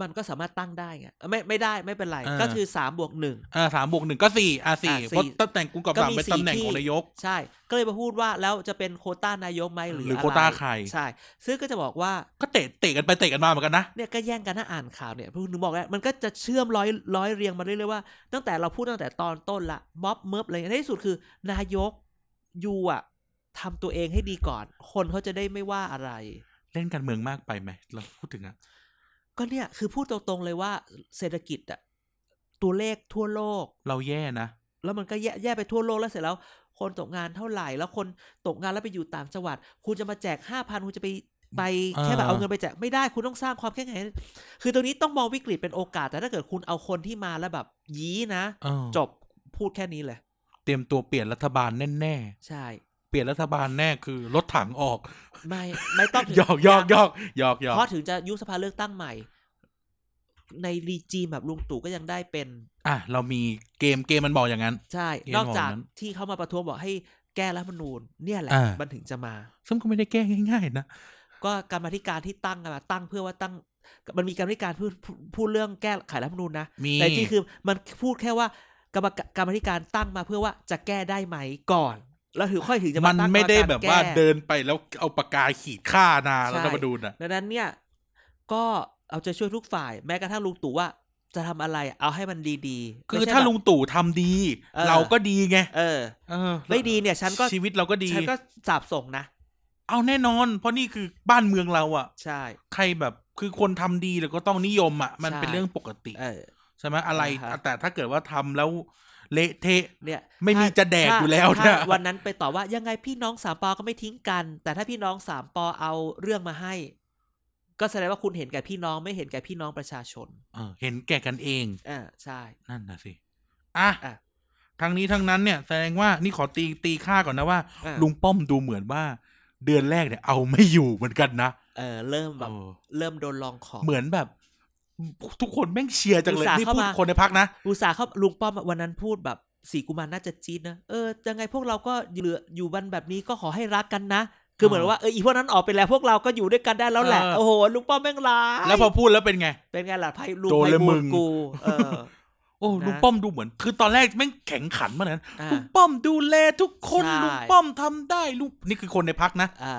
S1: มันก็สามารถตั้งได้ไงเออไม่ไม่ได้ไม่เป็นไร
S2: อ่า
S1: ก็คือสามบวกหนึ่ง
S2: อ่าสามบวกหนึ่งก็สี่อ่าสี่
S1: อ่ะสี่
S2: เพราะตำแหน่งคุณกอบศัก
S1: ก็
S2: ดิ์
S1: มี
S2: เป็นตำแหน่ง
S1: สี่ที่
S2: ของนายก
S1: ใช่ ก็เลยมาพูดว่าแล้วจะเป็นโควต้านายกไหมหรือ
S2: หรือ
S1: อะไ
S2: โควต้าใคร
S1: ใช่ ซึ่งก็จะบอกว่า
S2: ก็เตะเตะกันไปเตะกันมาเหมือนกันนะ
S1: เนี่ยก็แย่งกันนะอ่านข่าวเนี่ยพูดถึงบอกแล้วมันก็จะเชื่อมร้อยร้อยเรียงมาเรื่อยๆว่า ตั้งแต่เราพูดตั้งแต่ตอนต้นละม็อบเมิบอะไรอย่างเงี้ยในที่สุดคือ นายกยูอ่ะทำตัวเองให้ดีก่อน คนเขาจะได้ไม่ว่าอะไร
S2: เล่นการเมืองมากไปไหมเราพูดถึงอะ
S1: ก็เนี่ยคือพูดตรงๆเลยว่าเศรษฐกิจอ่ะตัวเลขทั่วโลก
S2: เราแย่นะ
S1: แล้วมันก็แย่แย่ไปทั่วโลกแล้วเสร็จแล้ว คนตกงานเท่าไหร่ แล้วคนตกงานแล้วไปอยู่ต่างจังหวัด คุณจะมาแจกห้าพันคุณจะไปไปแค่แบบเอาเงินไปแจกไม่ได้คุณต้องสร้างความแข็งแกร่งคือตรงนี้ต้องมองวิกฤตเป็นโอกาส แต่ถ้าเกิดคุณเอาคนที่มาแล้วแบบ ยี้นะ
S2: เออ
S1: จบพูดแค่นี้เลย
S2: เตรียมตัวเปลี่ยนรัฐบาลแน่
S1: ใช่
S2: ๆเปลี่ยนรัฐบาลแน่คือรถถังออก
S1: ไม่ไม่ต้องถึง
S2: หยอกหยอกหยอกหยอกหยอก
S1: เพราะถึงจะยุบสภาเลือกตั้งใหม่ ในรีจีมแบบลุงตู่ก็ยังได้เป็น
S2: อ่ะเรามีเกมเกมมันบอกอย่างนั้น
S1: ใช่
S2: เห็น
S1: นอก
S2: บอก
S1: จาก
S2: นั้น
S1: ที่เขามาประท้วงบอกให้แก้รัฐธรรมนูญเนี่ยแหละ
S2: อ่ามั
S1: มันถึงจะมา
S2: ซึ่งก็ไม่ได้แก้ง่ายๆนะ
S1: ก็กรรมาธิการที่ตั้งกันมาตั้งเพื่อว่าตั้ง มันมีกรรมาธิการพูดพูดพูดเรื่องแก้ไขรัฐธรรมนูญนะ
S2: มี
S1: แต่จริงๆคือมันพูดแค่ว่ากรรมกรรมาธิการตั้งมาเพื่อว่าจะแก้ได้ไหมก่อน แล้วถึงค่อยถึงจะ
S2: มั
S1: มาน ตั้ง
S2: ไม่ได้
S1: กรรกร
S2: แบบว่า
S1: ก้
S2: เดินไปแล้วเอาปากกาขีดฆ่านาแล้ว
S1: ใช่
S2: เรามาดูนะ
S1: ดังนั้นเนี่ยก็เอาใจช่วยทุกฝ่าย แม้กระทั่งลุงตู่ว่าจะทำอะไรเอาให้มันดีๆ
S2: คือ
S1: ไม่ใช่
S2: ถ้า
S1: แบบ
S2: ลุงตู่ทำดี
S1: เออ
S2: เราก็ดีไง
S1: เออ
S2: เออ
S1: ไม่ดีเนี่ยฉันก็
S2: ชีวิตเราก็ดี
S1: ฉันก็สาบส่งนะ
S2: เอาแน่นอน เพราะนี่คือบ้านเมืองเราอ่ะ
S1: ใช่
S2: ใครแบบคือคนทำดีแล้วก็ต้องนิยมอ่ะ มัน
S1: ใช่
S2: เป็นเรื่องปกติ
S1: เออ
S2: ใช่ไหมอะไร
S1: อ่าฮะ
S2: แต่ถ้าเกิดว่าทำแล้วเละเทะ
S1: เนี่ย
S2: ไม่มี
S1: ถ้า
S2: จะแดก
S1: ถ้า
S2: อยู่แล้ว
S1: ถ้า
S2: เนี่ย
S1: วันนั้นไปตอบว่ายังไงพี่น้องสามปอก็ไม่ทิ้งกัน แต่ถ้าพี่น้องสามปอเอาเรื่องมาให้ ก็แสดงว่าคุณเห็นแก่พี่น้องไม่เห็นแก่พี่น้องประชาชน
S2: เออเห็นแก่กันเอง
S1: อ่าใช่
S2: นั่นนะสิ อ่ะ
S1: อ่ะ
S2: ทั้งนี้ทั้งนั้นเนี่ยแสดงว่านี่ขอตีตีค่าก่อนนะว่า
S1: อ่ะ
S2: ลุงป้อมดูเหมือนว่า เดือนแรกเนี่ย เอาไม่อยู่เหมือนกันนะ
S1: เออเริ่มแบบ
S2: เออ
S1: เริ่มโดนลองของ
S2: เหมือนแบบ ทุกคนแม่งเชียร์จังเล
S1: อุต
S2: ย
S1: ส่าห์
S2: นี่พูด
S1: เข้ามา
S2: คนในพักนะ
S1: อุตส่าห์เขาลุงป้อมอะวันนั้นพูดแบบสีกุมารน่าจะจี๊ดนะเออยังไงพวกเราก็เหลืออยู่บันแบบนี้ก็ขอให้รักกันนะ คือเหมือนว่าเอออีพวกนั้นออกไปแล้วพวกเราก็อยู่ด้วยกันได้แล้วแหละ
S2: เออ
S1: โอ้โหลุงป้อมแม่งร้าย
S2: แล้วพอพูดแล้วเป็นไง
S1: เป็นไงล่ะไพลุง
S2: โดน
S1: ไพ
S2: เลย
S1: บู
S2: มึ
S1: ล
S2: ง
S1: ย์กูเออ
S2: โอ้
S1: นะ
S2: ลุงป้อมดูเหมือน คือตอนแรกแม่งแข็งขันมากนะ
S1: อ่า
S2: ลุงป้อมดูแลทุกคน
S1: ใช่
S2: ลุงป้อมทำได้ลุงนี่คือคนในพักนะ
S1: อ่า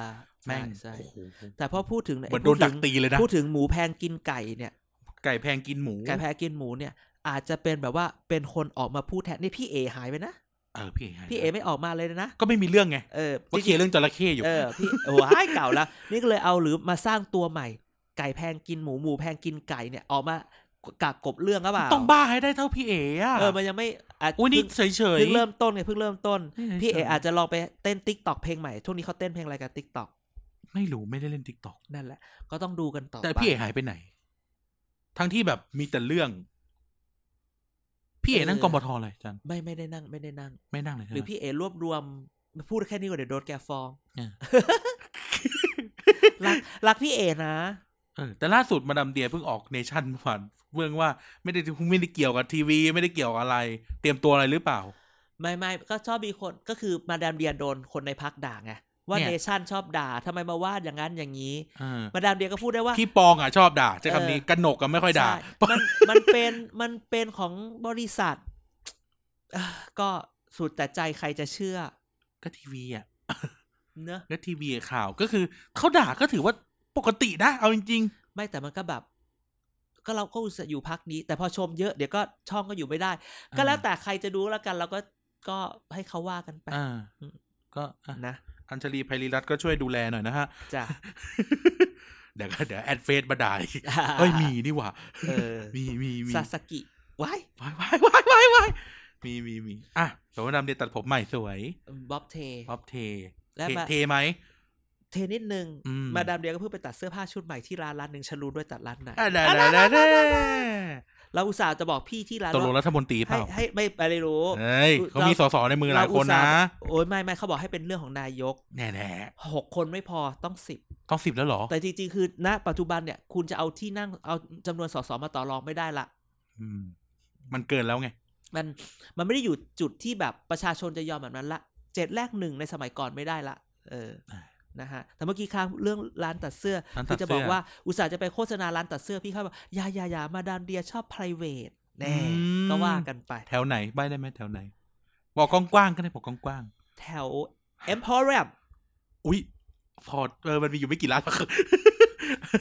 S2: แม่ง
S1: ใช่ใช่
S2: โอ้โห
S1: แต่พอพูดถึง
S2: เหมือนโด
S1: พู
S2: น
S1: ด
S2: ดั
S1: ถึ
S2: ก
S1: ง
S2: ตีเลยนะ
S1: พูดถึงหมูแพงกินไก่เนี่ย
S2: ไก่แพงกินหมู
S1: ไก่แพงกินหมูเนี่ย อาจจะเป็นแบบว่าเป็นคนออกมาพูดแทนนี่พี่เอหายไปนะ
S2: เออพี่
S1: พี่เอไม่ออกมาเลยนะ
S2: ก็ไม่มีเรื่องไง
S1: เออ
S2: ว่าเคลียร์เรื่องจระเข้อยู่
S1: เออพี่โอ้ยเก่าแล้วนี่ก็เลยเอาหรือมาสร้างตัวใหม่ ไก่แพงกินหมูหมูแพงกินไก่เนี่ยออกมากากกบเรื่องหรือเปล่า
S2: ต้องบ้าให้ได้เท่าพี่เอ๋อะ
S1: เออมันยังไม่อาจ
S2: อุ้ยนี่
S1: เพิ่ง
S2: เฉยๆ
S1: เพิ่งเริ่มต้นไงเพิ่งเริ่มต้น
S2: นี่
S1: พี่เอ
S2: เฉยๆ
S1: อาจจะลองไปเต้นติ๊กตอกเพลงใหม่ช่วงนี้เขาเต้นเพลงอะไรกันติ๊กตอก
S2: ไม่รู้ไม่ได้เล่นทิกตอก
S1: นั่นแหละ ก็ต้องดูกันต่อ
S2: แต่
S1: ไป
S2: พี่เอ๋หายไปไหน ทั้งที่แบบมีแต่เรื่อง พี่เอ๋นั่ง
S1: เออ
S2: กมทอะไรจัน
S1: ไม่ไม่ได้นั่งไม่ได้นั่ง
S2: ไม่นั่งเลย
S1: ห
S2: ใช่ไห
S1: รือ
S2: ม
S1: พี่เอรวบรวม พูดแค่นี้ก่อนเดี๋ยวโดนแกฟ้อง
S2: เออ
S1: รักรักพี่เอนะ
S2: เออแต่ล่าสุดมาดามเดียเพิ่งออกเนชั่นเมื่อวานเรื่องว่าไม่ได้ไม่ได้เกี่ยวกับทีวี ไม่ได้เกี่ยวกับอะไร เตรียมตัวอะไรหรือเปล่า
S1: ไม่ไม่ก็ชอบมีคนก็คือมาดามเดียโดนคนในพักด่าไงว่า
S2: เนี่ย
S1: เนชั่นชอบด่าทำไมมาว่าอย่างนั้นอย่างนี้
S2: เออ
S1: มาดามเดียก็พูดได้ว่า
S2: พี่ปองอ่ะชอบด่าใช้คำนี้
S1: เออ
S2: กนกก็ไม่ค่อยด่า
S1: ใช่มันมันเป็นมันเป็นของบริษัท เอ่อก็สุดแต่ใจใครจะเชื่อ
S2: ก็ทีวีอ่ะ
S1: เนอะ
S2: ก็ทีวีข่าวก็คือเขาด่าก็ถือว่า ปกตินะเอาจริง
S1: ไม่แต่มันก็แบบ ก็เราก็อุตส่าห์อยู่พักนี้ แต่พอชมเยอะเดี๋ยวก็ช่องก็อยู่ไม่ได้ ก็แล้วแต่ใครจะดูแล้วกัน เราก็ก็ให้เขาว่ากันไป
S2: ๆ อ่า ก็อ่ะ
S1: นะ
S2: อัญชลีไพรีรัตน์ก็ช่วยดูแลหน่อยนะฮะ
S1: จ้ะ
S2: เดี๋ยวก็เดี๋ยวแอดเฟซมาด่าอีกเอ้ยมีนี่หว่า
S1: เออ
S2: มีมีมี
S1: ซาสกิไว้
S2: วายวายวายวายวายมีมีมีอ่ะสมมติดำเดียตัดผมใหม่สวย
S1: บ๊อบเท
S2: ป๊อปเท
S1: และ
S2: เท
S1: มา
S2: เทไหม
S1: เทนิดนึง
S2: อืม
S1: มาดามเดียก็เพิ่งไปตัดเสื้อผ้าชุดใหม่ที่ร้านร้านหนึ่งฉันรู้ด้วยตัดร้านไหน
S2: อ่ะได้ได้ได้ได้
S1: เราอุตส่าห์จะบอกพี่ที่ร้าน
S2: ตกลง
S1: ว่า
S2: รัฐมนตรีเป
S1: ให้
S2: ล่า
S1: ให้ไม่อะไรรู้
S2: เฮ้ยเขามีสสในมือหลาย
S1: เราอุต
S2: คน
S1: ส่า
S2: นะ
S1: ห์ โอ้ยไม่ไม่เขาบอกให้เป็นเรื่องของนายก
S2: แน่แน่
S1: หกคนไม่พอต้องสิบ
S2: ๆต้องสิบแล้วเหรอ
S1: แต่จริงๆคือณปัจจุบันเนี่ยคุณจะเอาที่นั่งเอาจำนวนสสมาต่อรองไม่ได้ละ
S2: อืมมันเกินแล้วไง
S1: มันมันไม่ได้อยู่จุดที่แบบประชาชนจะยอมแบบนั้นละเจ็ดแรกหนึ่งในสมัยก่อนไม่ได้ละ เออนะฮะแต่เมื่อกี้ค้างเรื่องร้านตัดเสื้อ
S2: ร้านตัด
S1: คือ
S2: เสื้อ
S1: จะบอกว่าอุตส่าห์จะไปโฆษณาร้านตัดเสื้อพี่เขาบอกอยาอยาอยามาดามเดียชอบ p r i v a t แน่ก็ว่ากันไป
S2: แถวไหนใบได้ไหมแถวไหน บอกกว้างๆก็ได้บอกกว้าง
S1: แถว Emporium
S2: ๆอุ้ยพอเออมันมีอยู่ไม่กี่ร้านหรอก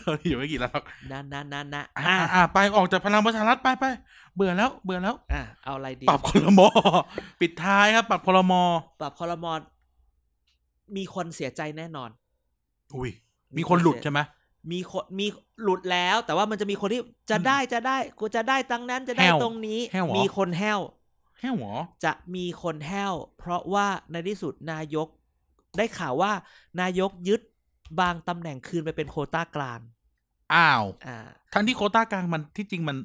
S2: มันมีอยู่ไม่กี่ร้านหรอก
S1: นะนะนะนะ
S2: อ่ะ
S1: อ่ะ
S2: อ่ะไปออกจากพลังประชารัฐไปไปเบื่อแล้วเบื่อแล้ว
S1: อ่ะเอาอะไรดี
S2: ปรับคลม ปิดท้ายครับ ปรับคลม
S1: ปรับคอรมอมีคนเสียใจแน่นอน
S2: อุ้ย มีคนหลุดใช่ไหม
S1: มีคนมีหลุดแล้ว แต่ว่ามันจะมีคนที่จะได้จะได้กูจะได้ตังนั้นจะได้
S2: แห้ว
S1: ตรงนี้
S2: แห้วเหรอ
S1: มีคนแห้ว
S2: แค่หัว
S1: จะมีคนแห้ว เพราะว่าในที่สุดนายกได้ข่าวว่า นายกยึดบางตำแหน่งคืนไปเป็นโควต้ากลาง
S2: อ้าว
S1: อ่า
S2: ทั้งที่โควต้ากลางมันที่จริงมัน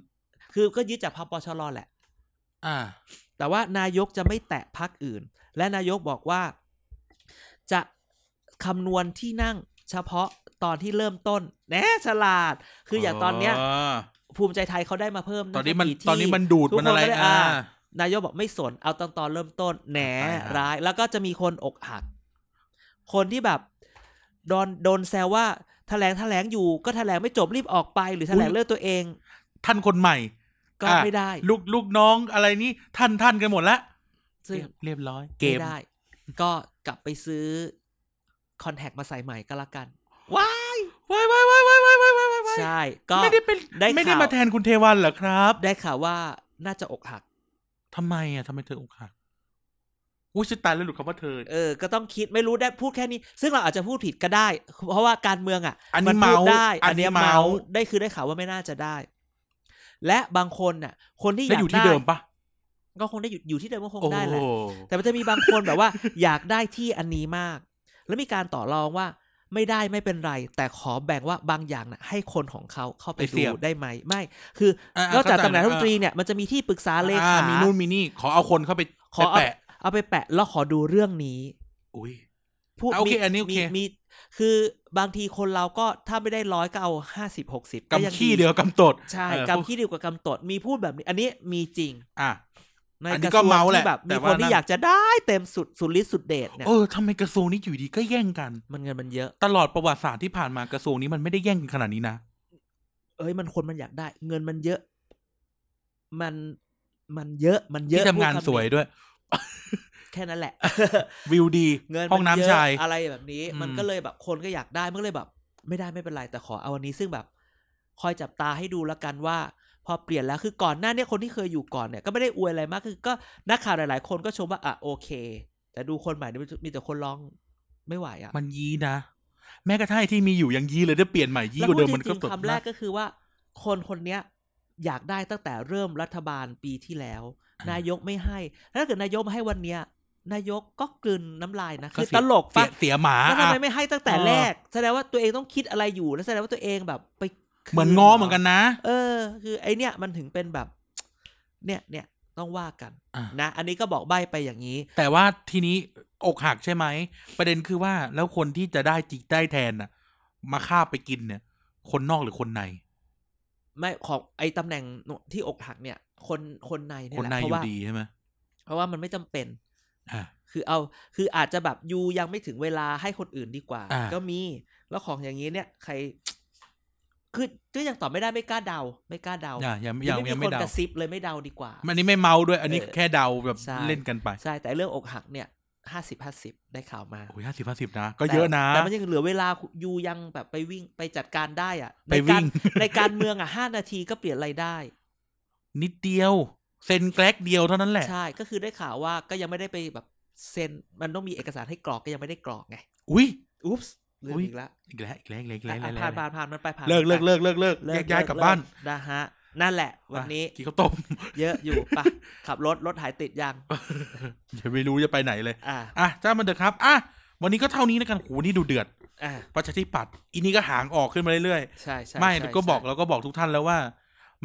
S1: คือก็ยึดจากพปชรแหละ
S2: อ่า
S1: แต่ว่านายกจะไม่แตะพักอื่น และนายกบอกว่าจะคำนวณที่นั่งเฉพาะตอนที่เริ่มต้นแหน่ฉลาด คืออย่างตอนเนี้ย ภูมิใจไทยเขาได้มาเพิ่ม
S2: ตอนนี้มัน
S1: กี่ที่
S2: ตอนนี้มันดูด
S1: ทุก
S2: มัน
S1: ค
S2: อะไร
S1: ก็ด้
S2: อ่า
S1: นายกบอกไม่สนเอาตอนตอนเริ่มต้นแหน
S2: อ่า
S1: ร้าย แล้วก็จะมีคนอกหัก คนที่แบบโดนโดนแซวว่าแถลงแถลงอยู่ก็แถลงไม่จบรีบออกไปหรือแถลง
S2: อุ๊ย
S1: เลิกตัวเอง
S2: ท่านคนใหม่
S1: ก็
S2: อ่ะ
S1: ไม่ได้
S2: ลูกลูกน้องอะไรนี่ท่านท่านกันหมดละ
S1: ซึ่ง
S2: เรียบเรียบร้อย เก
S1: ไม่
S2: ม
S1: ได้ ก็กลับไปซื้อคอนแทคมาใส่ใหม่ก็แล้วกัน ว้าย
S2: ว้ายว้ายว้ายว้ายว้ายว้ายว้ายว้าย
S1: ใช่ ก็
S2: ไม่ได้เป็น
S1: ได้
S2: ไม่ได้
S1: ข่าว
S2: มาแทนคุณเทวันเหรอครับ
S1: ได้ข่าวว่าน่าจะอกหัก
S2: ทำไมอ่ะทำไมเธออกหักอุ้ยฉันตายแล้วหลุดคำว่าเธอ
S1: เออ ก็ต้องคิดไม่รู้ได้พูดแค่นี้ ซึ่งเราอาจจะพูดผิดก็ได้ เพราะว่าการเมืองอ่ะ
S2: อันนี้
S1: มัพูด
S2: เมาส์
S1: ได้
S2: อั
S1: อั
S2: น
S1: น
S2: นี้
S1: เนี้ย
S2: เมา
S1: เมา
S2: ส์
S1: ส์ได้คือได้ข่าวว่าไม่น่าจะได้ และบางคนน่ะ คนที่อ
S2: ได้
S1: ยา
S2: อ
S1: ก
S2: ยู่ที่
S1: ได้
S2: เดิมปะ
S1: ก็คงได้อยู่อยู่ที่เดิมก็คง
S2: โอ้
S1: ได้แห
S2: โห
S1: ละ แต่มันจะมีบางคนแบบว่า อยากได้ที่อันนี้มาก แล้วมีการต่อรองว่า ไม่ได้ไม่เป็นไร แต่ขอแบ่งว่าบางอย่างน่ะ ให้คนของเขาเข้าไปดูได้ไหมไม่ คือ
S2: อ่ะ
S1: นอกจาก
S2: เข้
S1: ตำแหน่งรัฐมนตรี
S2: อ่ะ
S1: เนี่ยมันจะมีที่ปรึกษาเล
S2: อ่
S1: ขา
S2: มี
S1: มี
S2: นู่นมีนี่ ขอเอาคนเข้าไป
S1: ขอเอา
S2: ไปแปะ
S1: เอาไปแปะแล้วขอดูเรื่องนี้
S2: อุ้ย
S1: พูด
S2: อ่ะโอเค
S1: มี
S2: อันนี้โอเค
S1: มีมีคือบางทีคนเราก็ถ้าไม่ได้ร้อยก็เอาห้าสิบหกสิบ
S2: กำขี้เดียวกำตด
S1: ใช่
S2: เออก
S1: ำขี้เดียวกับกำตดมีพูดแบบนี้ อันนี้มีจริง
S2: อ่ะ
S1: ใน
S2: อันนี้
S1: กระ
S2: ก็
S1: ทรวง
S2: เมาส์แหละ
S1: ที่แบบ
S2: แต่
S1: มีค
S2: ว่านั่
S1: น
S2: น
S1: ที่อยากจะได้เต็มสุดสุดฤทธิ์สุดเดชเนี่ย
S2: เออทำไมกระทรวงนี้อยู่ดีก็แย่งกัน
S1: มันเงินมันเยอะ
S2: ตลอดประวัติศาสตร์ที่ผ่านมากระทรวงนี้มันไม่ได้แย่งกันขนาดนี้นะ
S1: เอ้ยมันคนมันอยากได้ เงินมันเยอะ มันมันเยอะมันเย
S2: ที่
S1: อะ
S2: ทำงา
S1: พูด
S2: น
S1: คำ
S2: สวยด้วย
S1: แค่นั้นแหละ
S2: วิวดี
S1: เงิน
S2: ห้อง
S1: มั
S2: น้ำ
S1: เยะ
S2: ชาย
S1: อะไรแบบนี้
S2: อืม
S1: มันก็เลยแบบคนก็อยากได้มันก็เลยแบบ ไม่ได้ไม่เป็นไรแต่ขอเอาวันนี้ซึ่งแบบ คอยจับตาให้ดูแล้วกันว่า พอเปลี่ยนแล้วคือก่อนหน้าเนี้คนที่เคยอยู่ก่อนเนี่ยก็ไม่ได้อวยอะไรมากคือก็นักข่าวหลายๆ คนก็ชมว่าอ่ะโอเค แต่ดูคนใหม่เนี่ยมีแต่คนร้องไม่ไหวอ่ะ
S2: มันยี้นะ แม้กระทั่งไอ้ที่มีอยู่ยังยี้เลยได้เปลี่ยนใหม่ยี้
S1: แล้ว
S2: กว่า
S1: พู
S2: เดิ
S1: ด
S2: ม
S1: จ
S2: มันก็
S1: ริง
S2: ตด
S1: ๆคำแรกก็คือว่า คนคนเนี้ยอยากได้ตั้งแต่เริ่มรัฐบาลปีที่แล้ว นายกไม่ให้แล้วถ้าเกิดนายกมาให้วันเนี้ย นายกก็กลืนน้ำลายนะคือตลก
S2: เสี
S1: ปะ
S2: ยเสียหมา
S1: แล้วทำ
S2: อ่ะ
S1: ไมไม่ให้ตั้งแต่
S2: เออ
S1: แรก แสดงว่าตัวเองต้องคิดอะไรอยู่ แล้วแสดงว่าตัวเองแบบไปคื
S2: เหมือนง้อเหมือนกันนะ
S1: เออ คือไอเนี่ยมันถึงเป็นแบบ เนี่ยเนี่ยต้องว่ากัน
S2: อ่ะ
S1: นะ อันนี้ก็บอกใบไปอย่างนี้
S2: แต่ว่าทีนี้อกหักใช่ไหมประเด็นคือว่าแล้วคนที่จะได้จิกได้แทนน่ะ มาฆ่าบไปกินเนี่ย คนนอกหรือคนใน
S1: ไม่ของไอตำแหน่งที่อกหักเนี่ย คนคนในเนี่
S2: ค
S1: ย
S2: น
S1: แหละ
S2: ใน
S1: เพ
S2: อ
S1: ราะ
S2: ยู่
S1: ว่า
S2: ดีใช่ไหม
S1: เพราะว่ามันไม่จำเป็น
S2: อ่ะ
S1: คือเอา คืออาจจะแบบยูยังไม่ถึงเวลาให้คนอื่นดีกว่า
S2: อ่า
S1: ก็มี แล้วของอย่างนี้เนี่ย ใคร คือก็ยังตอบไม่ได้ไม่กล้าเดา ไม่กล้าเดา
S2: อ่ะยังยังยัง
S1: ค
S2: ไม่
S1: น
S2: เดา
S1: กระซิบเลยไม่เดาดีกว่า
S2: อันนี้ไม่เมาด้วย อันนี้
S1: เออ
S2: แค่เดาแบบ
S1: ใช่
S2: เล่นกันไป
S1: ใช่แต่เรื่องอกหักเนี่ย ห้าสิบห้าสิบได้ข่าวมา
S2: โอ้ยห้าสิบห้าสิบนะ ก็เยอะนะ
S1: แต่แต่มันยังเหลือเวลายูยังแบบไปวิ่งไปจัดการได้อ่ะ
S2: ไปวิ่ง
S1: ในการในการเมืองอ่ะ ห้านาทีก็เปลี่ยนอะไรได้
S2: นิดเดียว เซ็นแกลกเดียวเท่านั้นแหละ
S1: ใช่ก็คือได้ข่าวว่าก็ยังไม่ได้ไปแบบเซ็นมันต้องมีเอกสารให้กรอกก็ยังไม่ได้กรอกไง
S2: อุ้ย
S1: อุ๊ปส์ลืม
S2: อุ๊ย
S1: อีกละ
S2: อีกแล้วอีกแล้วอีกแล้วอีกแล้
S1: อ่ะ
S2: วอี
S1: อ่ะ
S2: กแล้วอีก
S1: ผ่าน
S2: แล้
S1: ผ่า
S2: วน
S1: ผ่านมันไปผ่าน
S2: เลิก
S1: มัน
S2: เลิก
S1: ไป
S2: เลิกเลิกเลิกแยกย้ายกลับบ้าน
S1: เลิกนะฮะ นั่นแหละ วันนี้
S2: กินข้าวต้ม
S1: เยอะอยู่ปะขับรถรถหายติดยัง
S2: อย่าไม่รู้จะไปไหนเลย
S1: อ่า
S2: อ่ะจ้ามันเถอะครับ อ่ะ วันนี้ก็เท่านี้แล้วกันโหนี่ดูเดือด
S1: อ่า
S2: ประชาธิปัตย์อีนี่ก็หางออกขึ้นมาเรื่อย
S1: ใช่ใช่
S2: ๆ ไม่
S1: ใช่
S2: ก็บอก
S1: ใช่
S2: เราก็บอกทุกท่านแล้วว่า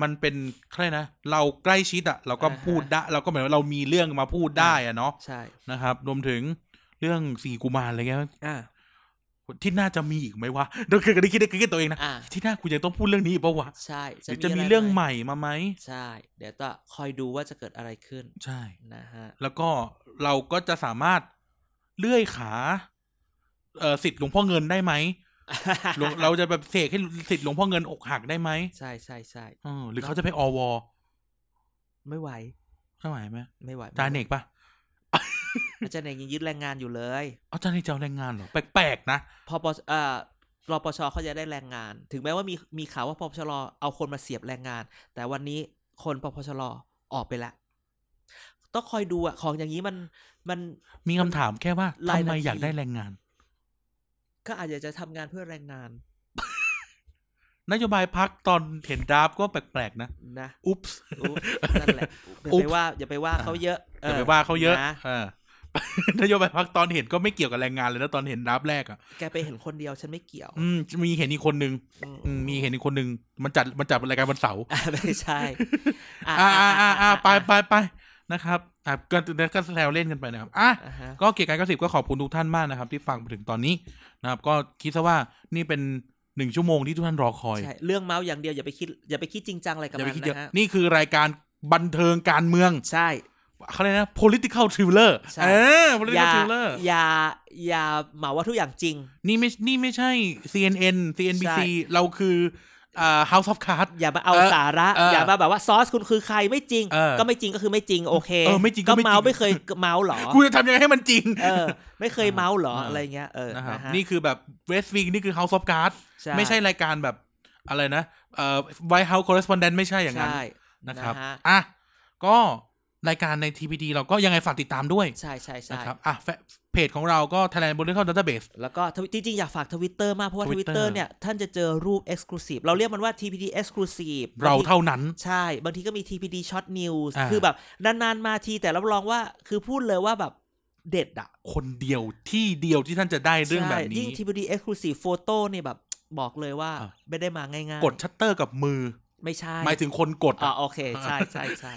S2: มันเป็นใครยกนะ เราใกล้ชิดอะเราก็
S1: อ่าฮะ
S2: พูดได้ เราก็หมายว่าเรามีเรื่องมาพูดได้อะเนาะ
S1: ใช่
S2: นะครับ รวมถึงเรื่องสี่กุมารอะไรเงี้ย
S1: อ่า
S2: ที่น่าจะมีอีกไหมวะเราคือได้คิดได้คิดตัวเองนะ
S1: อ่า
S2: ที่น่ากูยังต้องพูดเรื่องนี้อีกปะวะ
S1: ใช่
S2: หรือจะ
S1: ไ
S2: มีเรื่องใหม่มาไหม
S1: ใช่ เดี๋ยวก็คอยดูว่าจะเกิดอะไรขึ้น
S2: ใช่
S1: นะฮะ
S2: แล้วก็เราก็จะสามารถเลื่อยขาเอ่อสิทธิ์หลวงพ่อเงินได้ไหมหล วง เราจะแบบเสกให้สิทธิ์หลวงพ่อเงินอกหักได้ไหม
S1: ใช่ใช่ใช่
S2: เออหรือเขาจะไปอว
S1: ไม่ไหว
S2: ไม่ไหวไหม
S1: ไม่ไหว
S2: จานเอกปะ
S1: อาจารย์เอกยังยึดแรงงานอยู่เลย
S2: เอาจานเอกจะเอาแรงงานเหรอ แปลกๆนะ
S1: พอปเอ่อรอปชเขาจะได้แรงงาน ถึงแม้ว่ามีมีข่าวว่าปปชรเอาคนมาเสียบแรงงาน แต่วันนี้คนปปชรออกไปละต้องคอยดูอะของอย่างนี้มันมัน
S2: มีคำถามแค่ว่าทำ
S1: ราย
S2: ไม
S1: ละเอียด
S2: อยากได้แรงงาน
S1: ก็อาจจะทำงานเพื่อแรงงาน
S2: นโยบายพักตอนเห็นดราฟต์ก็แปลกๆนะ
S1: นะ
S2: อุ๊ปส์
S1: อุ๊ยนั่นแหละอย่าไปว่าอย่าไปว่าเขาเยอะ
S2: อย่าไปว่าเขาเยอะ
S1: น
S2: เออ นโยบายพักตอนเห็นก็ไม่เกี่ยวกับแรงงานเลยนะตอนเห็นดราฟต์แรกอ่ะ
S1: แกไปเห็นคนเดียวฉันไม่เกี่ยว
S2: อืมมีเห็นอีกคนนึงอืมมีเห็นอีกคนนึงมันจัดมันจัดรายการวันเสาร์
S1: อ่ะไม่ใช่ อ่ะ
S2: อ่าอ่าอ่าอ่าไป
S1: อ่ะ
S2: ไปไปนะครับอ่าก็ก็แซวเล่นกันไปนะครับอ่ะ
S1: อ่ะฮะ
S2: ก็เกียรติการก็สิบก็ขอบคุณทุกท่านมากนะครับ ที่ฟังมาถึงตอนนี้นะครับ ก็คิดซะว่านี่เป็นหนึ่งชั่วโมงที่ทุกท่านรอคอย
S1: ใช่ เรื่องเมาส์อย่างเดียวอย่าไปคิดอย่าไปคิดจริงจังอะไรกับ
S2: อย่า
S1: มั
S2: ไป
S1: น
S2: คิดเยอะ
S1: นะฮะ
S2: นี่คือรายการบันเทิงการเมือง
S1: ใช่
S2: เขาเรียกนะ political thriller
S1: ใช่
S2: เอ
S1: อ
S2: อ
S1: ย่า
S2: political thriller
S1: อย่าอย่าเหมาว่าทุกอย่างจริง
S2: นี่ไม่นี่ไม่ใช่ CNN CNBC
S1: ใช่
S2: เราคืออ่า House of Cards
S1: อย่ามาเอา
S2: เออ
S1: สาระ
S2: เอออ
S1: อย่ามาแบบว่าซอสคุณคือใครไม่จริง
S2: เออ
S1: ก็ไม่จริงก็คือไม่จริงโอเค
S2: เออไม่จริงก็
S1: ก็
S2: ไม่จริง
S1: เมาส์ไม่เคยเมาส์หรอ
S2: กูจะทำยังไงให้มันจริง
S1: เออ ไม่เคยเมาส์หรอ
S2: เอออ
S1: อะไรเงี้ยเออ
S2: นะครับ
S1: ะฮะ
S2: นี่คือแบบ West Wing นี่คือ House of Cards
S1: ใช่
S2: ไม่ใช่รายการแบบอะไรนะเอ่อ White House Correspondent ไม่ใช่อย่างนั้น
S1: ใช่
S2: นะครับ
S1: ฮ
S2: อ่ะก็รายการใน TPD เราก็ยังไงฝากติดตามด้วย
S1: ใช่ใช่ใช่
S2: นะครับอ่ะแฟเพจของเราก็ Thailand Political Database
S1: แล้วก็ Twi- จริงๆ อยากฝากทวิตเตอร์มาก เพราะว่าทวิตเตอ
S2: Twitter
S1: ร์เนี่ย ท่านจะเจอรูป Exclusive เราเรียกมันว่า TPD Exclusive
S2: เรา
S1: บงที
S2: เท่านั้น
S1: ใช่ บางทีก็มี TPD Short News
S2: อ่า
S1: คือแบบ นาน ๆ มาทีแต่รับรองว่าคือพูดเลยว่าแบบเด็ดอะ
S2: คนเดียวที่เดียวที่ท่านจะได้เรื่องแบบ
S1: ใช่
S2: นี้
S1: ยิ่ง TPD Exclusive Photo เนี่ยแบบบอกเลยว่า
S2: อ่ะ
S1: ไม่ได้มาง่าย ๆ
S2: กดชัตเตอร์กับมือ
S1: ไม่ใช่
S2: หมายถึงคนกด
S1: อ๋อ
S2: อะ
S1: โอเค ใช่ใช่ ใช่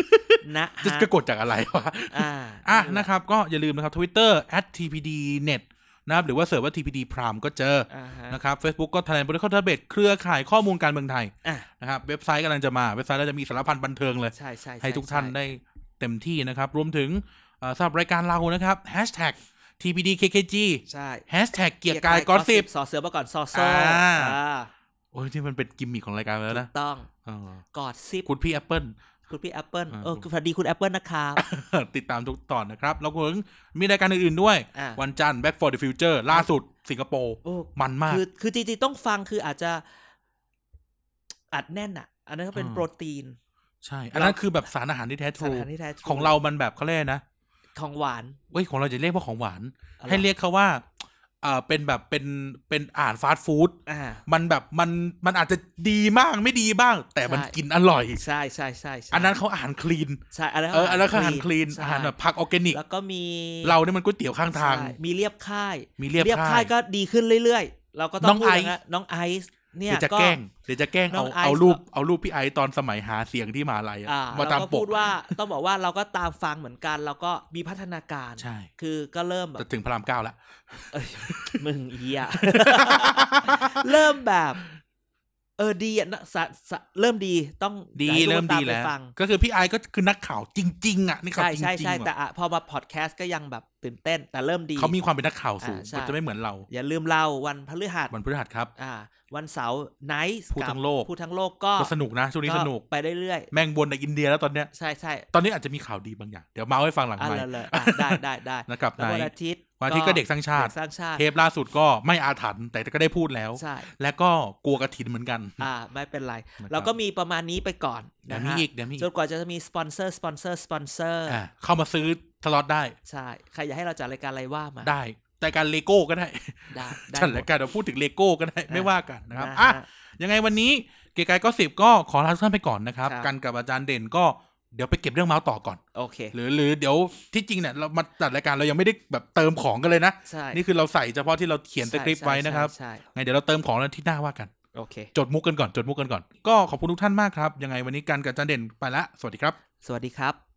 S1: นะฮะ
S2: จะกดจากอะไรวะ
S1: อ่า
S2: อ่ะนะครับก็อย่าลืมนะครับ Twitter @tpdnet นะครับหรือว่าเสิร์ชว่า tpd prime ก็เจอ
S1: อ่าฮะ
S2: นะครับ Facebook ก็ Thailand Political Database เครือข่ายข้อมูลการเมืองไทย
S1: อ่ะ
S2: นะครับเว็บไซต์กำลังจะมา เว็บไซต์เราจะมีสารพันบันเทิงเลย
S1: ใช่ใช่ช่
S2: ให้ทุกท่าน
S1: ช่
S2: ได้เต็มที่นะครับ รวมถึงเอ่อสำหรับรายการเรานะครับ hashtag tpdkkg
S1: ใช่
S2: hashtag เกียร์กายก็สิบ
S1: สอเสือมาก่อนซอโซ่
S2: อ่า
S1: อ่า
S2: โอ้ยนี่มันเป็นกิมมิคของรายการไปแล้วนะ
S1: ต้อง
S2: เออก
S1: อดซิป
S2: คุณพี่แอปเปิล
S1: คุณพี่แอปเปิล
S2: อ่า
S1: เออคือสวัสดีคุณแอปเปิลนะครับ
S2: ติดตามทุกตอนนะครับแล้วก็มีรายการอื่นๆด้วย
S1: อ่ะ
S2: วันจันทร์ Back for the Future ล่าสุดสิงคโปร์
S1: โอ้
S2: มันมาก
S1: คือคือจริงๆต้องฟังคืออาจจะอัดแน่นอ่ะ อันนั้นก็เป็น
S2: อ่า
S1: โปรตีน
S2: ใช่ อันนั้นคือแบบสารอาหารที่แท้ท
S1: สาร
S2: รู
S1: อาหารที่แท้ทรู
S2: ของเรามันแบบเขาเรียกนะ
S1: ของหวาน
S2: เว้ยของเราจะเรียกว่าของหวาน
S1: อะไ
S2: ให้เรียกเขาว่าเอ่อเป็นแบบเป็นเป็นอาหารฟาสต์ฟู้ด
S1: อ่า
S2: มันแบบมันมันอาจจะดีบ้างไม่ดีบ้าง แต่มัน
S1: ใช่
S2: กินอร่อย
S1: ใช่ใช่ใช่ใช่
S2: อันนั้นเขาอาหารคลีน
S1: ใช่อันนั้น
S2: เอออันนั้นเขาอาหารคลีน
S1: ใช่
S2: อาหารแบบผักออร์แกนิก
S1: แล้วก็มี
S2: เราเนี่ยมันก๋วยเตี๋ยวข้างทาง
S1: ใช่มีเรียบค่าย
S2: มีเรียบค่าย
S1: ก็ดีขึ้นเรื่อยๆ เราก็ต้
S2: น้
S1: อ
S2: อง ง
S1: พูด
S2: ไอซ์
S1: นะฮะน้องไอซ์เนี่ย
S2: เดี๋ยวจะ
S1: ก็
S2: แกล้งเดี๋ยวจะแกล้ง
S1: น้
S2: เอา
S1: องไอซ์
S2: เอารูป
S1: ก็
S2: เอารูปพี่ไอซ์ตอนสมัยหาเสียงที่มหาลัยอะ
S1: อ่า
S2: มา
S1: เรา
S2: ตาม
S1: ก็
S2: ป
S1: พู
S2: ก
S1: ดว่าต้องบอกว่าเราก็ตามฟังเหมือนกันเราก็มีพัฒนาการ
S2: ใช่
S1: คือก็เริ่มแบบ
S2: แต่ถึงพระรามเก้า ละ
S1: เอ้ยมึงเอีย เริ่มแบบ เออดีอ่ะนะสะสะเริ่มดีต้อง
S2: ดี
S1: อยากให้ทุกคน
S2: เริ่มดี
S1: ตาไป
S2: แล้ว
S1: ฟัง
S2: ก็คือพี่ไอก็คือนักข่าวจริง ๆ อ่ะนี่ข่าว
S1: ใช่
S2: จริง
S1: ใช่
S2: ๆ
S1: ใช่แต่
S2: อะ
S1: อะพอมาพอดแคสต์ก็ยังแบบตื่นเต้น แต่เริ่มดี
S2: เขามีความเป็นนักข่าวสูง
S1: อ่าใช่
S2: มันจะไม่เหมือนเรา
S1: อย่าลืมเราวันพฤหัส
S2: วันพฤหัสครับ
S1: อ่า วันเสาร์ไนท์
S2: พูดทั้งโลก
S1: พูดทั้งโลกก็
S2: ก็สนุกนะ ช่วงนี้สนุก
S1: ไปเรื่อย
S2: แม่งวนในอินเดียแล้วตอนเนี้ย
S1: ๆใช่ใช่
S2: ตอนนี้อาจจะมีข่าวดีบางอย่าง เดี๋ยวเมาให้ฟังหลัง
S1: อ่ะ
S2: ไม
S1: เล
S2: ค์
S1: ยเลย อ่ะได้ได้ได้
S2: นะครับ
S1: แล้ว
S2: ใน
S1: วันอาทิตย์
S2: วันอาทิตย์ก็เด็กสร้างชาติ
S1: เด็กสร้างชาติ
S2: เทปล่าสุดก็ไม่อาถรรพ์แต่ก็ได้พูดแล้ว
S1: ใช่
S2: และก็กลัวกระถินเหมือนกัน
S1: อ่าไม่เป็นไร
S2: นะครับ
S1: เราก็มีประมาณนี้ไปก่อน
S2: เดี๋ย
S1: นะ
S2: วมี
S1: ฮะ
S2: อีกเดี๋ยวมีอี
S1: จน
S2: ก
S1: กว่าจะมีสปอนเซอร์สปอนเซอร์สปอนเซอร์
S2: อ่าเข้ามาซื้อสล็อตได้
S1: ใช่ใครอยากให้เราจัดรายการอะไรว่ามา
S2: ได้ แต่การเลโก้ก็ได้
S1: ได้ได้
S2: ฉัน
S1: หม
S2: และ
S1: ด
S2: การเดี๋ยวพูดถึงเลโก้ก็ได้ไม่
S1: อ่ะ
S2: ว่ากันนะครับ
S1: ฮ
S2: อ่ะ ยังไงวันนี้เกียร์กายก็สิบก็ขอลาทุกท่านไปก่อนนะครับ
S1: ครับ
S2: กันกับอาจารย์เด่นก็เดี๋ยวไปเก็บเรื่องเมาส์ต่อก่อน
S1: โอเค
S2: หรือหรือเดี๋ยวที่จริงเนี่ยเรามาจัดรายการเรายังไม่ได้แบบเติมของกันเลยนะ
S1: ใช่
S2: นี่คือเราใส่เฉพาะที่เราเขียนส
S1: ใช่
S2: คริปต์
S1: ใช่
S2: ไว้นะครับ
S1: ใช่ใช่
S2: ไงเดี๋ยวเราเติมของแล้วที่หน้าว่ากัน
S1: โอเค
S2: จดมุกกันก่อนจดมุกกันก่อน ก็ขอบคุณทุกท่านมากครับ ยังไงวันนี้กันกับอาจารย์เด่นไปละสวัสดีครับ
S1: สวัสดีครับ